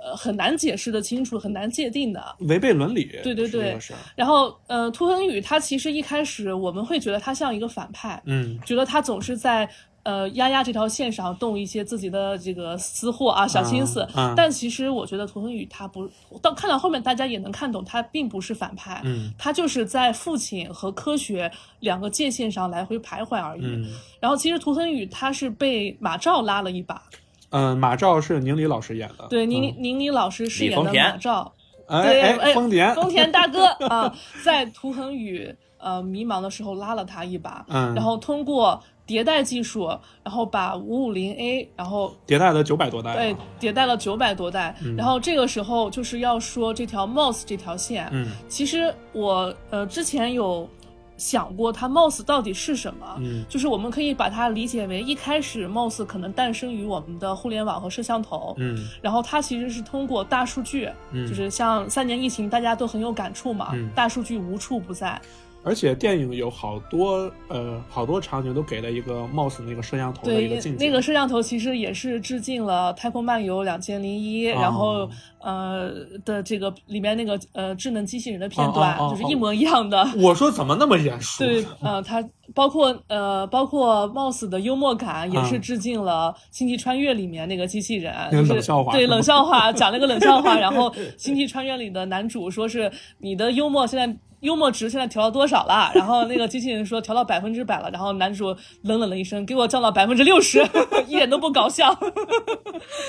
[SPEAKER 3] 呃，很难解释的清楚，很难界定的。
[SPEAKER 2] 违背伦理，
[SPEAKER 3] 对对
[SPEAKER 2] 是这
[SPEAKER 3] 对
[SPEAKER 2] 个事儿
[SPEAKER 3] 然后，呃，涂恒宇他其实一开始我们会觉得他像一个反派，
[SPEAKER 2] 嗯
[SPEAKER 3] 觉得他总是在呃丫丫这条线上动一些自己的这个私货啊小心思。
[SPEAKER 2] 嗯嗯
[SPEAKER 3] 但其实我觉得涂恒宇他不到看到后面大家也能看懂，他并不是反派，
[SPEAKER 2] 嗯
[SPEAKER 3] 他就是在父亲和科学两个界限上来回徘徊而已。
[SPEAKER 2] 嗯
[SPEAKER 3] 然后其实涂恒宇他是被马照拉了一把，
[SPEAKER 2] 嗯，马照是宁理老师演的，
[SPEAKER 3] 对，
[SPEAKER 2] 嗯
[SPEAKER 3] 倪妮倪妮老师饰
[SPEAKER 4] 李
[SPEAKER 3] 演
[SPEAKER 4] 丰
[SPEAKER 3] 的
[SPEAKER 4] 田
[SPEAKER 3] 马照，对，
[SPEAKER 2] 哎哎，丰田，
[SPEAKER 3] 丰田大哥啊，在涂恒宇呃迷茫的时候拉了他一把，
[SPEAKER 2] 嗯
[SPEAKER 3] 然后通过迭代技术，然后把五五零 A，然后
[SPEAKER 2] 迭代了九百多代了，
[SPEAKER 3] 对迭代了九百多代，
[SPEAKER 2] 嗯
[SPEAKER 3] 然后这个时候就是要说这条 MOS 这条线，
[SPEAKER 2] 嗯
[SPEAKER 3] 其实我呃之前有想过它 MOS 到底是什么，
[SPEAKER 2] 嗯
[SPEAKER 3] 就是我们可以把它理解为一开始 MOS 可能诞生于我们的互联网和摄像头，
[SPEAKER 2] 嗯
[SPEAKER 3] 然后它其实是通过大数据，
[SPEAKER 2] 嗯
[SPEAKER 3] 就是像三年疫情，大家都很有感触嘛，
[SPEAKER 2] 嗯
[SPEAKER 3] 大数据无处不在，
[SPEAKER 2] 而且电影有好多呃好多场景都给了一个 MOS 那个摄像头的一个
[SPEAKER 3] 对
[SPEAKER 2] 镜，头，
[SPEAKER 3] 那个摄像头其实也是致敬了《太空漫游两千零一》，
[SPEAKER 2] 哦
[SPEAKER 3] 然后呃的这个里面那个呃智能机器人的片段，
[SPEAKER 2] 哦哦哦
[SPEAKER 3] 就是一模一样的。
[SPEAKER 2] 我说怎么那么眼熟？
[SPEAKER 3] 对，呃，它包括呃，包括 MOS 的幽默感也是
[SPEAKER 2] 嗯
[SPEAKER 3] 致敬了《星际穿越》里面那个机器人，
[SPEAKER 2] 那个
[SPEAKER 3] 就是
[SPEAKER 2] 冷笑话
[SPEAKER 3] 对
[SPEAKER 2] 是吗
[SPEAKER 3] 冷笑话，讲了个冷笑话，然 后《星际穿越》里的男主说是你的幽默现在。幽默值现在调到多少了？然后那个机器人说调到百分之百了，然后男主冷冷了一声，给我降到百分之六十， 一点都不搞笑。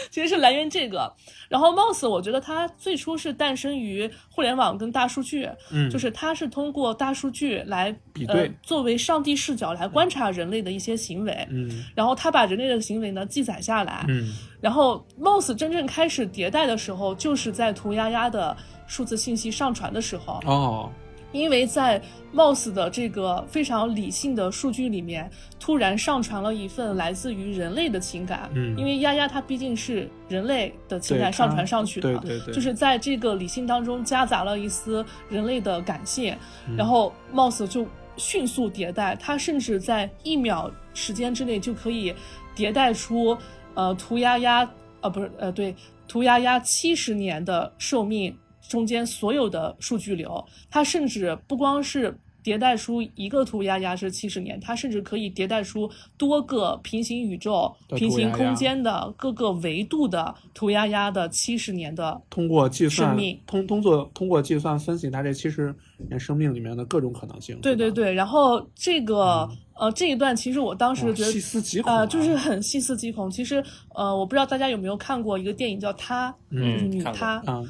[SPEAKER 3] 其实是来源于这个。然后 MOS，我觉得它最初是诞生于互联网跟大数据，
[SPEAKER 2] 嗯
[SPEAKER 3] 就是它是通过大数据来
[SPEAKER 2] 比对
[SPEAKER 3] 呃，作为上帝视角来观察人类的一些行为，
[SPEAKER 2] 嗯
[SPEAKER 3] 然后它把人类的行为呢记载下来，
[SPEAKER 2] 嗯
[SPEAKER 3] 然后 MOS 真正开始迭代的时候，就是在涂鸦鸦的数字信息上传的时候，
[SPEAKER 2] 哦，
[SPEAKER 3] 因为在 MOS 的这个非常理性的数据里面，突然上传了一份来自于人类的情感，
[SPEAKER 2] 嗯
[SPEAKER 3] 因为丫丫她毕竟是人类的情
[SPEAKER 2] 对
[SPEAKER 3] 感上
[SPEAKER 2] 她
[SPEAKER 3] 传上去的，
[SPEAKER 2] 对对对
[SPEAKER 3] 就是在这个理性当中夹杂了一丝人类的感谢，
[SPEAKER 2] 嗯
[SPEAKER 3] 然后 MOS 就迅速迭代，它甚至在一秒时间之内就可以迭代出呃涂鸦鸦呃不是呃对涂鸦鸦七十年的寿命中间所有的数据流，它甚至不光是。迭代出一个涂鸦鸦是七十年，它甚至可以迭代出多个平行宇宙、
[SPEAKER 2] 的
[SPEAKER 3] 平
[SPEAKER 2] 涂鸦
[SPEAKER 3] 行
[SPEAKER 2] 鸦
[SPEAKER 3] 空间的各个维度的涂鸦鸦的七十年的
[SPEAKER 2] 通过计算
[SPEAKER 3] 生命，
[SPEAKER 2] 通通过通过计算分析他这七十年生命里面的各种可能性，
[SPEAKER 3] 对对
[SPEAKER 2] 是吧，嗯
[SPEAKER 3] 对，然后这个、呃这一段，其实我当时
[SPEAKER 2] 哇
[SPEAKER 3] 觉得
[SPEAKER 2] 细思极恐啊
[SPEAKER 3] 呃，就是很细思极恐。其实呃，我不知道大家有没有看过一个电影叫《她》，就是
[SPEAKER 4] 嗯
[SPEAKER 3] 女
[SPEAKER 4] 看过
[SPEAKER 3] 她，
[SPEAKER 2] 啊，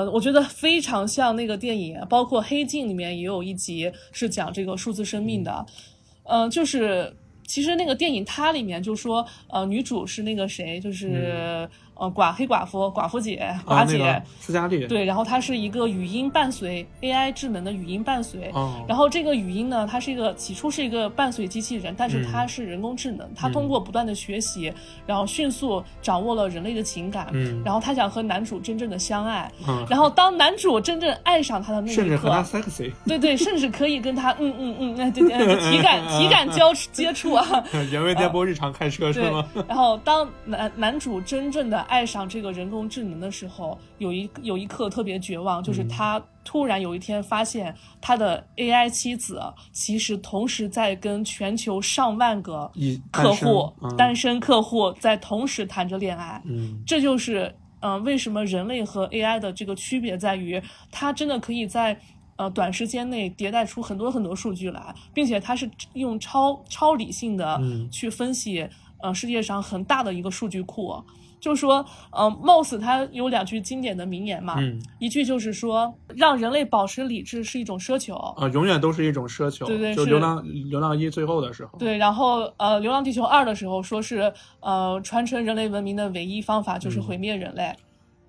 [SPEAKER 3] 嗯，我觉得非常像那个电影，包括《黑镜》里面也有一集是讲这个数字生命的，嗯、就是其实那个电影它里面就说，呃，女主是那个谁，就是、呃寡黑寡妇寡妇姐
[SPEAKER 2] 嗯啊
[SPEAKER 3] 寡
[SPEAKER 2] 那
[SPEAKER 3] 姐，
[SPEAKER 2] 个斯嘉丽，，
[SPEAKER 3] 对，然后它是一个语音伴随 AI 智能的语音伴随，
[SPEAKER 2] 哦，
[SPEAKER 3] 然后这个语音呢，它是一个起初是一个伴随机器人，
[SPEAKER 2] 嗯
[SPEAKER 3] 但是它是人工智能，它通过不断的学习，然后迅速掌握了人类的情感，
[SPEAKER 2] 嗯
[SPEAKER 3] 然后它想和男主真正的相爱，
[SPEAKER 2] 嗯
[SPEAKER 3] 然后当男主真正爱上她的那
[SPEAKER 2] 甚
[SPEAKER 3] 一
[SPEAKER 2] 至和他
[SPEAKER 3] 刻，
[SPEAKER 2] sexy
[SPEAKER 3] 对对，甚至可以跟她嗯嗯嗯，哎对对对，体感体感交接触啊，
[SPEAKER 2] 人为电波日常开车是
[SPEAKER 3] 对
[SPEAKER 2] 吗？，
[SPEAKER 3] 然后当男男主真正的爱上这个人工智能的时候，有一有一刻特别绝
[SPEAKER 2] 嗯
[SPEAKER 3] 望，就是他突然有一天发现他的 AI 妻子其实同时在跟全球上万个
[SPEAKER 2] 以
[SPEAKER 3] 客户
[SPEAKER 2] 单身嗯
[SPEAKER 3] 单身客户在同时谈着恋爱，
[SPEAKER 2] 嗯
[SPEAKER 3] 这就是嗯、呃为什么人类和 AI 的这个区别在于，它真的可以在呃短时间内迭代出很多很多数据来，并且它是用超超理性的
[SPEAKER 2] 嗯
[SPEAKER 3] 去分析、呃世界上很大的一个数据库。就是说，呃，MOS 它有两句经典的名言嘛，
[SPEAKER 2] 嗯
[SPEAKER 3] 一句就是说，让人类保持理智是一种奢求，
[SPEAKER 2] 啊，永远都是一种奢求，
[SPEAKER 3] 对对
[SPEAKER 2] 就是流浪流浪一最后的时候，
[SPEAKER 3] 对，然后呃，《流浪地球二》的时候说是，呃，传承人类文明的唯一方法
[SPEAKER 2] 嗯
[SPEAKER 3] 就是毁灭人类。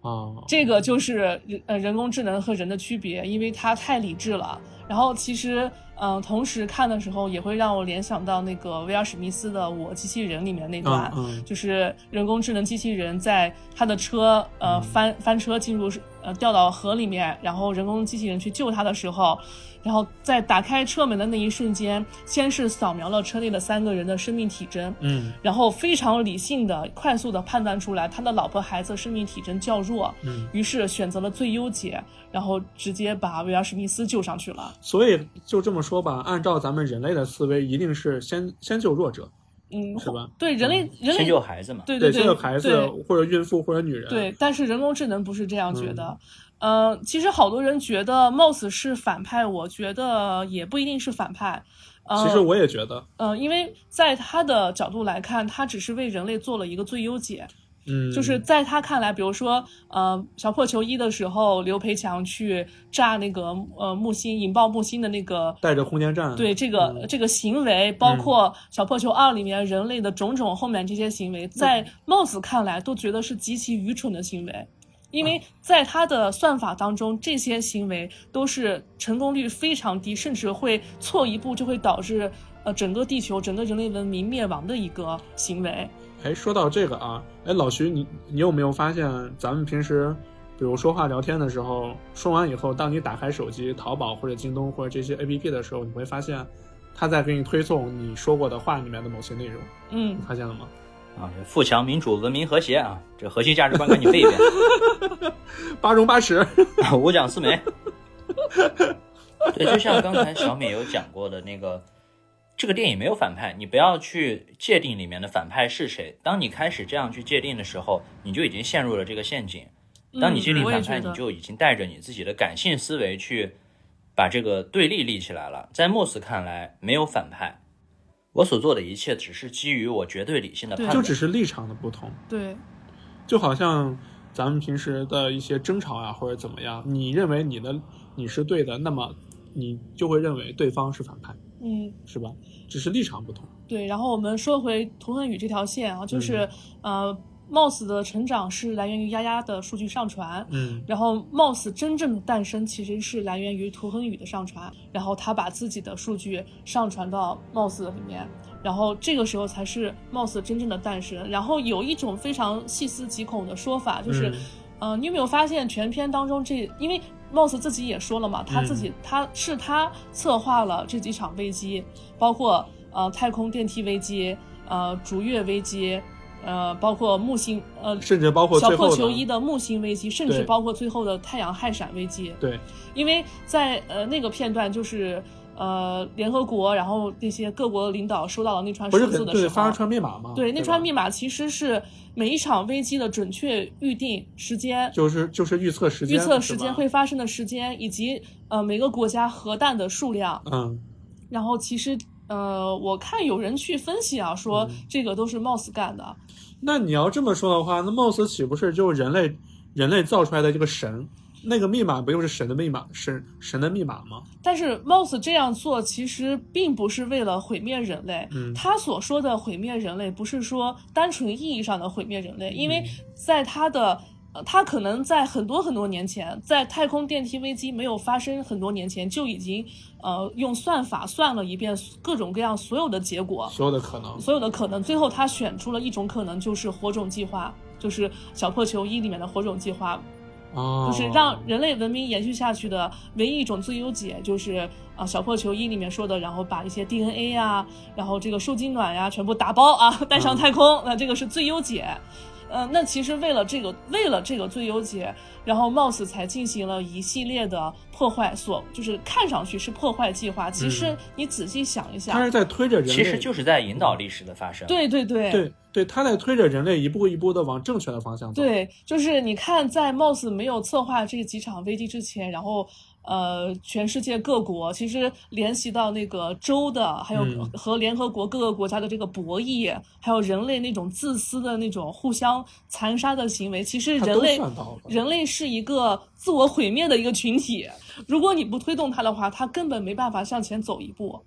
[SPEAKER 2] 啊，
[SPEAKER 3] 这个就是人呃人工智能和人的区别，因为它太理智了。然后其实，嗯、同时看的时候也会让我联想到那个威尔史密斯的《我机器人》里面那段，
[SPEAKER 2] 嗯嗯
[SPEAKER 3] 就是人工智能机器人在他的车
[SPEAKER 2] 嗯
[SPEAKER 3] 呃翻翻车进入呃掉到河里面，然后人工机器人去救他的时候，然后在打开车门的那一瞬间，先是扫描了车内的三个人的生命体征，
[SPEAKER 2] 嗯
[SPEAKER 3] 然后非常理性的、快速的判断出来他的老婆孩子生命体征较弱，
[SPEAKER 2] 嗯
[SPEAKER 3] 于是选择了最优解，然后直接把威尔史密斯救上去了。
[SPEAKER 2] 所以就这么说吧，按照咱们人类的思维，一定是先先救弱者，
[SPEAKER 3] 嗯，
[SPEAKER 2] 是吧
[SPEAKER 3] 对人类人类
[SPEAKER 4] 先救孩子嘛，
[SPEAKER 3] 对
[SPEAKER 2] 对，
[SPEAKER 3] 对，
[SPEAKER 2] 先有孩子
[SPEAKER 3] 对
[SPEAKER 2] 或者孕妇或者女人，
[SPEAKER 3] 对，但是人工智能不是这样觉得。
[SPEAKER 2] 嗯
[SPEAKER 3] 呃，其实好多人觉得 Moss 是反派，我觉得也不一定是反派。呃、
[SPEAKER 2] 其实我也觉得，
[SPEAKER 3] 呃，因为在他的角度来看，他只是为人类做了一个最优解。
[SPEAKER 2] 嗯，
[SPEAKER 3] 就是在他看来，比如说，呃，小破球一的时候，刘培强去炸那个呃木星，引爆木星的那个
[SPEAKER 2] 带着空间站，
[SPEAKER 3] 对这个、
[SPEAKER 2] 嗯
[SPEAKER 3] 这个行为，
[SPEAKER 4] 嗯
[SPEAKER 3] 包括《小破球二》里面人类的种种后面这些行为，在 Moss 看来都觉得是极其愚蠢的行为，因
[SPEAKER 4] 嗯
[SPEAKER 3] 为在他的算法当中，这些行为都是成功率非常低，甚至会错一步就会导致呃整个地球、整个人类文明灭亡的一个行为。
[SPEAKER 2] 哎，说到这个啊，哎，老徐，你你有没有发现，咱们平时，比如说话聊天的时候，说完以后，当你打开手机、淘宝或者京东或者这些 APP 的时候，你会发现，它在给你推送你说过的话里面的某些内容，
[SPEAKER 3] 嗯
[SPEAKER 2] 你，发现了吗？
[SPEAKER 4] 啊，这富强、民主、文明、和谐啊，这核心价值观赶紧背一遍，
[SPEAKER 2] 八荣八 耻，
[SPEAKER 4] 啊 五讲四美。对，就像刚才小美有讲过的那个，这个电影没有反派，你不要去界定里面的反派是谁。当你开始这样去界定的时候，你就已经陷入了这个陷阱。当你界定
[SPEAKER 3] 嗯我
[SPEAKER 4] 反
[SPEAKER 3] 也
[SPEAKER 4] 派，
[SPEAKER 3] 觉得
[SPEAKER 4] 你就已经带着你自己的感性思维去把这个对立立起来了。在莫斯看来，没有反派，我所做的一切只是基于我绝对理性的
[SPEAKER 3] 对
[SPEAKER 4] 判
[SPEAKER 2] 就
[SPEAKER 4] 断。
[SPEAKER 2] 只是立场的不同，
[SPEAKER 3] 对，
[SPEAKER 2] 就好像咱们平时的一些争吵啊，或者怎么样，你认为你的你是对的，那么你就会认为对方是反派，
[SPEAKER 3] 嗯。
[SPEAKER 2] 是吧？只是立场不同，
[SPEAKER 3] 对，然后我们说回涂恒宇这条线啊，就是、
[SPEAKER 4] 嗯
[SPEAKER 3] 呃，Moss 的成长是来源于丫丫的数据上传，
[SPEAKER 2] 嗯，
[SPEAKER 3] 然后 Moss 真正的诞生其实是来源于涂恒宇的上传，然后他把自己的数据上传到 Moss 里面，然后这个时候才是 Moss 真正的诞生。然后有一种非常细思极恐的说法，就是
[SPEAKER 2] 嗯，
[SPEAKER 3] 呃，你有没有发现全片当中这，因为 Moss 自己也说了嘛，他自
[SPEAKER 2] 嗯
[SPEAKER 3] 己、他是他策划了这几场危机，包括呃太空电梯危机，呃逐月危机。呃，包括木星，呃，
[SPEAKER 2] 甚至包括
[SPEAKER 3] 小
[SPEAKER 2] 最
[SPEAKER 3] 破
[SPEAKER 2] 后
[SPEAKER 3] 球衣
[SPEAKER 2] 的
[SPEAKER 3] 的木星危机，甚至
[SPEAKER 2] 对
[SPEAKER 3] 包括最后的太阳氦闪危机，
[SPEAKER 2] 对。
[SPEAKER 3] 因为在呃那个片段就是呃联合国，然后那些各国领导收到了那串
[SPEAKER 2] 不是
[SPEAKER 3] 数
[SPEAKER 2] 很
[SPEAKER 3] 字的时
[SPEAKER 2] 对，
[SPEAKER 3] 候，
[SPEAKER 2] 发传密码嘛？
[SPEAKER 3] 对那串密
[SPEAKER 2] 码
[SPEAKER 3] 码其实是每一场危机的准确预定时间。
[SPEAKER 2] 就是就是预测时间，
[SPEAKER 3] 预测
[SPEAKER 2] 是
[SPEAKER 3] 时间
[SPEAKER 2] 吧
[SPEAKER 3] 会发生的时间，以及呃每个国家核弹的数量，
[SPEAKER 2] 嗯，
[SPEAKER 3] 然后其实呃我看有人去分析啊，说
[SPEAKER 2] 嗯
[SPEAKER 3] 这个都是 Moss 干的，
[SPEAKER 2] 那你要这么说的话，那 Moss 岂不是就是人类人类造出来的这个神？那个密码不就是神的密码，神神的密码吗？
[SPEAKER 3] 但是 Moss 这样做其实并不是为了毁灭人类，
[SPEAKER 2] 嗯
[SPEAKER 3] 他所说的毁灭人类不是说单纯意义上的毁灭人类，因
[SPEAKER 2] 嗯
[SPEAKER 3] 为在他的。呃他可能在很多很多年前，在太空电梯危机没有发生很多年前，就已经呃用算法算了一遍各种各样所有的结果，
[SPEAKER 2] 所有的可能，
[SPEAKER 3] 所有的可能，最后他选出了一种可能，就是火种计划，就是《小破球一》里面的火种计划，
[SPEAKER 2] 哦，
[SPEAKER 3] 就是让人类文明延续下去的唯一一种最优解，就是啊，呃《小破球一》里面说的，然后把一些 DNA 啊，然后这个受精卵呀、全部打包啊，带
[SPEAKER 2] 嗯
[SPEAKER 3] 上太空，那、这个是最优解。呃，那其实为了这个，为了这个最优解，然后 Moss 才进行了一系列的破坏所，就是看上去是破坏计划，其实
[SPEAKER 2] 嗯
[SPEAKER 3] 你仔细想一下，
[SPEAKER 2] 他是在推着人类，
[SPEAKER 4] 其实就是在引导历史的发生。
[SPEAKER 3] 对对对
[SPEAKER 2] 对对，他在推着人类一步一步的往正确的方向走。，
[SPEAKER 3] 对，就是你看，在 Moss 没有策划这几场危机之前，然后呃，全世界各国其实联系到那个州的，还有
[SPEAKER 2] 嗯
[SPEAKER 3] 和联合国各个国家的这个博弈，还有人类那种自私的那种互相残杀的行为，其实
[SPEAKER 2] 他
[SPEAKER 3] 人
[SPEAKER 2] 都
[SPEAKER 3] 类
[SPEAKER 2] 算到了。
[SPEAKER 3] 人类是一个自我毁灭的一个群体，如果你不推动它的话，它根本没办法向前走一步。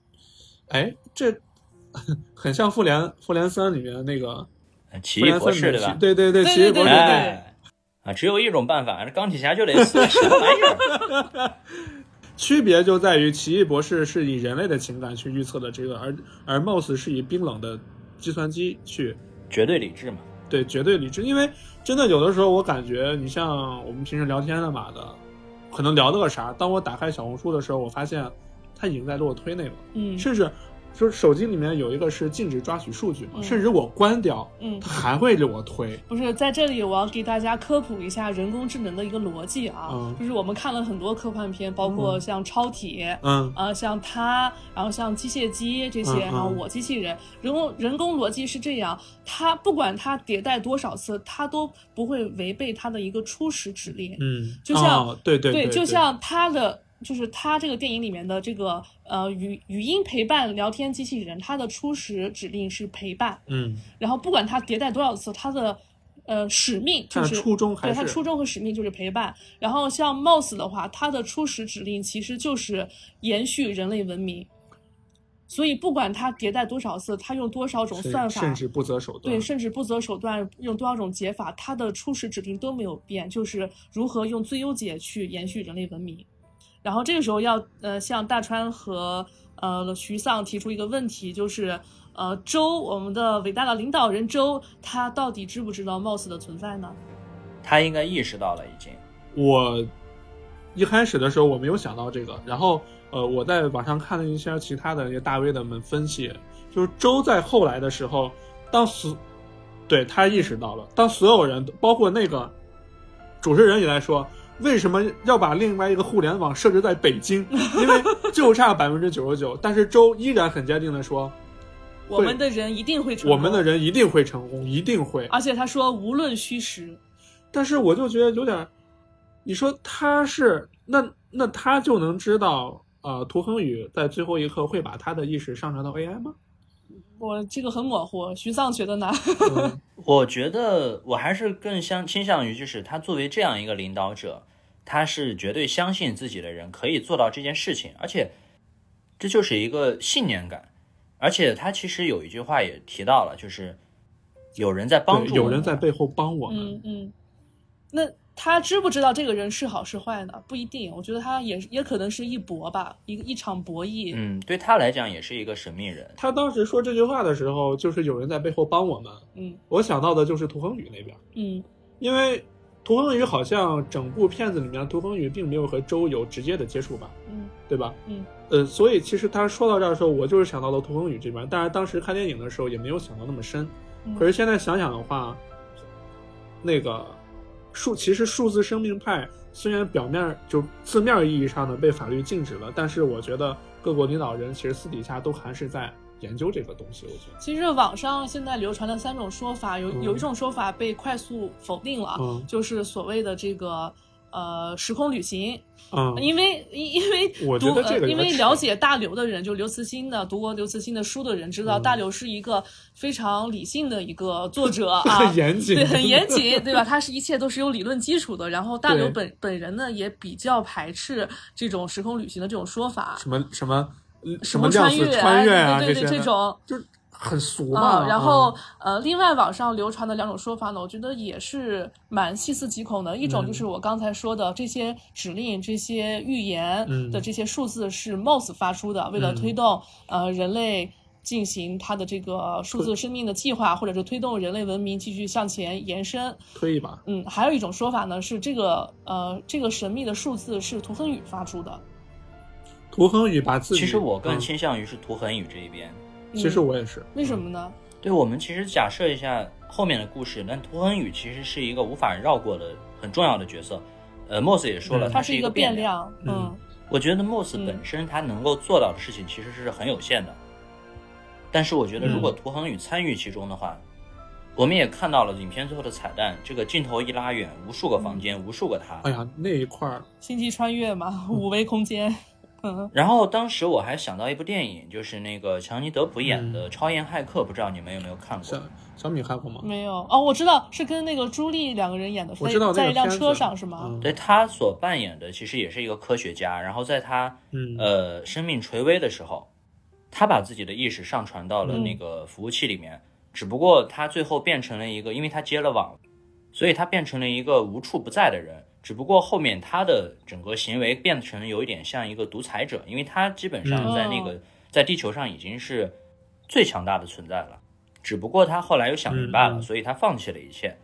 [SPEAKER 2] 哎，这 很像复联复联三里面那个
[SPEAKER 4] 呃奇
[SPEAKER 2] 复
[SPEAKER 4] 异
[SPEAKER 2] 联
[SPEAKER 4] 博
[SPEAKER 2] 三里面
[SPEAKER 4] 士对吧
[SPEAKER 2] 奇？对对对，
[SPEAKER 3] 对
[SPEAKER 2] 奇异
[SPEAKER 3] 对
[SPEAKER 2] 博士
[SPEAKER 3] 对
[SPEAKER 2] 那
[SPEAKER 3] 对
[SPEAKER 2] 个
[SPEAKER 4] 哎，啊，只有一种办法，钢铁侠就得死，什么玩意儿？
[SPEAKER 2] 区别就在于奇异博士是以人类的情感去预测的这个，而而 Moss 是以冰冷的计算机去
[SPEAKER 4] 绝对理智嘛。
[SPEAKER 2] 对绝对理智。因为真的有的时候，我感觉你像我们平时聊天的嘛的，可能聊的个啥，当我打开小红书的时候，我发现它已经在落推那个了，
[SPEAKER 3] 嗯，
[SPEAKER 2] 甚至就是手机里面有一个是禁止抓取数据嘛，甚至我关掉，
[SPEAKER 3] 嗯
[SPEAKER 2] 它还会给我推。
[SPEAKER 3] 不是，在这里我要给大家科普一下人工智能的一个逻辑啊，
[SPEAKER 2] 嗯
[SPEAKER 3] 就是我们看了很多科幻片，包括像超体。
[SPEAKER 2] 嗯
[SPEAKER 3] 呃，像它，然后像机械姬这些，
[SPEAKER 2] 嗯嗯
[SPEAKER 3] 然后我机器人，人工人工逻辑是这样，它不管它迭代多少次，它都不会违背它的一个初始指令。
[SPEAKER 2] 嗯，
[SPEAKER 3] 就像
[SPEAKER 2] 哦对对对，
[SPEAKER 3] 就像他的，就是他这个电影里面的这个呃语语音陪伴聊天机器人，它的初始指令是陪伴，
[SPEAKER 2] 嗯
[SPEAKER 3] 然后不管它迭代多少次，它的呃使命
[SPEAKER 2] 它
[SPEAKER 3] 就
[SPEAKER 2] 的
[SPEAKER 3] 是
[SPEAKER 2] 初衷还
[SPEAKER 3] 对它
[SPEAKER 2] 是
[SPEAKER 3] 初衷和使命就是陪伴。然后像 Moss 的话，它的初始指令其实就是延续人类文明。所以，不管它迭代多少次，它用多少种
[SPEAKER 2] 甚
[SPEAKER 3] 算法，
[SPEAKER 2] 甚至不择手段。
[SPEAKER 3] 对，甚至不择手段用多少种解法，它的初始指令都没有变，就是如何用最优解去延续人类文明。然后这个时候要呃向大川和呃徐丧提出一个问题，就是呃周我们的伟大的领导人周他到底知不知道 MOS 的存在呢？
[SPEAKER 4] 他应该意识到了已经。
[SPEAKER 2] 我一开始的时候我没有想到这个，然后呃，我在网上看了一些其他的一些大 V 的们分析，就是周在后来的时候，当所对他意识到了，当所有人包括那个主持人也在说。为什么要把另外一个互联网设置在北京？ 因为就差百分之九十九，但是周依然很坚定的说，
[SPEAKER 3] 我们的人一定会成功，
[SPEAKER 2] 我们的，人一定会成功，一定会。
[SPEAKER 3] 而且他说无论虚实，
[SPEAKER 2] 但是我就觉得有点儿，你说他是那那他就能知道呃，涂恒宇在最后一刻会把他的意识上传到 AI 吗？
[SPEAKER 3] 我这个很模糊。徐丧觉得呢？
[SPEAKER 2] 嗯、
[SPEAKER 4] 我觉得我还是更相倾向于，就是他作为这样一个领导者，他是绝对相信自己的人可以做到这件事情，而且这就是一个信念感。而且他其实有一句话也提到了，就是有人在帮
[SPEAKER 2] 对
[SPEAKER 4] 助我们，
[SPEAKER 2] 有人在背后帮我们。
[SPEAKER 3] 嗯嗯，那他知不知道这个人是好是坏呢？不一定，我觉得他也也可能是一搏吧，一个一场博弈。
[SPEAKER 4] 嗯，对他来讲也是一个神秘人。
[SPEAKER 2] 他当时说这句话的时候，就是有人在背后帮我们。
[SPEAKER 3] 嗯
[SPEAKER 2] 我想到的就是涂恒宇那边，
[SPEAKER 3] 嗯
[SPEAKER 2] 因为涂恒宇好像整部片子里面，涂恒宇并没有和周有直接的接触吧，
[SPEAKER 3] 嗯
[SPEAKER 2] 对吧？
[SPEAKER 3] 嗯，
[SPEAKER 2] 呃，所以其实他说到这儿的时候，我就是想到了涂恒宇这边，但是当时看电影的时候也没有想到那么深。
[SPEAKER 3] 嗯
[SPEAKER 2] 可是现在想想的话，那个数其实数字生命派虽然表面就字面意义上的被法律禁止了，但是我觉得各国领导人其实私底下都还是在研究这个东西。我觉
[SPEAKER 3] 其实网上现在流传的三种说法，有
[SPEAKER 2] 嗯
[SPEAKER 3] 有一种说法被快速否定了，
[SPEAKER 2] 嗯
[SPEAKER 3] 就是所谓的这个。呃，时空旅行，
[SPEAKER 2] 得，嗯，
[SPEAKER 3] 因为因因为
[SPEAKER 2] 我觉
[SPEAKER 3] 读
[SPEAKER 2] 得这个
[SPEAKER 3] 呃，因
[SPEAKER 2] 有
[SPEAKER 3] 为
[SPEAKER 2] 点
[SPEAKER 3] 了
[SPEAKER 2] 扯
[SPEAKER 3] 解大刘的人，就刘慈欣的读过刘慈欣的书的人，知道
[SPEAKER 2] 嗯
[SPEAKER 3] 大刘是一个非常理性的一个作 者啊，
[SPEAKER 2] 很严谨，
[SPEAKER 3] 对，很严谨，对吧？它是一切都是有理论基础的。然后大刘
[SPEAKER 2] 对
[SPEAKER 3] 本本人呢，也比较排斥这种时空旅行的这种说法，
[SPEAKER 2] 什么什么什
[SPEAKER 3] 么
[SPEAKER 2] 么量
[SPEAKER 3] 穿
[SPEAKER 2] 子
[SPEAKER 3] 越、
[SPEAKER 2] 穿越啊
[SPEAKER 3] 对对
[SPEAKER 2] 些
[SPEAKER 3] 对
[SPEAKER 2] 的
[SPEAKER 3] 这种。
[SPEAKER 2] 就是很俗嘛。嗯
[SPEAKER 3] 啊，然后呃，另外网上流传的两种说法呢，我觉得也是蛮细思极恐的。
[SPEAKER 2] 嗯
[SPEAKER 3] 一种就是我刚才说的这些指令、这些预言
[SPEAKER 2] 嗯
[SPEAKER 3] 的这些数字是 MOS 发出的，为了
[SPEAKER 2] 嗯
[SPEAKER 3] 推动呃人类进行它的这个数字生命的计划，或者是推动人类文明继续向前延伸。
[SPEAKER 2] 推一把，
[SPEAKER 3] 嗯，还有一种说法呢是这个呃这个神秘的数字是涂恒宇发出的。
[SPEAKER 2] 涂恒宇把自己
[SPEAKER 4] 其实我更
[SPEAKER 2] 嗯
[SPEAKER 4] 倾向于是涂恒宇这一边。
[SPEAKER 2] 其
[SPEAKER 3] 嗯
[SPEAKER 2] 实我也是，
[SPEAKER 3] 为什么呢？
[SPEAKER 4] 对我们其实假设一下后面的故事，那涂恒宇其实是一个无法绕过的很重要的角色。呃，莫斯也说
[SPEAKER 2] 嗯
[SPEAKER 4] 了，他
[SPEAKER 3] 它是
[SPEAKER 4] 一
[SPEAKER 3] 一个
[SPEAKER 4] 变
[SPEAKER 3] 变。量。
[SPEAKER 2] 嗯
[SPEAKER 4] 我觉得 Moss
[SPEAKER 3] 嗯
[SPEAKER 4] 本身他能够做到的事情其实是很有限的，但是我觉得如果涂恒宇参与其中的话，我们也看到了影片最后的彩蛋，这个镜头一拉远，无数个房间，无数个他。
[SPEAKER 2] 哎呀，那一块儿，
[SPEAKER 3] 星际穿 越嘛，五维空间。 嗯
[SPEAKER 4] 然后当时我还想到一部电影，就是那个强尼德普演的《超验骇客》，不知道你们有没有看过
[SPEAKER 2] 小？小米看过吗？
[SPEAKER 3] 没有哦，我知道是跟那个朱莉两个人演的，
[SPEAKER 2] 我知道那
[SPEAKER 3] 在在
[SPEAKER 2] 个
[SPEAKER 3] 一辆
[SPEAKER 2] 片
[SPEAKER 3] 车
[SPEAKER 2] 子嗯
[SPEAKER 3] 上是吗？
[SPEAKER 4] 对他所扮演的其实也是一个科学家，然后在他
[SPEAKER 2] 嗯，
[SPEAKER 4] 呃生命垂危的时候，他把自己的意识上传到了
[SPEAKER 3] 嗯
[SPEAKER 4] 那个服务器里面，只不过他最后变成了一个，因为他接了网，所以他变成了一个无处不在的人。只不过后面他的整个行为变成有一点像一个独裁者，因为他基本上
[SPEAKER 3] 嗯
[SPEAKER 4] 在那个、在地球上已经是最强大的存在了。只不过他后来又想明白了，
[SPEAKER 2] 嗯嗯
[SPEAKER 4] 所以他放弃了一切。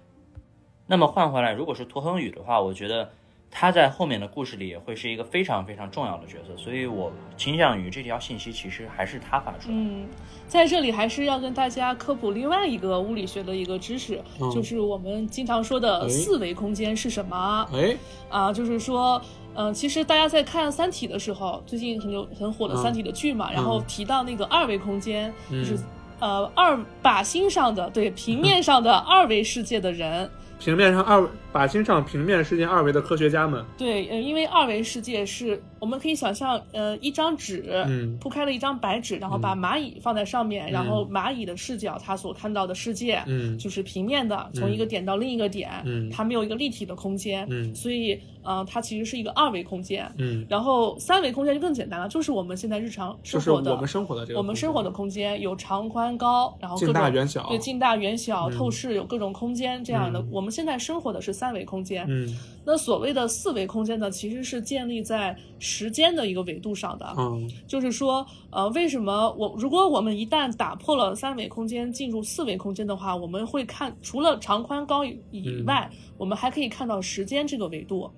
[SPEAKER 4] 那么换回来，如果是涂恒宇的话，我觉得他在后面的故事里也会是一个非常非常重要的角色，所以我倾向于这条信息其实还是他发出来的。
[SPEAKER 3] 嗯，在这里还是要跟大家科普另外一个物理学的一个知识，
[SPEAKER 2] 嗯
[SPEAKER 3] 就是我们经常说
[SPEAKER 2] 哎
[SPEAKER 3] 的四维空间是什么、
[SPEAKER 2] 哎，
[SPEAKER 3] 啊？就是说，呃，其实大家在看《三体》的时候，最近很有很火的
[SPEAKER 2] 嗯
[SPEAKER 3] 《三体》的剧嘛，然后
[SPEAKER 2] 嗯
[SPEAKER 3] 提到那个二维空间，
[SPEAKER 2] 嗯
[SPEAKER 3] 就是呃二靶心上的对平面上的二维世界的人。
[SPEAKER 2] 平面上二靶心上平面世界二维的科学家们，
[SPEAKER 3] 对，呃，因为二维世界是我们可以想象，呃，一张纸，
[SPEAKER 2] 嗯
[SPEAKER 3] 铺开了一张白纸，然后把
[SPEAKER 2] 嗯
[SPEAKER 3] 蚂蚁放在上面，然
[SPEAKER 2] 嗯
[SPEAKER 3] 后蚂蚁的视角，它所看到的世界，
[SPEAKER 2] 嗯
[SPEAKER 3] 就是平面的，从一个点到另一个点，
[SPEAKER 2] 嗯
[SPEAKER 3] 它没有一个立体的空间，
[SPEAKER 2] 嗯
[SPEAKER 3] 所以，呃，它其实是一个二维空间。
[SPEAKER 2] 嗯，
[SPEAKER 3] 然后三维空间就更简单了，就是我们现在日常
[SPEAKER 2] 就
[SPEAKER 3] 生
[SPEAKER 2] 是
[SPEAKER 3] 活的，
[SPEAKER 2] 我们生活的这个，
[SPEAKER 3] 我们生活的，空间有长宽高，然后各
[SPEAKER 2] 近
[SPEAKER 3] 种
[SPEAKER 2] 大远小
[SPEAKER 3] 对近大远小、
[SPEAKER 2] 嗯
[SPEAKER 3] 透视有各种空间这样的。
[SPEAKER 2] 嗯
[SPEAKER 3] 我们现在生活的是三维空间，
[SPEAKER 2] 嗯
[SPEAKER 3] 那所谓的四维空间呢，其实是建立在时间的一个维度上的。
[SPEAKER 2] 嗯
[SPEAKER 3] 就是说，呃，为什么我如果我们一旦打破了三维空间，进入四维空间的话，我们会看除了长宽高以以外，我们还可以看到时间这个维度。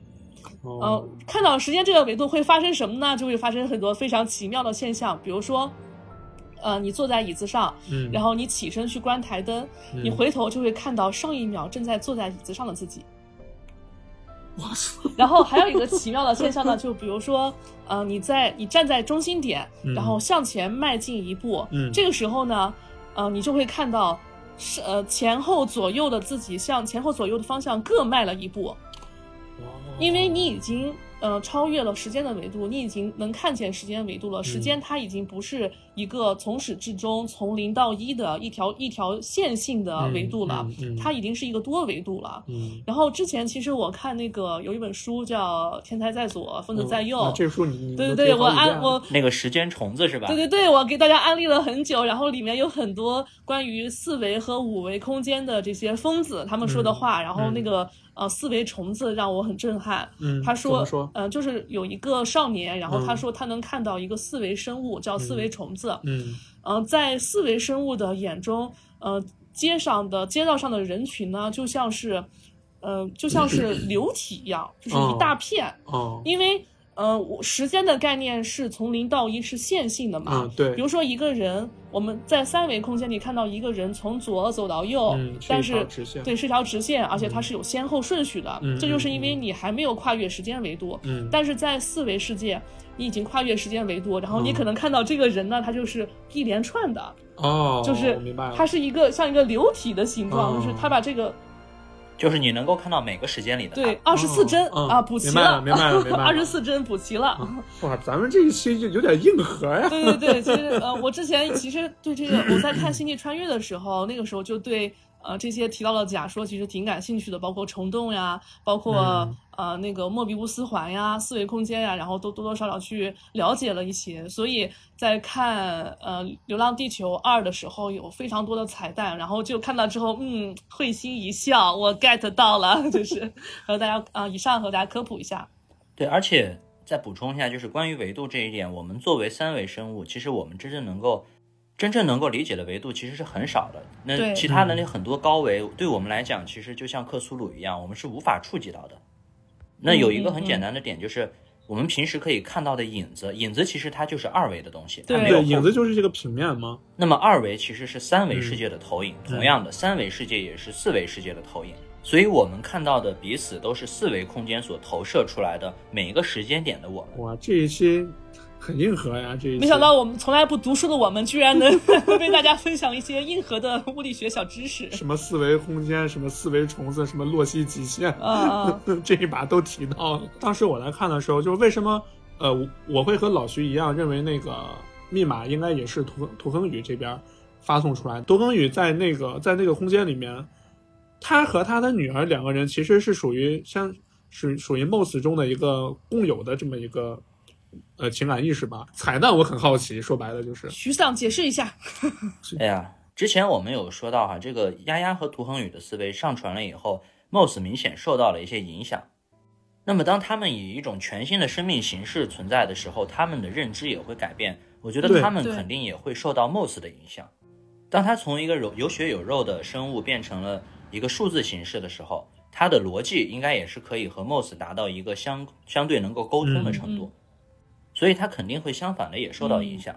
[SPEAKER 3] 呃
[SPEAKER 2] 哦，，
[SPEAKER 3] 看到时间这个维度会发生什么呢？就会发生很多非常奇妙的现象，比如说。呃，你坐在椅子上，
[SPEAKER 2] 嗯，
[SPEAKER 3] 然后你起身去关台灯，
[SPEAKER 2] 嗯
[SPEAKER 3] 你回头就会看到上一秒正在坐在椅子上的自己。
[SPEAKER 2] 哇塞，
[SPEAKER 3] 然后还有一个奇妙的现象呢，就比如说，呃，你在你站在中心点
[SPEAKER 2] 嗯，
[SPEAKER 3] 然后向前迈进一步，
[SPEAKER 2] 嗯
[SPEAKER 3] 这个时候呢，呃，你就会看到是呃前后左右的自己向前后左右的方向各迈了一步，因为你已经呃超越了时间的维度，你已经能看见时间维度
[SPEAKER 2] 嗯
[SPEAKER 3] 了。时间它已经不是一个从始至终、从零到一的一条一条线性的维度了，
[SPEAKER 2] 嗯嗯嗯
[SPEAKER 3] 它已经是一个多维度了。
[SPEAKER 2] 嗯，
[SPEAKER 3] 然后之前其实我看那个有一本书叫《天才在左，疯子在右》
[SPEAKER 2] 啊这书你你
[SPEAKER 3] 对
[SPEAKER 2] 都
[SPEAKER 3] 对对，
[SPEAKER 2] 读
[SPEAKER 3] 我
[SPEAKER 2] 好几遍了
[SPEAKER 3] 安我
[SPEAKER 4] 那个时间虫子是
[SPEAKER 2] 啊
[SPEAKER 4] 吧？
[SPEAKER 3] 对对对，我给大家安利了很久，然后里面有很多关于四维和五维空间的这些疯子他们说
[SPEAKER 2] 嗯
[SPEAKER 3] 的话，然后那个、呃四维虫子让我很震撼。
[SPEAKER 2] 嗯
[SPEAKER 3] 他
[SPEAKER 2] 怎
[SPEAKER 3] 说
[SPEAKER 2] 么说
[SPEAKER 3] 呃，就是有一个少年，然后他
[SPEAKER 2] 嗯
[SPEAKER 3] 说他能看到一个四维生物叫四维虫子，
[SPEAKER 2] 嗯
[SPEAKER 3] 呃，在四维生物的眼中，呃，街上的街道上的人群呢，就像是，呃，就像是
[SPEAKER 2] 嗯
[SPEAKER 3] 流体一样，就是一大片。
[SPEAKER 2] 哦
[SPEAKER 3] 因为，呃，我时间的概念是从零到一是线性的嘛。
[SPEAKER 2] 嗯对
[SPEAKER 3] 比如说一个人，我们在三维空间里看到一个人从左走到右，
[SPEAKER 2] 嗯是
[SPEAKER 3] 但
[SPEAKER 2] 一条
[SPEAKER 3] 是
[SPEAKER 2] 直线
[SPEAKER 3] 对是条直线，而且它是有先后顺序的。
[SPEAKER 2] 嗯
[SPEAKER 3] 这就是因
[SPEAKER 2] 嗯
[SPEAKER 3] 为
[SPEAKER 2] 嗯
[SPEAKER 3] 你还没有跨越时间维度。
[SPEAKER 2] 嗯
[SPEAKER 3] 但是在四维世界，你已经跨越时间维度，然后你
[SPEAKER 2] 嗯
[SPEAKER 3] 可能看到这个人呢，他就是一连串的，
[SPEAKER 2] 哦，
[SPEAKER 3] 就是
[SPEAKER 2] 我明白了，
[SPEAKER 3] 它是一个像一个流体的形状，
[SPEAKER 2] 哦
[SPEAKER 3] 就是他把这个
[SPEAKER 4] 就是你能够看到每个时间里的他
[SPEAKER 3] 对二十四针
[SPEAKER 2] 嗯
[SPEAKER 3] 啊补齐
[SPEAKER 2] 明白了明白了明白哦了
[SPEAKER 3] 二十四针补齐了。
[SPEAKER 2] 哇，咱们这一期就有点硬核呀，
[SPEAKER 3] 对对对，其实呃，我之前其实对这个我在看《星际穿越》的时候，那个时候就对呃这些提到的假说其实挺感兴趣的，包括虫洞呀，包括、
[SPEAKER 2] 嗯
[SPEAKER 3] 呃那个莫比乌斯环呀、四维空间呀，然后都多多少少去了解了一些。所以在看呃《流浪地球二》的时候，有非常多的彩蛋，然后就看到之后，嗯，会心一笑，我 get 到了， 就是和大家啊、呃以上和大家科普一下，
[SPEAKER 4] 对，而且再补充一下，就是关于维度这一点，我们作为三维生物，其实我们真正能够真正能够理解的维度其实是很少的。那
[SPEAKER 3] 对
[SPEAKER 2] 嗯
[SPEAKER 4] 其他的那很多高维，对我们来讲，其实就像克苏鲁一样，我们是无法触及到的。那有
[SPEAKER 3] 嗯
[SPEAKER 4] 一个很简单的点就是。我们平时可以看到的影子，影子其实它就是二维的东西，它
[SPEAKER 3] 对
[SPEAKER 4] 没
[SPEAKER 2] 对，
[SPEAKER 4] 有后
[SPEAKER 2] 影子就是这个平面嘛，
[SPEAKER 4] 那么二维其实是三维世界的投影，同样的，三维世界也是四维世界的投影。所以我们看到的彼此都是四维空间所投射出来的每一个时间点的我们。
[SPEAKER 2] 哇，这一期很硬核呀，这一期
[SPEAKER 3] 没想到我们从来不读书的我们，居然能 为大家分享一些硬核的物理学小知识。
[SPEAKER 2] 什么四维空间，什么四维虫子，什么洛希极限，
[SPEAKER 3] 嗯
[SPEAKER 2] 这一把都提到了。当时我来看的时候，就是为什么呃我我会和老徐一样认为那个密码应该也是图图恒宇这边发送出来的。图恒宇在那个在那个空间里面，他和他的女儿两个人其实是属于像是属于 MOS 中的一个共有的这么一个。呃，情感意识吧，彩蛋我很好奇，说白了就是，
[SPEAKER 3] 徐丧解释一下，
[SPEAKER 4] 哎呀，之前我们有说到哈，这个丫丫和涂恒宇的思维上传了以后，Moss 明显受到了一些影响。那么，当他们以一种全新的生命形式存在的时候，他们的认知也会改变。我觉
[SPEAKER 2] 对
[SPEAKER 4] 得他们
[SPEAKER 3] 对
[SPEAKER 4] 肯定也会受到 Moss 的影响。当他从一个有有血有肉的生物变成了一个数字形式的时候，它的逻辑应该也是可以和 MOS 达到一个相相对能够沟通的程度，所以它肯定会相反的也受到影响。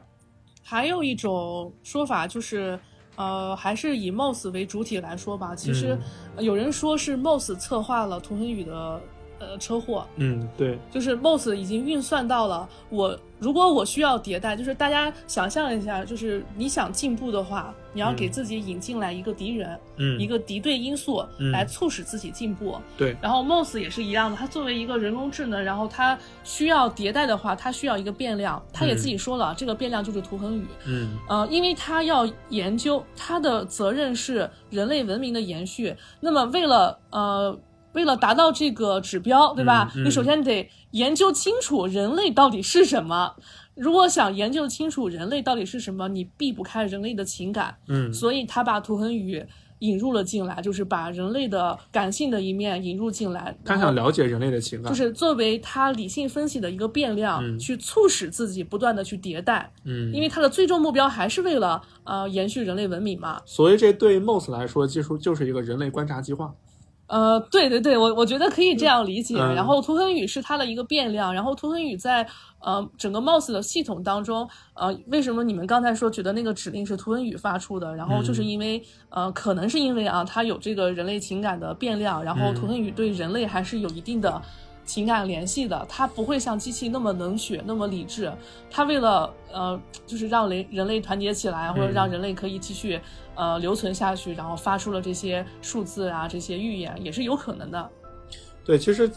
[SPEAKER 3] 还有一种说法就是，呃，还是以 MOS 为主体来说吧。其实呃有人说是 MOS 策划了涂恒宇的呃车祸，
[SPEAKER 2] 嗯，对，
[SPEAKER 3] 就是 MOS 已经运算到了我如果我需要迭代，就是大家想象一下，就是你想进步的话，你要给
[SPEAKER 2] 嗯
[SPEAKER 3] 自己引进来一个敌人，
[SPEAKER 2] 嗯，
[SPEAKER 3] 一个敌对因素
[SPEAKER 2] 嗯
[SPEAKER 3] 来促使自己进步。
[SPEAKER 2] 对，
[SPEAKER 3] 然后 MOS 也是一样的，它作为一个人工智能，然后它需要迭代的话，它需要一个变量。它也自己说了，这个变量就是涂恒宇。
[SPEAKER 2] 嗯
[SPEAKER 3] 呃，因为它要研究，它的责任是人类文明的延续。那么为了呃。为了达到这个指标，对吧？
[SPEAKER 2] 嗯嗯
[SPEAKER 3] 你首先得研究清楚人类到底是什么。如果想研究清楚人类到底是什么，你避不开人类的情感。
[SPEAKER 2] 嗯，
[SPEAKER 3] 所以他把涂恒宇引入了进来，就是把人类的感性的一面引入进来。
[SPEAKER 2] 他
[SPEAKER 3] 然
[SPEAKER 2] 想
[SPEAKER 3] 后
[SPEAKER 2] 了解人类的情感，
[SPEAKER 3] 就是作为他理性分析的一个变量，
[SPEAKER 2] 啊嗯
[SPEAKER 3] 去促使自己不断的去迭代，
[SPEAKER 2] 嗯，
[SPEAKER 3] 因为他的最终目标还是为了呃延续人类文明嘛。
[SPEAKER 2] 所以这对 MOS 来说，技术就是一个人类观察计划。
[SPEAKER 3] 呃，对对对，我我觉得可以这样理解。
[SPEAKER 2] 嗯
[SPEAKER 3] 然后涂恒宇是它的一个变量，然后涂恒宇在呃整个 MOS 的系统当中，呃，为什么你们刚才说觉得那个指令是涂恒宇发出的？然后就是
[SPEAKER 2] 嗯
[SPEAKER 3] 因为、呃，可能是因为啊，它有这个人类情感的变量，然后
[SPEAKER 2] 嗯
[SPEAKER 3] 涂恒宇对人类还是有一定的。情感联系的，它不会像机器那么冷血、那么理智。它为了呃，就是让人人类团结起来，或者
[SPEAKER 2] 嗯
[SPEAKER 3] 让人类可以继续呃留存下去，然后发出了这些数字啊，这些预言也是有可能的。
[SPEAKER 2] 对，其实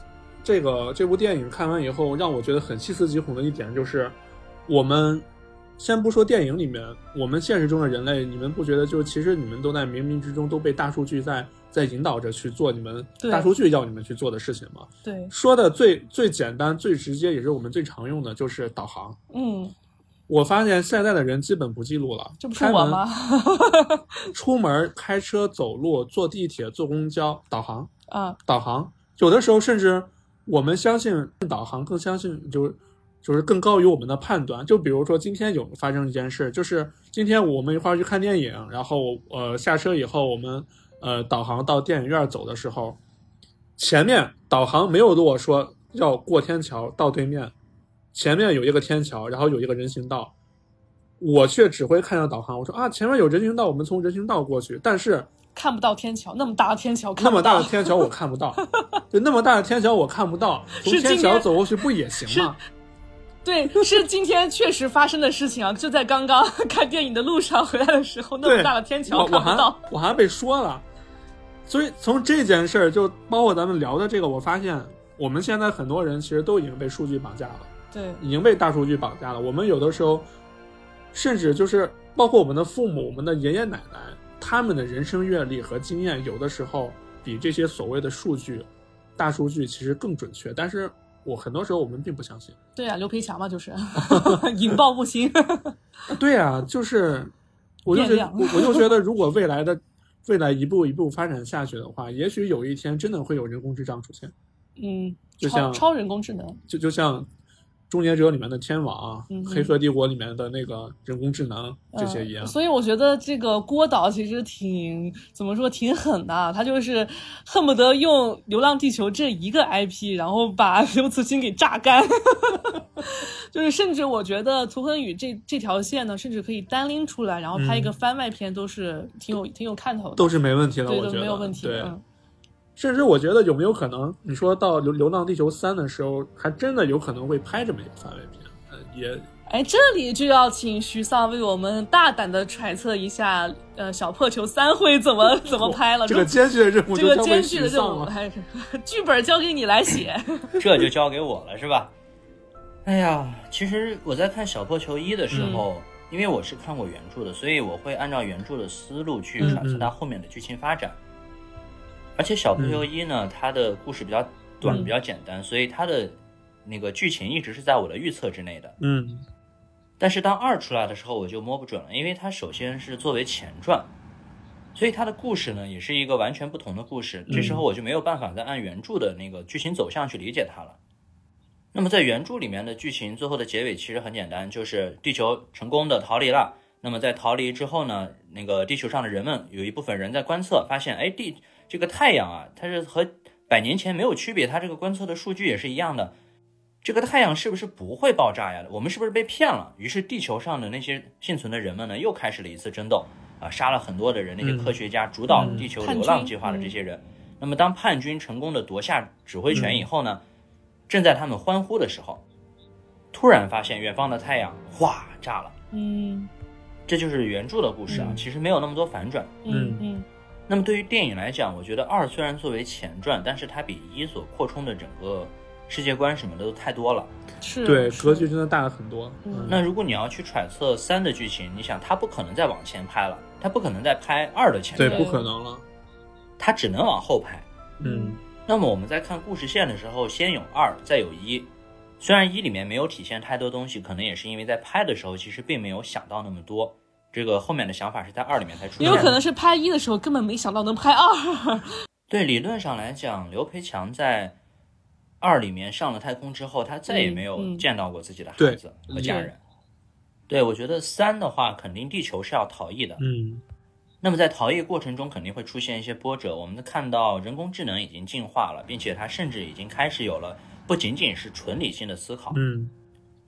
[SPEAKER 2] 这个这部电影看完以后，让我觉得很细思极恐的一点就是，我们先不说电影里面，我们现实中的人类，你们不觉得就是其实你们都在冥冥之中都被大数据在在引导着去做你们
[SPEAKER 3] 对
[SPEAKER 2] 大数据要你们去做的事情吗？
[SPEAKER 3] 对，
[SPEAKER 2] 说的最最简单、最直接，也是我们最常用的就是导航。
[SPEAKER 3] 嗯，
[SPEAKER 2] 我发现现在的人基本不记录了，
[SPEAKER 3] 这不是
[SPEAKER 2] 开门
[SPEAKER 3] 我吗？
[SPEAKER 2] 出门、开车、走路、坐地铁、坐公交，导航，
[SPEAKER 3] 啊，
[SPEAKER 2] 导航。有的时候甚至我们相信导航，更相信就是就是更高于我们的判断。就比如说今天有发生一件事，就是今天我们一块儿去看电影，然后呃下车以后，我们呃导航到电影院走的时候，前面导航没有跟我说要过天桥到对面，前面有一个天桥，然后有一个人行道，我却只会看到导航，我说啊前面有人行道，我们从人行道过去，但是。
[SPEAKER 3] 看不到天桥，那么大的天桥，看
[SPEAKER 2] 那
[SPEAKER 3] 不
[SPEAKER 2] 么大
[SPEAKER 3] 到
[SPEAKER 2] 的天桥我看不到，对，那么大的天桥我看不 到，从
[SPEAKER 3] 是
[SPEAKER 2] 天
[SPEAKER 3] 今
[SPEAKER 2] 桥
[SPEAKER 3] 天
[SPEAKER 2] 走过去不也行吗？
[SPEAKER 3] 对，是今天确实发生的事情啊，就在刚刚看电影的路上回来的时候，那
[SPEAKER 2] 对，
[SPEAKER 3] 么大的天桥
[SPEAKER 2] 我我
[SPEAKER 3] 看不
[SPEAKER 2] 还
[SPEAKER 3] 到。
[SPEAKER 2] 我还被说了，所以从这件事儿，就包括咱们聊的这个，我发现我们现在很多人其实都已经被数据绑架了，
[SPEAKER 3] 对，
[SPEAKER 2] 已经被大数据绑架了。我们有的时候，甚至就是包括我们的父母、我们的爷爷奶奶，他们的人生阅历和经验，有的时候比这些所谓的数据、大数据其实更准确，但是。我很多时候我们并不相信，
[SPEAKER 3] 对啊，刘培强嘛， 就是 引爆不行。
[SPEAKER 2] 对啊，就是，我就
[SPEAKER 3] 变
[SPEAKER 2] 觉得
[SPEAKER 3] 量，
[SPEAKER 2] 我我就觉得，如果未来的未来一步一步发展下去的话，也许有一天真的会有人工智障出现，
[SPEAKER 3] 嗯，
[SPEAKER 2] 就
[SPEAKER 3] 超
[SPEAKER 2] 像
[SPEAKER 3] 超人工智能，
[SPEAKER 2] 就就像《终结者》里面的天网啊，
[SPEAKER 3] 嗯哼
[SPEAKER 2] 黑客帝国》里面的那个人工智能这些一样
[SPEAKER 3] 嗯。所以我觉得这个郭导其实挺怎么说，挺狠的。啊他就是恨不得用《流浪地球》这一个 IP，然后把 刘慈欣给榨干。 就是甚至我觉得涂恒宇这这条线呢，甚至可以单拎出来，然后拍一个
[SPEAKER 2] 嗯
[SPEAKER 3] 番外篇，都是挺有挺有看头的，
[SPEAKER 2] 都是没问题的，
[SPEAKER 3] 对
[SPEAKER 2] 我
[SPEAKER 3] 都
[SPEAKER 2] 觉得
[SPEAKER 3] 没有问题。
[SPEAKER 2] 对，
[SPEAKER 3] 嗯，
[SPEAKER 2] 甚至我觉得有没有可能，你说到《流流浪地球三》的时候，还真的有可能会拍这么一个番外篇，呃，也
[SPEAKER 3] 哎，这里就要请徐丧为我们大胆的揣测一下，呃，小破球三会怎么怎么拍了？
[SPEAKER 2] 这个艰巨的任务
[SPEAKER 3] 这
[SPEAKER 2] 就
[SPEAKER 3] 个
[SPEAKER 2] 交
[SPEAKER 3] 艰
[SPEAKER 2] 给
[SPEAKER 3] 巨
[SPEAKER 2] 许
[SPEAKER 3] 的任
[SPEAKER 2] 丧
[SPEAKER 3] 务，
[SPEAKER 2] 了。
[SPEAKER 3] 还是剧本交给你来写。
[SPEAKER 4] 这就交给我了，是吧？哎呀，其实我在看《小破球衣》的时候，因为我是看过原著的，所以我会按照原著的思路去
[SPEAKER 2] 嗯
[SPEAKER 4] 揣测它后面的剧情发展。而且《小破球衣》呢，它的故事比较短，
[SPEAKER 3] 嗯
[SPEAKER 4] 比较简单，所以它的那个剧情一直是在我的预测之内的。
[SPEAKER 2] 嗯
[SPEAKER 4] 但是当二出来的时候，我就摸不准了，因为它首先是作为前传，所以它的故事呢也是一个完全不同的故事。这时候我就没有办法再按原著的那个剧情走向去理解它了。那么在原著里面的剧情最后的结尾其实很简单，就是地球成功的逃离了。那么在逃离之后呢，那个地球上的人们有一部分人在观测，发现哎地这个太阳啊，它是和百年前没有区别，它这个观测的数据也是一样的。这个太阳是不是不会爆炸呀？我们是不是被骗了？于是地球上的那些幸存的人们呢，又开始了一次争斗，啊，杀了很多的人。那些
[SPEAKER 2] 嗯
[SPEAKER 4] 科学家主导
[SPEAKER 2] 嗯
[SPEAKER 4] 地球
[SPEAKER 3] 叛
[SPEAKER 4] 流浪
[SPEAKER 3] 军
[SPEAKER 4] 计划的这
[SPEAKER 3] 嗯
[SPEAKER 4] 些人，那么当叛军成功的夺下指挥
[SPEAKER 2] 嗯
[SPEAKER 4] 权以后呢，正在他们欢呼的时候，突然发现远方的太阳哗炸了。
[SPEAKER 3] 嗯
[SPEAKER 4] 这就是原著的故事啊，
[SPEAKER 2] 嗯
[SPEAKER 4] 其实没有那么多反转。
[SPEAKER 2] 嗯
[SPEAKER 3] 嗯嗯
[SPEAKER 4] 那么对于电影来讲，我觉得二虽然作为前传，但是它比一所扩充的整个世界观什么的都太多了。
[SPEAKER 3] 是
[SPEAKER 2] 对，
[SPEAKER 3] 是
[SPEAKER 2] 格局真的大了很多。
[SPEAKER 3] 嗯
[SPEAKER 4] 那如果你要去揣测三的剧情，你想它不可能再往前拍了，它不可能再拍二的前
[SPEAKER 2] 对，
[SPEAKER 4] 传，
[SPEAKER 2] 不可能了。
[SPEAKER 4] 它只能往后拍。
[SPEAKER 2] 嗯
[SPEAKER 4] 那么我们在看故事线的时候，先有二，再有一。虽然一里面没有体现太多东西，可能也是因为在拍的时候其实并没有想到那么多。这个后面的想法是在二里面才出
[SPEAKER 3] 也
[SPEAKER 4] 现
[SPEAKER 3] 有
[SPEAKER 4] 的。
[SPEAKER 3] 可能是拍一的时候根本没想到能拍二，
[SPEAKER 4] 对，理论上来讲，刘培强在二里面上了太空之后，他再也没有
[SPEAKER 3] 嗯嗯
[SPEAKER 4] 见到过自己的孩
[SPEAKER 2] 对
[SPEAKER 4] 子和家人。对我觉得三的话，肯定地球是要逃逸的。
[SPEAKER 2] 嗯
[SPEAKER 4] 那么在逃逸过程中，肯定会出现一些波折。我们看到人工智能已经进化了，并且它甚至已经开始有了不仅仅是纯理性的思考。
[SPEAKER 2] 嗯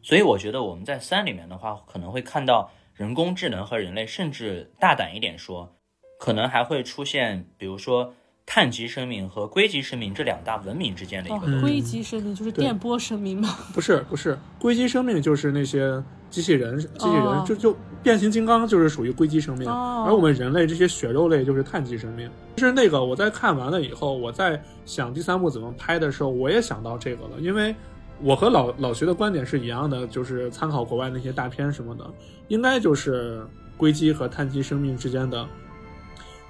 [SPEAKER 4] 所以我觉得我们在三里面的话，可能会看到人工智能和人类，甚至大胆一点说，可能还会出现，比如说碳基生命和硅基生命这两大文明之间的一
[SPEAKER 2] 嗯
[SPEAKER 4] 个斗争。
[SPEAKER 3] 硅基生命就是电波生命嘛，
[SPEAKER 2] 不是不是，硅基生命就是那些机器人，机器人、
[SPEAKER 3] 哦
[SPEAKER 2] 就就变形金刚就是属于硅基生命，
[SPEAKER 3] 哦
[SPEAKER 2] 而我们人类这些血肉类就是碳基生命。就是那个我在看完了以后，我在想第三部怎么拍的时候，我也想到这个了，因为我和老老徐的观点是一样的，就是参考国外那些大片什么的，应该就是硅基和碳基生命之间的。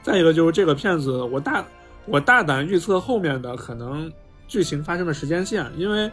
[SPEAKER 2] 再一个就是这个片子，我大我大胆预测后面的可能剧情发生的时间线，因为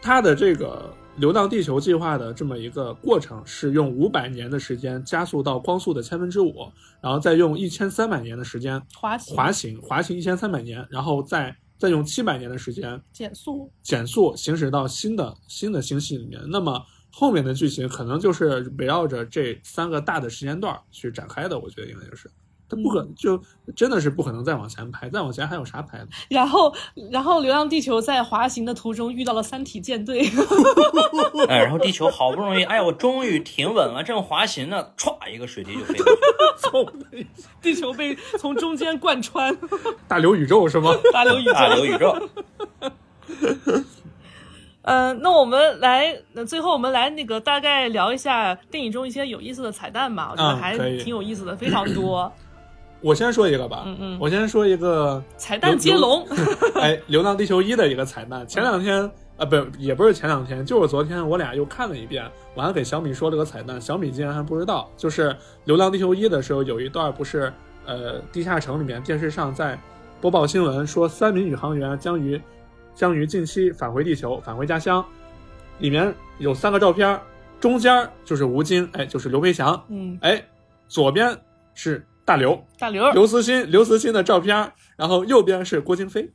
[SPEAKER 2] 它的这个《流浪地球》计划的这么一个过程，是用五百年的时间加速到光速的千分之五，然后再用一千三百年的时间
[SPEAKER 3] 滑行
[SPEAKER 2] 滑行，滑行一千三百年，然后再再用七百年的时间
[SPEAKER 3] 减速，
[SPEAKER 2] 减速行驶到新的新的星系里面。那么后面的剧情可能就是围绕着这三个大的时间段儿去展开的，我觉得应该就是。它不
[SPEAKER 3] 嗯
[SPEAKER 2] 可就真的是不可能再往前拍，再往前还有啥 拍的？
[SPEAKER 3] 然后然后《流浪地球》在滑行的途中遇到了三体舰队，
[SPEAKER 4] 哎，然后地球好不容易，哎呀，我终于停稳了，正滑行呢，歘，一个水滴就飞过去了。
[SPEAKER 3] 地球被从中间贯 穿，
[SPEAKER 2] 大流宇宙是吗？
[SPEAKER 3] 大流宇宙。
[SPEAKER 4] 大流宇宙，
[SPEAKER 3] 嗯，那我们来，那最后我们来那个大概聊一下电影中一些有意思的彩蛋吧，我觉得
[SPEAKER 2] 嗯
[SPEAKER 3] 还
[SPEAKER 2] 可以
[SPEAKER 3] 挺有意思的，非常 多
[SPEAKER 2] 我先说一个吧，
[SPEAKER 3] 嗯嗯
[SPEAKER 2] 我先说一个
[SPEAKER 3] 彩蛋接龙。
[SPEAKER 2] 哎，《流浪地球一》的一个彩蛋。前两天啊，不，也不是前两天，就是昨天，我俩又看了一遍，我还给小米说了个彩蛋，小米竟然还不知道。就是《流浪地球一》的时候，有一段不是呃，地下城里面电视上在播报新闻说，三名宇航员将于将于近期返回地球，返回家乡。里面有三个照片，中间就是吴京，哎，就是刘培强，
[SPEAKER 3] 嗯，
[SPEAKER 2] 哎，左边是大刘，
[SPEAKER 3] 大刘 儿，
[SPEAKER 2] 刘慈欣刘慈欣的照片儿，然后右边是郭京飞，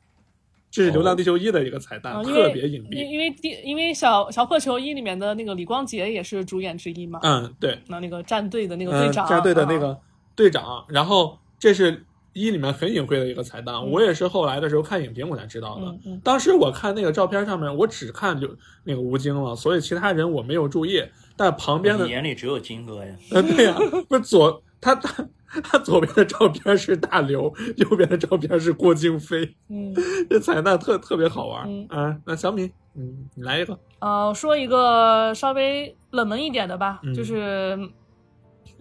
[SPEAKER 2] 这是《流浪地球一》的一个彩蛋，
[SPEAKER 3] 啊因为
[SPEAKER 2] 特别隐
[SPEAKER 3] 因
[SPEAKER 2] 蔽。
[SPEAKER 3] 因为地因为小小破球一里面的那个李光洁也是主演之一嘛，
[SPEAKER 2] 嗯，对，
[SPEAKER 3] 那那个战队的那个
[SPEAKER 2] 嗯，
[SPEAKER 3] 队长，
[SPEAKER 2] 战队的那
[SPEAKER 3] 啊
[SPEAKER 2] 个队长，然后这是一里面很隐晦的一个彩蛋，我也是后来的时候看影评我才知道的
[SPEAKER 3] 嗯。嗯
[SPEAKER 2] 当时我看那个照片上面，我只看刘那个吴京了，所以其他人我没有注意。但旁边的
[SPEAKER 4] 你眼里只有金哥呀。
[SPEAKER 2] 呃，对呀、不是左他他他左边的照片是大刘，右边的照片是郭京飞。
[SPEAKER 3] 嗯，
[SPEAKER 2] 这彩蛋特特别好玩儿
[SPEAKER 3] 嗯
[SPEAKER 2] 啊！那小米，嗯，你来一个，
[SPEAKER 3] 呃，说一个稍微冷门一点的吧，
[SPEAKER 2] 嗯
[SPEAKER 3] 就是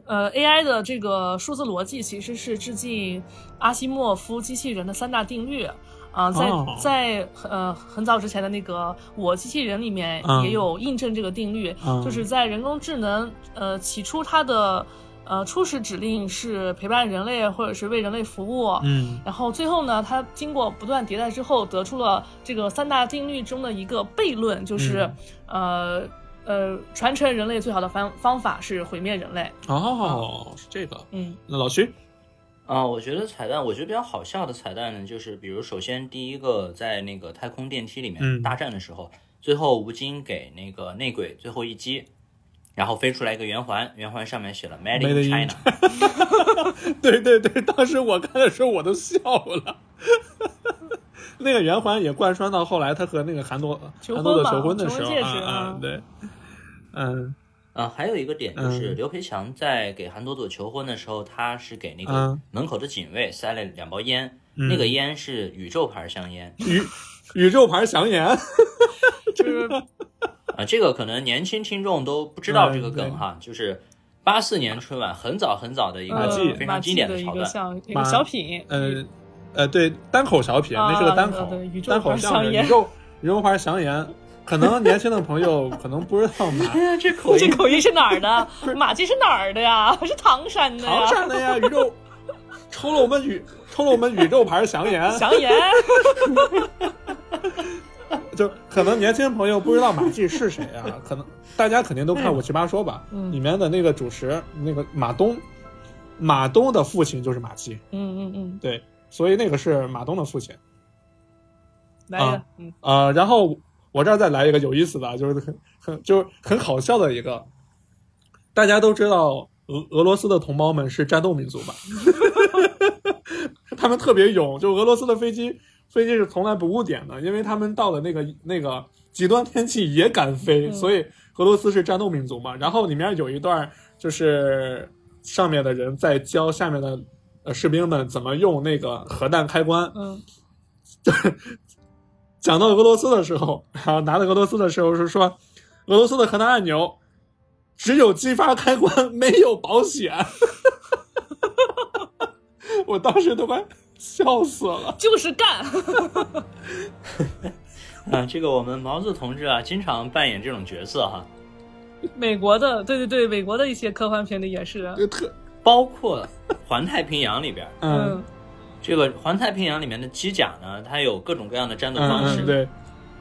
[SPEAKER 3] 呃，AI 的这个数字逻辑其实是致敬阿西莫夫机器人的三大定律。啊、在
[SPEAKER 2] 哦
[SPEAKER 3] 在呃很早之前的那个《我机器人》里面
[SPEAKER 2] 嗯
[SPEAKER 3] 也有印证这个定律，
[SPEAKER 2] 嗯
[SPEAKER 3] 就是在人工智能呃起初它的呃初始指令是陪伴人类或者是为人类服务，
[SPEAKER 2] 嗯
[SPEAKER 3] 然后最后呢，它经过不断迭代之后，得出了这个三大定律中的一个悖论，就是、呃呃，传承人类最好的方方法是毁灭人类。
[SPEAKER 2] 哦，是这个。
[SPEAKER 3] 嗯
[SPEAKER 2] 那老徐，
[SPEAKER 4] 啊、我觉得彩蛋，我觉得比较好笑的彩蛋呢，就是比如首先第一个在那个太空电梯里
[SPEAKER 2] 嗯
[SPEAKER 4] 面大战的时候，最后吴京给那个内鬼最后一击，然后飞出来一个圆环，圆环上面写了 “Made
[SPEAKER 2] Made
[SPEAKER 4] in
[SPEAKER 2] in
[SPEAKER 4] China”。
[SPEAKER 2] 对对对，当时我看的时候我都笑了。 那个圆环也贯穿到后来他和那个韩诺
[SPEAKER 3] 求
[SPEAKER 2] 韩
[SPEAKER 3] 婚
[SPEAKER 2] 诺的
[SPEAKER 3] 吧
[SPEAKER 2] 求婚的时
[SPEAKER 3] 求
[SPEAKER 2] 候
[SPEAKER 3] 婚戒
[SPEAKER 2] 啊
[SPEAKER 3] 指
[SPEAKER 2] 啊
[SPEAKER 3] 啊，
[SPEAKER 2] 对，嗯
[SPEAKER 4] 啊，还有一个点就是
[SPEAKER 2] 嗯
[SPEAKER 4] 刘培强在给韩朵朵求婚的时候，他是给那个
[SPEAKER 2] 嗯
[SPEAKER 4] 门口的警卫塞了两包烟，
[SPEAKER 2] 嗯
[SPEAKER 4] 那个烟是宇宙牌香烟
[SPEAKER 2] 宇宇宙牌祥言，
[SPEAKER 3] 就是
[SPEAKER 4] 啊，这个可能年轻听众都不知道这个
[SPEAKER 2] 嗯
[SPEAKER 4] 梗哈，就是八四年春晚很早很早的一
[SPEAKER 2] 马
[SPEAKER 4] 个
[SPEAKER 2] 季
[SPEAKER 3] 呃
[SPEAKER 4] 非
[SPEAKER 3] 马
[SPEAKER 4] 常
[SPEAKER 3] 季
[SPEAKER 4] 经典
[SPEAKER 3] 的一
[SPEAKER 4] 桥
[SPEAKER 3] 个
[SPEAKER 4] 段，
[SPEAKER 3] 像一
[SPEAKER 2] 马
[SPEAKER 3] 个小品，
[SPEAKER 2] 呃呃，对，单口小品，
[SPEAKER 3] 啊
[SPEAKER 2] 那是个单口
[SPEAKER 3] 对对宇，宙
[SPEAKER 2] 单口
[SPEAKER 3] 牌
[SPEAKER 2] 相声，
[SPEAKER 3] 祥言
[SPEAKER 2] 宇宙宇宙牌祥言，可能年轻的朋友 可能不知道马
[SPEAKER 4] 哎这口
[SPEAKER 3] 这
[SPEAKER 4] 音
[SPEAKER 3] 口音是哪儿的？马季是哪儿的呀？ 是唐山的
[SPEAKER 2] 唐
[SPEAKER 3] 呀？
[SPEAKER 2] 山的呀，宇宙抽了我们宇抽了我们宇宙牌祥言，
[SPEAKER 3] 祥言，
[SPEAKER 2] 就可能年轻朋友不知道马季是谁 啊，可能大家肯定都看《我奇葩说》吧，
[SPEAKER 3] 嗯
[SPEAKER 2] 里面的那个主持那个马东，马东的父亲就是马季，
[SPEAKER 3] 嗯嗯嗯，
[SPEAKER 2] 对，所以那个是马东的父亲。
[SPEAKER 3] 来一个
[SPEAKER 2] 啊，
[SPEAKER 3] 嗯，
[SPEAKER 2] 啊，然后我这儿再来一个有意思的啊，就是很很就是很好笑的一个，大家都知道俄俄罗斯的同胞们是战斗民族吧？他们特别勇，就俄罗斯的飞机飞机是从来不误点的，因为他们到了那个那个极端天气也敢飞，所以俄罗斯是战斗民族嘛。然后里面有一段就是上面的人在教下面的呃士兵们怎么用那个核弹开关，
[SPEAKER 3] 嗯，
[SPEAKER 2] 讲到俄罗斯的时候，然后拿到俄罗斯的时候是说，俄罗斯的核弹按钮只有激发开关，没有保险。 我当时都快笑死了。
[SPEAKER 3] 就是干，
[SPEAKER 4] 啊，这个我们毛子同志啊，经常扮演这种角色哈，
[SPEAKER 3] 美国的，对对对，美国的一些科幻片里也是，
[SPEAKER 2] 就特
[SPEAKER 4] 包括《环太平洋》里边，
[SPEAKER 2] 嗯
[SPEAKER 3] 嗯，
[SPEAKER 4] 这个《环太平洋》里面的机甲呢，它有各种各样的战斗
[SPEAKER 2] 嗯
[SPEAKER 4] 方式，
[SPEAKER 2] 嗯对，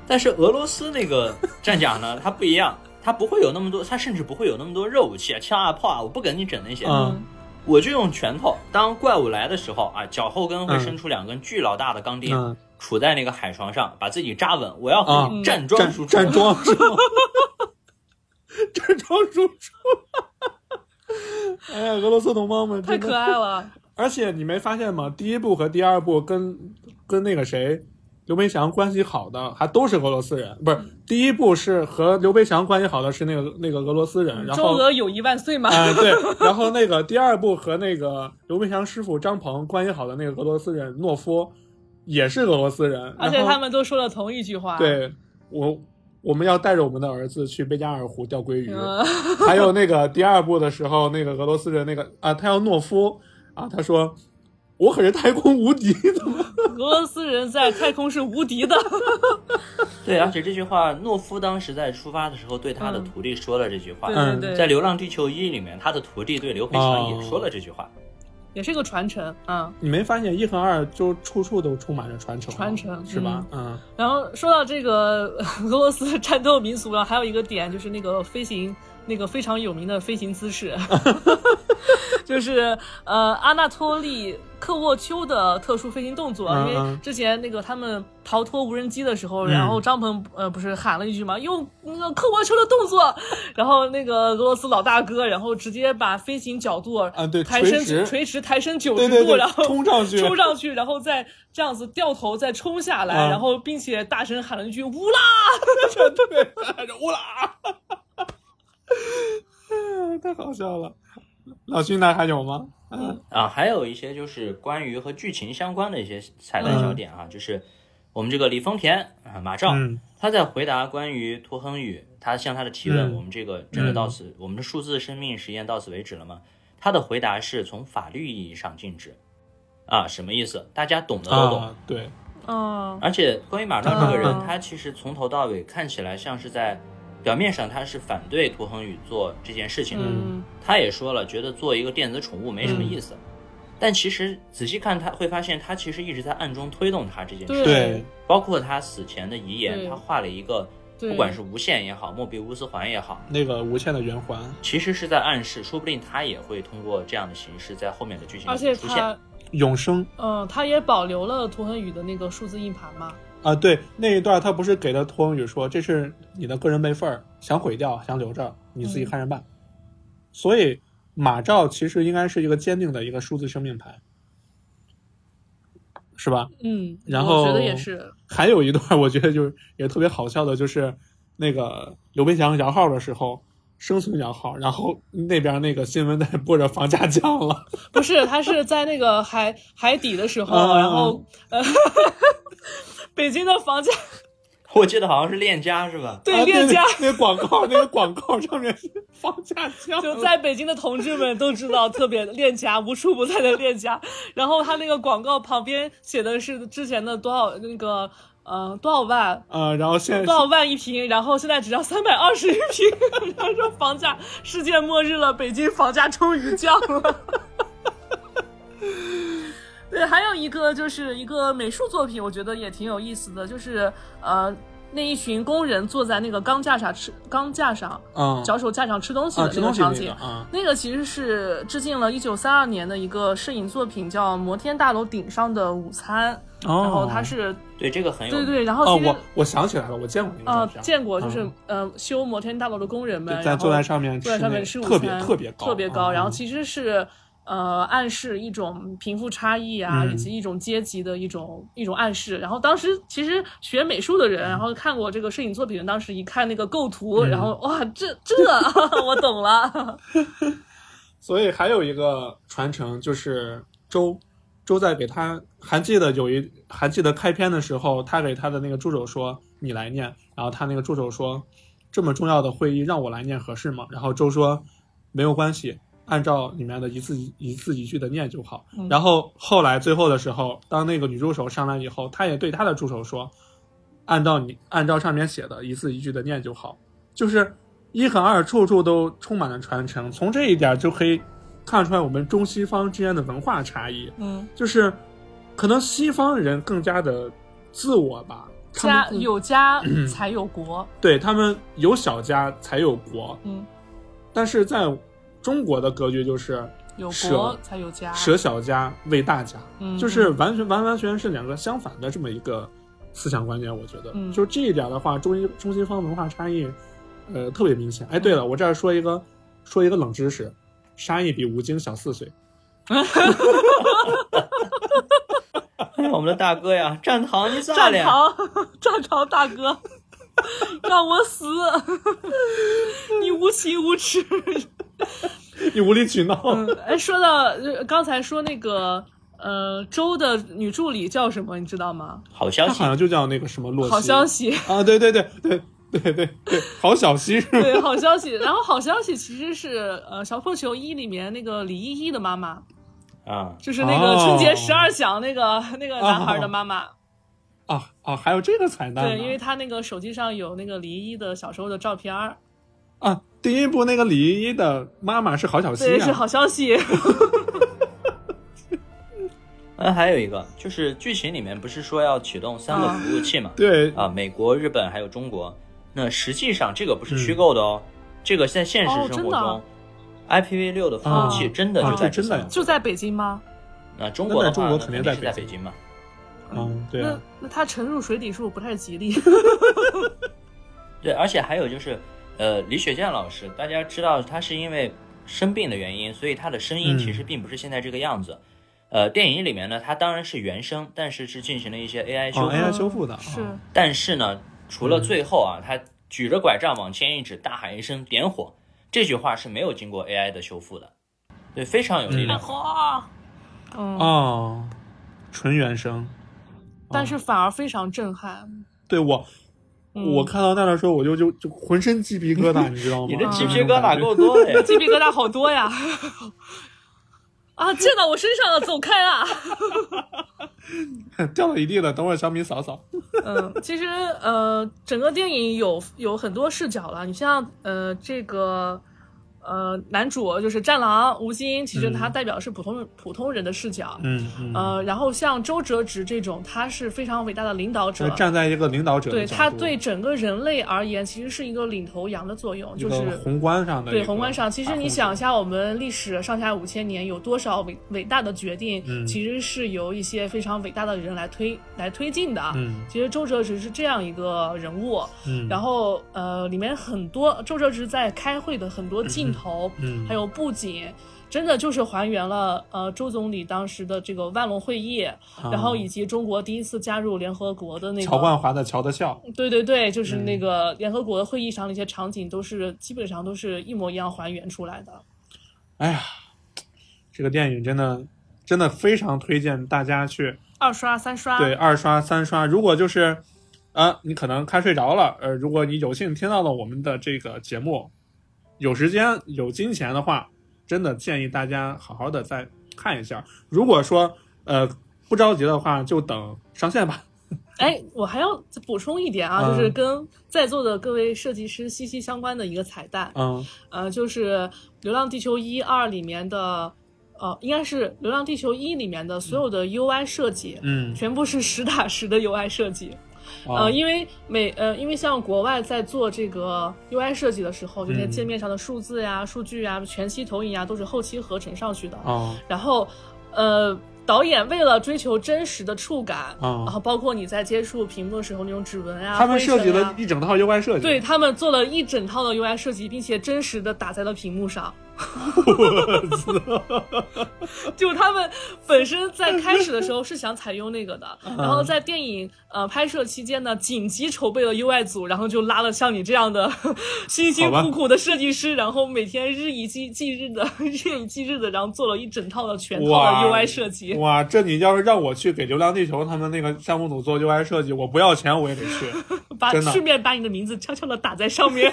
[SPEAKER 4] 但是俄罗斯那个战甲呢，它不一样，它不会有那么多，它甚至不会有那么多热武器啊、枪啊、炮啊，我不给你整那些，
[SPEAKER 2] 嗯
[SPEAKER 4] 我就用拳头。当怪物来的时候啊，脚后跟会伸出两根巨老大的钢钉，
[SPEAKER 2] 嗯，
[SPEAKER 4] 杵在那个海床上，把自己扎稳。我要
[SPEAKER 2] 啊
[SPEAKER 4] 和你
[SPEAKER 2] 站
[SPEAKER 4] 站桩输出。
[SPEAKER 2] 站桩输 出，站桩输出。 哎呀，俄罗斯同胞们
[SPEAKER 3] 太
[SPEAKER 2] 真的
[SPEAKER 3] 可爱了，
[SPEAKER 2] 而且你没发现吗？第一部和第二部跟跟那个谁刘培强关系好的还都是俄罗斯人，不是？第一部是和刘培强关系好的是那个那个俄罗斯人，然
[SPEAKER 3] 中
[SPEAKER 2] 后
[SPEAKER 3] 俄友谊万岁嘛，
[SPEAKER 2] 哎、对，然后那个第二部和那个刘培强师傅张鹏关系好的那个俄罗斯人懦夫也是俄罗斯人，
[SPEAKER 3] 而且
[SPEAKER 2] 然后
[SPEAKER 3] 他们都说了同一句话，，
[SPEAKER 2] 对我。我们要带着我们的儿子去贝加尔湖钓鲑鱼，
[SPEAKER 3] 嗯，
[SPEAKER 2] 还有那个第二部的时候，那个俄罗斯人那个啊，他要懦夫啊，他说我可是太空无敌的，
[SPEAKER 3] 俄罗斯人在太空是无敌的，
[SPEAKER 4] 对，而且这句话，懦夫当时在出发的时候对他的
[SPEAKER 3] 嗯
[SPEAKER 4] 徒弟说了这句话。
[SPEAKER 3] 对
[SPEAKER 2] 嗯哦
[SPEAKER 3] 对
[SPEAKER 4] 在《
[SPEAKER 3] 对，
[SPEAKER 4] 流浪地球一》里面，他的徒弟对刘培强也说了这句话。
[SPEAKER 3] 也是个传承，嗯。
[SPEAKER 2] 你没发现一和二就处处都充满着传承吗，
[SPEAKER 3] 传承
[SPEAKER 2] 是吧？嗯
[SPEAKER 3] 然后说到这个 俄罗斯战斗民族啊，还有一个点就是那个飞行，那个非常有名的飞行姿势， 就是呃阿纳托利克沃丘的特殊飞行动作。
[SPEAKER 2] 嗯
[SPEAKER 3] 因为
[SPEAKER 2] 嗯
[SPEAKER 3] 之前那个他们逃脱无人机的时候，
[SPEAKER 2] 嗯
[SPEAKER 3] 然后张鹏呃不是喊了一句嘛，用那个克沃丘的动作，然后那个俄罗斯老大哥，然后直接把飞行角度
[SPEAKER 2] 啊，对，
[SPEAKER 3] 抬
[SPEAKER 2] 垂
[SPEAKER 3] 升
[SPEAKER 2] 直，
[SPEAKER 3] 垂直抬升九十
[SPEAKER 2] 对
[SPEAKER 3] 度，
[SPEAKER 2] 对对
[SPEAKER 3] 然，后
[SPEAKER 2] 冲上去，
[SPEAKER 3] 冲上去，然后再这样子掉头，再冲下来，
[SPEAKER 2] 啊
[SPEAKER 3] 然后并且大声喊了一句“乌拉
[SPEAKER 2] 去，对，乌啦，太好笑了。老徐那还有吗？嗯
[SPEAKER 4] 啊，还有一些就是关于和剧情相关的一些彩
[SPEAKER 2] 嗯
[SPEAKER 4] 蛋小点啊，就是我们这个李丰田啊，马照、
[SPEAKER 2] 嗯
[SPEAKER 4] 他在回答关于托亨宇，他向他的提问，
[SPEAKER 2] 嗯
[SPEAKER 4] 我们这个真的到此，我们的数字生命实验到此为止了吗？他的回答是从法律意义上禁止，啊，什么意思？大家懂的都懂。
[SPEAKER 2] 啊，对，”。
[SPEAKER 3] 嗯，
[SPEAKER 4] 而且关于马照这个人
[SPEAKER 3] 啊，
[SPEAKER 4] 他其实从头到尾看起来像是在表面上他是反对托亨宇做这件事情的，
[SPEAKER 3] 嗯
[SPEAKER 4] 他也说了，觉得做一个电子宠物没什么意思。但其实仔细看，他会发现他其实一直在暗中推动他这件
[SPEAKER 2] 对
[SPEAKER 4] 事，
[SPEAKER 3] 对，
[SPEAKER 4] 包括他死前的遗言，
[SPEAKER 3] 对
[SPEAKER 4] 他画了一个，
[SPEAKER 3] 对
[SPEAKER 4] 不管是无限也好，莫比乌斯环也好，
[SPEAKER 2] 那个无限的圆环，
[SPEAKER 4] 其实是在暗示，说不定他也会通过这样的形式在后面的剧情
[SPEAKER 3] 而
[SPEAKER 4] 里
[SPEAKER 3] 且
[SPEAKER 4] 出现
[SPEAKER 3] 他，
[SPEAKER 2] 永生
[SPEAKER 3] 嗯，他也保留了涂恒宇的那个数字硬盘嘛，
[SPEAKER 2] 啊，对，那一段他不是给了托恩宇说这是你的个人备份儿，想毁掉想留着，你自己
[SPEAKER 3] 嗯
[SPEAKER 2] 看着办。所以马照其实应该是一个坚定的一个数字生命牌。是吧？
[SPEAKER 3] 嗯，
[SPEAKER 2] 然后
[SPEAKER 3] 我觉得也是，
[SPEAKER 2] 还有一段我觉得就是也特别好笑的，就是那个刘培强摇号的时候。生存摇号，然后那边那个新闻在播着房价降了，
[SPEAKER 3] 不是，他是在那个海海底的时候，
[SPEAKER 2] 嗯嗯嗯
[SPEAKER 3] 然后呃， 北京的房价
[SPEAKER 4] 我记得好像是链家是吧？
[SPEAKER 3] 对
[SPEAKER 2] 啊
[SPEAKER 3] 链家。
[SPEAKER 2] 那那广告，那个广告上面是房价 降了，
[SPEAKER 3] 就在北京的同志们都知道，特别链家无处不在的链家。 然后他那个广告旁边写的是之前的多少那个呃多少万
[SPEAKER 2] 呃，然后现在
[SPEAKER 3] 多少万一平，然后现在只要三百二十一平。 然后说房价世界末日了，北京房价终于降 了。对，还有一个就是一个美术作品，我觉得也挺有意思的，就是呃那一群工人坐在那个钢架上吃钢架上，
[SPEAKER 2] 嗯
[SPEAKER 3] 脚手架上吃东西
[SPEAKER 2] 啊
[SPEAKER 3] 的
[SPEAKER 2] 吃
[SPEAKER 3] 那个
[SPEAKER 2] 东西
[SPEAKER 3] 场
[SPEAKER 2] 那
[SPEAKER 3] 景
[SPEAKER 2] 个。啊，
[SPEAKER 3] 那个其实是致敬了1932年的一个摄影作品，叫《摩天大楼顶上的午餐》，
[SPEAKER 2] 哦
[SPEAKER 3] 然后它是
[SPEAKER 4] 对，这个很有
[SPEAKER 3] 对对，然后
[SPEAKER 2] 哦，
[SPEAKER 3] 其实
[SPEAKER 2] 我我想起来了，我见过那
[SPEAKER 3] 啊
[SPEAKER 2] 个照片，
[SPEAKER 3] 见过，就是
[SPEAKER 2] 嗯
[SPEAKER 3] 呃修摩天大楼的工人们，
[SPEAKER 2] 就
[SPEAKER 3] 然
[SPEAKER 2] 在
[SPEAKER 3] 后
[SPEAKER 2] 坐在上面吃
[SPEAKER 3] 坐在上
[SPEAKER 2] 那
[SPEAKER 3] 面
[SPEAKER 2] 个
[SPEAKER 3] 吃午餐，
[SPEAKER 2] 特别特别高，
[SPEAKER 3] 特别高，
[SPEAKER 2] 嗯
[SPEAKER 3] 然后其实是。呃，暗示一种贫富差异啊，
[SPEAKER 2] 嗯
[SPEAKER 3] 以及一种阶级的一种一种暗示。然后当时其实学美术的人，然后看过这个摄影作品，当时一看那个构图，
[SPEAKER 2] 嗯
[SPEAKER 3] 然后哇，这这 我懂了。
[SPEAKER 2] 所以还有一个传承就是周周在给他还记得有一还记得开篇的时候，他给他的那个助手说你来念，然后他那个助手说这么重要的会议让我来念合适吗？然后周说没有关系。按照里面的一字一字一句的念就好。然后后来最后的时候，当那个女助手上来以后，他也对他的助手说：“按照你按照上面写的一字一句的念就好。”就是一和二处处都充满了传承，从这一点就可以看出来我们中西方之间的文化差异。
[SPEAKER 3] 嗯，
[SPEAKER 2] 就是可能西方人更加的自我吧，他们
[SPEAKER 3] 家
[SPEAKER 2] 更
[SPEAKER 3] 有 家才有国，
[SPEAKER 2] 对他们有小家才有国，
[SPEAKER 3] 嗯，
[SPEAKER 2] 但是在中国的格局就是
[SPEAKER 3] 有国
[SPEAKER 2] 舍
[SPEAKER 3] 才有家，
[SPEAKER 2] 舍小家为大家，
[SPEAKER 3] 嗯
[SPEAKER 2] 就是完全完完全全是两个相反的这么一个思想观念。我觉得，
[SPEAKER 3] 嗯
[SPEAKER 2] 就是这一点的话，中西中西方文化差异，呃，特别明显。哎，对
[SPEAKER 3] 嗯
[SPEAKER 2] 了，我这儿说一个说一个冷知识，沙溢比吴京小四岁。
[SPEAKER 4] 哎我们的大哥呀，战堂你咋
[SPEAKER 3] 战
[SPEAKER 4] 了？
[SPEAKER 3] 堂， 战堂大哥， 让我死！ 你无情无耻。
[SPEAKER 2] 你无理取闹，
[SPEAKER 3] 哎，说到呃刚才说那个呃，周的女助理叫什么，你知道吗？
[SPEAKER 4] 好消
[SPEAKER 2] 他
[SPEAKER 4] 息
[SPEAKER 2] 好，像就叫那个什么洛西。
[SPEAKER 3] 好消息，
[SPEAKER 2] 啊！对对对对对对对，好小溪是吗？
[SPEAKER 3] 对，好消息。然后好消息其实是呃，《小破球一》里面那个李依依的妈妈，
[SPEAKER 4] 啊，
[SPEAKER 3] 就是那个春节
[SPEAKER 2] 哦
[SPEAKER 3] 十二响那个、那个男孩的妈妈。
[SPEAKER 2] 啊啊，还有这个彩蛋呢、
[SPEAKER 3] 对，因为他那个手机上有那个李依依的小时候的照片儿。
[SPEAKER 2] 啊，第一部那个李依依的妈妈是郝小溪、
[SPEAKER 3] 对，
[SPEAKER 2] 啊，
[SPEAKER 3] 是好 消息。
[SPEAKER 4] 那呃还有一个就是剧情里面不是说要启动三个
[SPEAKER 3] 啊
[SPEAKER 4] 服务器嘛？
[SPEAKER 2] 对
[SPEAKER 4] 啊，美国、日本还有中国。那实际上这个不是虚构的
[SPEAKER 2] 嗯
[SPEAKER 4] 哦，这个在现实生活
[SPEAKER 3] 哦
[SPEAKER 4] 中、IPV 六的服务器
[SPEAKER 2] 啊
[SPEAKER 4] 真的就
[SPEAKER 2] 啊
[SPEAKER 4] 在
[SPEAKER 2] 这真的呀
[SPEAKER 3] 就在北京吗？
[SPEAKER 4] 那中国
[SPEAKER 2] 那
[SPEAKER 4] 的话，
[SPEAKER 2] 在中国
[SPEAKER 4] 那
[SPEAKER 2] 肯定
[SPEAKER 4] 定
[SPEAKER 2] 在
[SPEAKER 4] 是在
[SPEAKER 2] 北
[SPEAKER 4] 北
[SPEAKER 2] 京
[SPEAKER 4] 京嘛。
[SPEAKER 2] 嗯，对
[SPEAKER 3] 那
[SPEAKER 2] 啊，
[SPEAKER 3] 那他沉入水底是不是不 太吉利？
[SPEAKER 4] 对，而且还有就是，呃，李雪健老师，大家知道他是因为生病的原因，所以他的声音
[SPEAKER 2] 嗯
[SPEAKER 4] 其实并不是现在这个样子。呃，电影里面呢，他当然是原声，但是是进行了一些 AI 修
[SPEAKER 2] 哦
[SPEAKER 4] 复。
[SPEAKER 2] ，AI 修复的
[SPEAKER 3] 是
[SPEAKER 2] 啊
[SPEAKER 4] 但是呢，除了最后啊，他举着拐杖往前一指，大喊一声“点火”，这句话是没有经过 AI 的修复的，对，非常有力量。
[SPEAKER 3] 哇，嗯，
[SPEAKER 2] 哦，纯原声。
[SPEAKER 3] 但是反而非常震撼。
[SPEAKER 2] 对我，
[SPEAKER 3] 嗯
[SPEAKER 2] 我看到那儿的时候，我就就就浑身鸡皮疙 瘩，你知道吗？嗯
[SPEAKER 4] 你这鸡
[SPEAKER 2] 就
[SPEAKER 4] 皮
[SPEAKER 2] 是那
[SPEAKER 3] 嗯
[SPEAKER 2] 种
[SPEAKER 4] 疙
[SPEAKER 2] 感
[SPEAKER 4] 瘩
[SPEAKER 2] 觉
[SPEAKER 4] 够多 的呀！
[SPEAKER 3] 鸡皮疙瘩好多呀！ 啊，溅到我身上了，走开啊！
[SPEAKER 2] 掉到一地了。等会儿小米扫扫。
[SPEAKER 3] 嗯，其实呃，整个电影有有很多视角了。你像呃这个呃男主就是战狼吴京，其实他
[SPEAKER 2] 嗯
[SPEAKER 3] 代表是普通、普通人的视角。
[SPEAKER 2] 嗯嗯。
[SPEAKER 3] 呃，然后像周哲直这种，他是非常伟大的领导者
[SPEAKER 2] 就，站在一个领导者的
[SPEAKER 3] 对
[SPEAKER 2] 角
[SPEAKER 3] 他
[SPEAKER 2] 度
[SPEAKER 3] 对整个人类而言，其实是一个领头羊的作用，
[SPEAKER 2] 一
[SPEAKER 3] 就
[SPEAKER 2] 个
[SPEAKER 3] 是
[SPEAKER 2] 宏观上的一
[SPEAKER 3] 对
[SPEAKER 2] 个
[SPEAKER 3] 宏观上。其实
[SPEAKER 2] 大
[SPEAKER 3] 你
[SPEAKER 2] 宏
[SPEAKER 3] 想一
[SPEAKER 2] 图，
[SPEAKER 3] 下，我们历史上下五千年有多少伟伟大的决定，
[SPEAKER 2] 嗯
[SPEAKER 3] 其实是由一些非常伟大的人来推来推进的。
[SPEAKER 2] 嗯
[SPEAKER 3] 其实周哲直是这样一个人物，
[SPEAKER 2] 嗯，
[SPEAKER 3] 然后呃，里面很多周哲直在开会的很多镜头，
[SPEAKER 2] 嗯
[SPEAKER 3] 还有布景，真的就是还原了呃周总理当时的这个万隆会议，然后以及中国第一次加入联合国的那个
[SPEAKER 2] 嗯哦乔冠嗯华的《乔的笑》，
[SPEAKER 3] 对对对，就是那个联合国会议上的一些场景，都是基本上都是一模一样还原出来的。
[SPEAKER 2] 哎呀，这个电影真的真的非常推荐大家去
[SPEAKER 3] 二刷、三刷，
[SPEAKER 2] 对二刷、三刷。如果就是啊，你可能看睡着了，呃，如果你有幸听到了我们的这个节目，有时间有金钱的话，真的建议大家好好的再看一下。如果说呃不着急的话，就等上线吧。
[SPEAKER 3] 哎，我还要补充一点啊，
[SPEAKER 2] 嗯
[SPEAKER 3] 就是跟在座的各位设计师息息相关的一个彩蛋，
[SPEAKER 2] 嗯
[SPEAKER 3] 呃，就是《流浪地球一二》里面的，呃，应该是《流浪地球一》里面的所有的 UI 设计，
[SPEAKER 2] 嗯，
[SPEAKER 3] 全部是实打实的 UI 设计。
[SPEAKER 2] 啊
[SPEAKER 3] 呃，因为美呃，因为像国外在做这个 UI 设计的时候，这些
[SPEAKER 2] 嗯
[SPEAKER 3] 界面上的数字呀、数据呀、全息投影呀，都是后期合成上去的。
[SPEAKER 2] 啊
[SPEAKER 3] 然后，呃，导演为了追求真实的触感，
[SPEAKER 2] 嗯
[SPEAKER 3] 然后包括你在接触屏幕的时候那种指纹啊，
[SPEAKER 2] 他们
[SPEAKER 3] 灰尘
[SPEAKER 2] 设计
[SPEAKER 3] 啊
[SPEAKER 2] 了一整套 UI 设计，
[SPEAKER 3] 对，他们做了一整套的 UI 设计，并且真实的打在了屏幕上。 就他们本身在开始的时候是想采用那个的，
[SPEAKER 2] 嗯
[SPEAKER 3] 然后在电影呃拍摄期间呢，紧急筹备了 UI 组，然后就拉了像你这样的 辛辛苦苦的设计师，然后每天日以继继日的 夜以继日的，然后做了一整套的全套
[SPEAKER 2] 哇
[SPEAKER 3] 的 UI 设计。
[SPEAKER 2] 哇，这你要是让我去给《流浪地球》他们那个项目组做 UI 设计，我不要钱我也得去，
[SPEAKER 3] 把
[SPEAKER 2] 真的
[SPEAKER 3] 顺便把你的名字悄悄的打在 上面，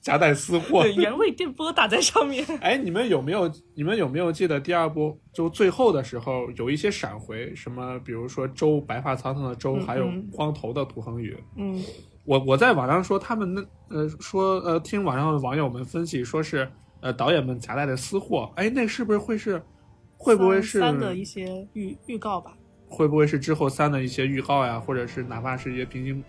[SPEAKER 2] 夹带私货
[SPEAKER 3] 对，。原味电波打在上面。
[SPEAKER 2] 哎，你们有没有你们有没有记得第二部就最后的时候有一些闪回，什么比如说周白发苍苍的周，还有光头的涂恒宇。
[SPEAKER 3] 嗯，
[SPEAKER 2] 我我在网上说他们那呃说呃听网上的网友们分析说是呃导演们夹带的私货，哎，那是不是会是会不会是
[SPEAKER 3] 三三的一些预预告吧？
[SPEAKER 2] 会不会是之后三的一些预告呀，或者是哪怕是一些平行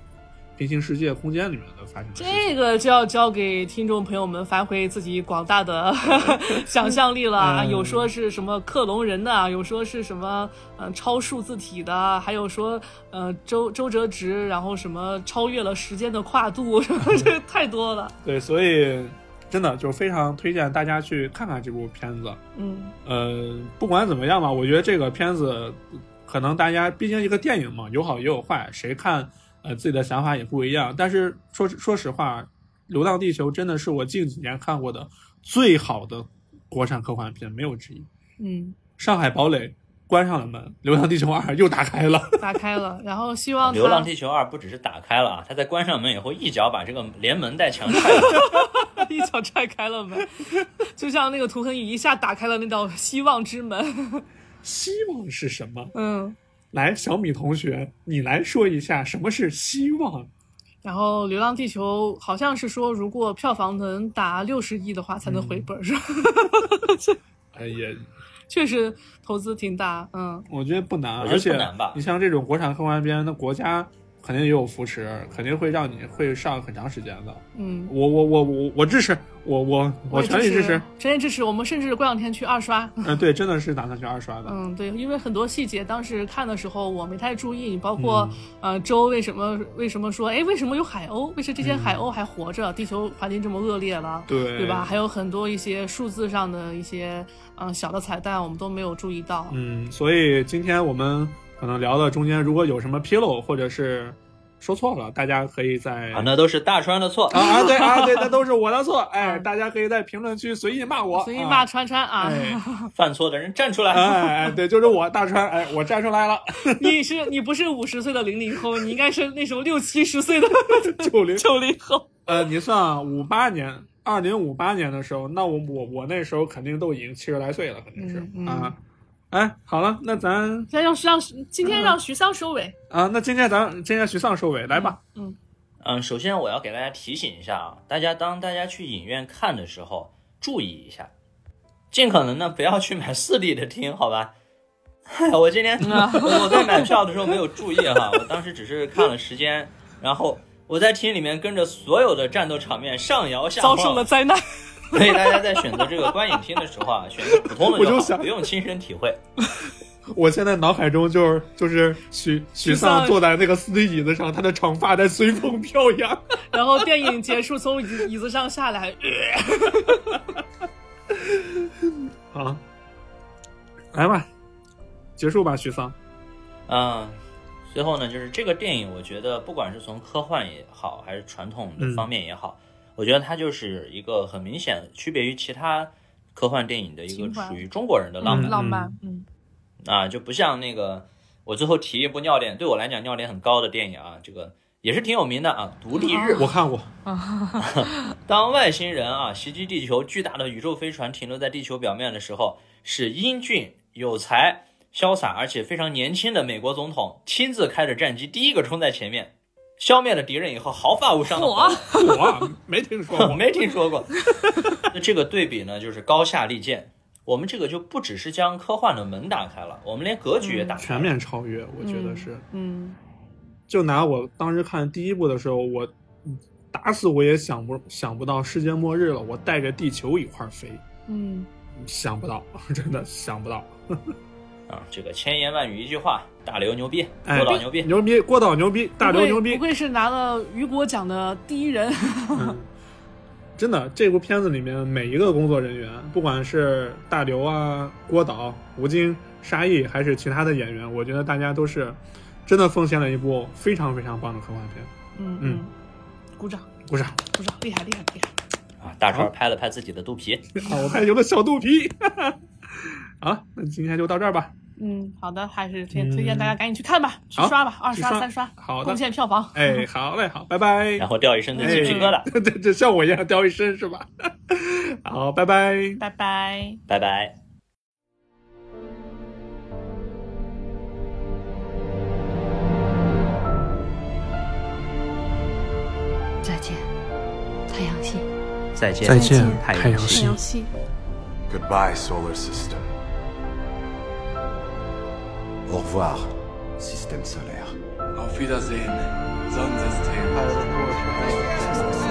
[SPEAKER 2] 平行世界空间里面的发生的事情？
[SPEAKER 3] 这个就要交给听众朋友们发挥自己广大 的想象力了啊！
[SPEAKER 2] 嗯
[SPEAKER 3] 有说是什么克隆人的啊，有说是什么嗯、呃超数字体的啊，还有说呃周周折值，然后什么超越了时间的跨 度，这太多了。
[SPEAKER 2] 对，所以真的就非常推荐大家去看看这部片子。
[SPEAKER 3] 嗯，
[SPEAKER 2] 呃，不管怎么样吧，我觉得这个片子可能大家毕竟一个电影嘛，有好也有坏，谁看呃自己的想法也不一样。但是说说实话，《流浪地球》真的是我近几年看过的最好的国产科幻片，没有之一。
[SPEAKER 3] 嗯，
[SPEAKER 2] 上海堡垒关上了门，《流浪地球二》又打开了。
[SPEAKER 3] 打开了，然后希望
[SPEAKER 4] 流浪
[SPEAKER 3] 他
[SPEAKER 4] 地球二》不只是打开了啊，它在关上门以后，一脚把这个连门带墙踹了。
[SPEAKER 3] 一脚踹开了门，就像那个涂恒宇一下打开了那道希望之门。
[SPEAKER 2] 希望是什么？
[SPEAKER 3] 嗯。
[SPEAKER 2] 来，小米同学，你来说一下什么是希望？
[SPEAKER 3] 然后《流浪地球》好像是说，如果票房能达六十亿的话，才能回
[SPEAKER 2] 嗯
[SPEAKER 3] 本，是吧？
[SPEAKER 2] 哎也，
[SPEAKER 3] 确实投资挺大，嗯
[SPEAKER 2] 我觉得不难，
[SPEAKER 4] 我觉得
[SPEAKER 2] 而且
[SPEAKER 4] 不难吧
[SPEAKER 2] 你像这种国产科幻片，那国家肯定也有扶持，肯定会让你会上很长时间的。
[SPEAKER 3] 嗯，
[SPEAKER 2] 我我我我我支持，我我我
[SPEAKER 3] 也
[SPEAKER 2] 全力支持
[SPEAKER 3] 持。，全力支持。我们甚至过两天去二刷，
[SPEAKER 2] 嗯、对，真的是打算去二刷的。
[SPEAKER 3] 嗯，对，因为很多细节当时看的时候我没太注意，包括、
[SPEAKER 2] 嗯
[SPEAKER 3] 呃周为什么为什么说，哎，为什么有海鸥？为什么这些海鸥还活着？地球环境这么恶劣了，
[SPEAKER 2] 对
[SPEAKER 3] 对吧？还有很多一些数字上的一些嗯、呃小的彩蛋，我们都没有注意到。
[SPEAKER 2] 嗯，所以今天我们可能聊的中间，如果有什么纰漏或者是说错了，大家可以在
[SPEAKER 4] 啊，那都是大川的错。
[SPEAKER 2] 啊啊对啊 对，那都是我的错。哎，大家可以在评论区随意骂我，
[SPEAKER 3] 所以骂
[SPEAKER 2] 啊。
[SPEAKER 3] 川川啊，
[SPEAKER 2] 哎
[SPEAKER 4] 犯错的人站出
[SPEAKER 2] 哎
[SPEAKER 4] 来。
[SPEAKER 2] 哎，对，就是我大川，哎，我站出来了，
[SPEAKER 3] 你是你不是五十岁的零零后，你应该是那时候六七十岁的
[SPEAKER 2] 九零
[SPEAKER 3] 九零后。
[SPEAKER 2] 呃，你算啊，五八年，二零五八年的时候，那我我我那时候肯定都已经七十来岁了，肯定是、
[SPEAKER 3] 嗯嗯
[SPEAKER 2] 啊。哎，好了，那咱
[SPEAKER 3] 那要让今天让徐桑收尾，
[SPEAKER 2] 啊，那今天咱今天徐丧收尾，来吧。
[SPEAKER 4] 嗯，首先我要给大家提醒一下啊，大家当大家去影院看的时候，注意一下，尽可能呢不要去买四 D 的厅，好吧？哎，我今天
[SPEAKER 3] 啊
[SPEAKER 4] 我在买票的时候没有注意哈，我当时只是看了时间，然后我在厅里面跟着所有的战斗场面上摇下
[SPEAKER 3] 遭
[SPEAKER 4] 晃，
[SPEAKER 3] 受了灾难。
[SPEAKER 4] 所以大家在选择这个观影厅的时候啊，选择普通的
[SPEAKER 2] 我就
[SPEAKER 4] 就好，
[SPEAKER 2] 想
[SPEAKER 4] 不用亲身体会。
[SPEAKER 2] 我现在脑海中就是就是许许
[SPEAKER 3] 丧
[SPEAKER 2] 丧坐在那个四推椅子上，他的长发在随风飘扬。
[SPEAKER 3] 然后电影结束，从椅子椅子上下来，呃
[SPEAKER 2] 啊，来吧，结束吧，许丧。
[SPEAKER 4] 嗯，最后呢，就是这个电影，我觉得不管是从科幻也好，还是传统的方面也好，我觉得它就是一个很明显区别于其他科幻电影的一个
[SPEAKER 3] 情怀
[SPEAKER 4] 属于中国人的浪漫、
[SPEAKER 3] 浪漫，嗯，
[SPEAKER 4] 啊，就不像那个我最后提一部尿点，对我来讲尿点很高的电影啊，这个也是挺有名的啊，《独立日》
[SPEAKER 2] 我看过，
[SPEAKER 4] 当外星人啊袭击地球，巨大的宇宙飞船停留在地球表面的时候，是英俊有才、潇洒而且非常年轻的美国总统亲自开着战机，第一个冲在前面，消灭了敌人以后毫发无伤的回来。
[SPEAKER 2] 我啊没听说过。
[SPEAKER 4] 没听说过。那这个对比呢，就是高下立见。我们这个就不只是将科幻的门打开了，我们连格局也打 开
[SPEAKER 2] 嗯全
[SPEAKER 4] 了。
[SPEAKER 2] 面超越，我觉得是。
[SPEAKER 3] 嗯，
[SPEAKER 2] 就拿我当时看第一部的时候，我打死我也想不想不到世界末日了，我带着地球一块儿飞，
[SPEAKER 3] 嗯
[SPEAKER 2] 想不到， 真的想不到。
[SPEAKER 4] 啊，这个千言万语一句话，大刘牛逼，
[SPEAKER 2] 哎，
[SPEAKER 4] 郭导牛逼。
[SPEAKER 2] 牛逼，郭导牛逼，大刘牛
[SPEAKER 3] 不愧
[SPEAKER 2] 逼
[SPEAKER 3] 不，愧是拿了雨果奖的第一人，
[SPEAKER 2] 嗯真的，这部片子里面每一个工作人员，不管是大刘啊、郭导、吴京、沙溢，还是其他的演员，我觉得大家都是真的奉献了一部非常非常棒的科幻片。啊
[SPEAKER 3] 嗯
[SPEAKER 2] 嗯，
[SPEAKER 3] 鼓掌
[SPEAKER 2] 鼓掌！
[SPEAKER 3] 鼓掌，厉害厉害厉害，
[SPEAKER 4] 啊，大川拍了拍自己的肚皮。
[SPEAKER 2] 啊，我还有了小肚皮。 好，那今天就到这儿吧。
[SPEAKER 3] 嗯，好的，还是推
[SPEAKER 2] 嗯
[SPEAKER 3] 推荐大家赶紧去看吧，去
[SPEAKER 2] 好
[SPEAKER 3] 刷吧，二
[SPEAKER 2] 去
[SPEAKER 3] 刷
[SPEAKER 2] 刷
[SPEAKER 3] 三刷，
[SPEAKER 2] 好的
[SPEAKER 3] 贡献票房，
[SPEAKER 2] 哎，好嘞，好，拜拜。
[SPEAKER 4] 然后掉一身的鸡皮疙瘩。
[SPEAKER 2] 哎，这这像我一样掉一身是吧？好，拜拜。
[SPEAKER 3] 拜拜。
[SPEAKER 4] 拜拜。
[SPEAKER 7] 再见，太阳系。
[SPEAKER 4] 再见，
[SPEAKER 2] 再见
[SPEAKER 4] 太
[SPEAKER 2] 太
[SPEAKER 4] 阳
[SPEAKER 2] 阳系。
[SPEAKER 4] 系
[SPEAKER 8] Goodbye, solar system. Au revoir, système solaire.
[SPEAKER 9] Auf Wiedersehen, Sonnensystem.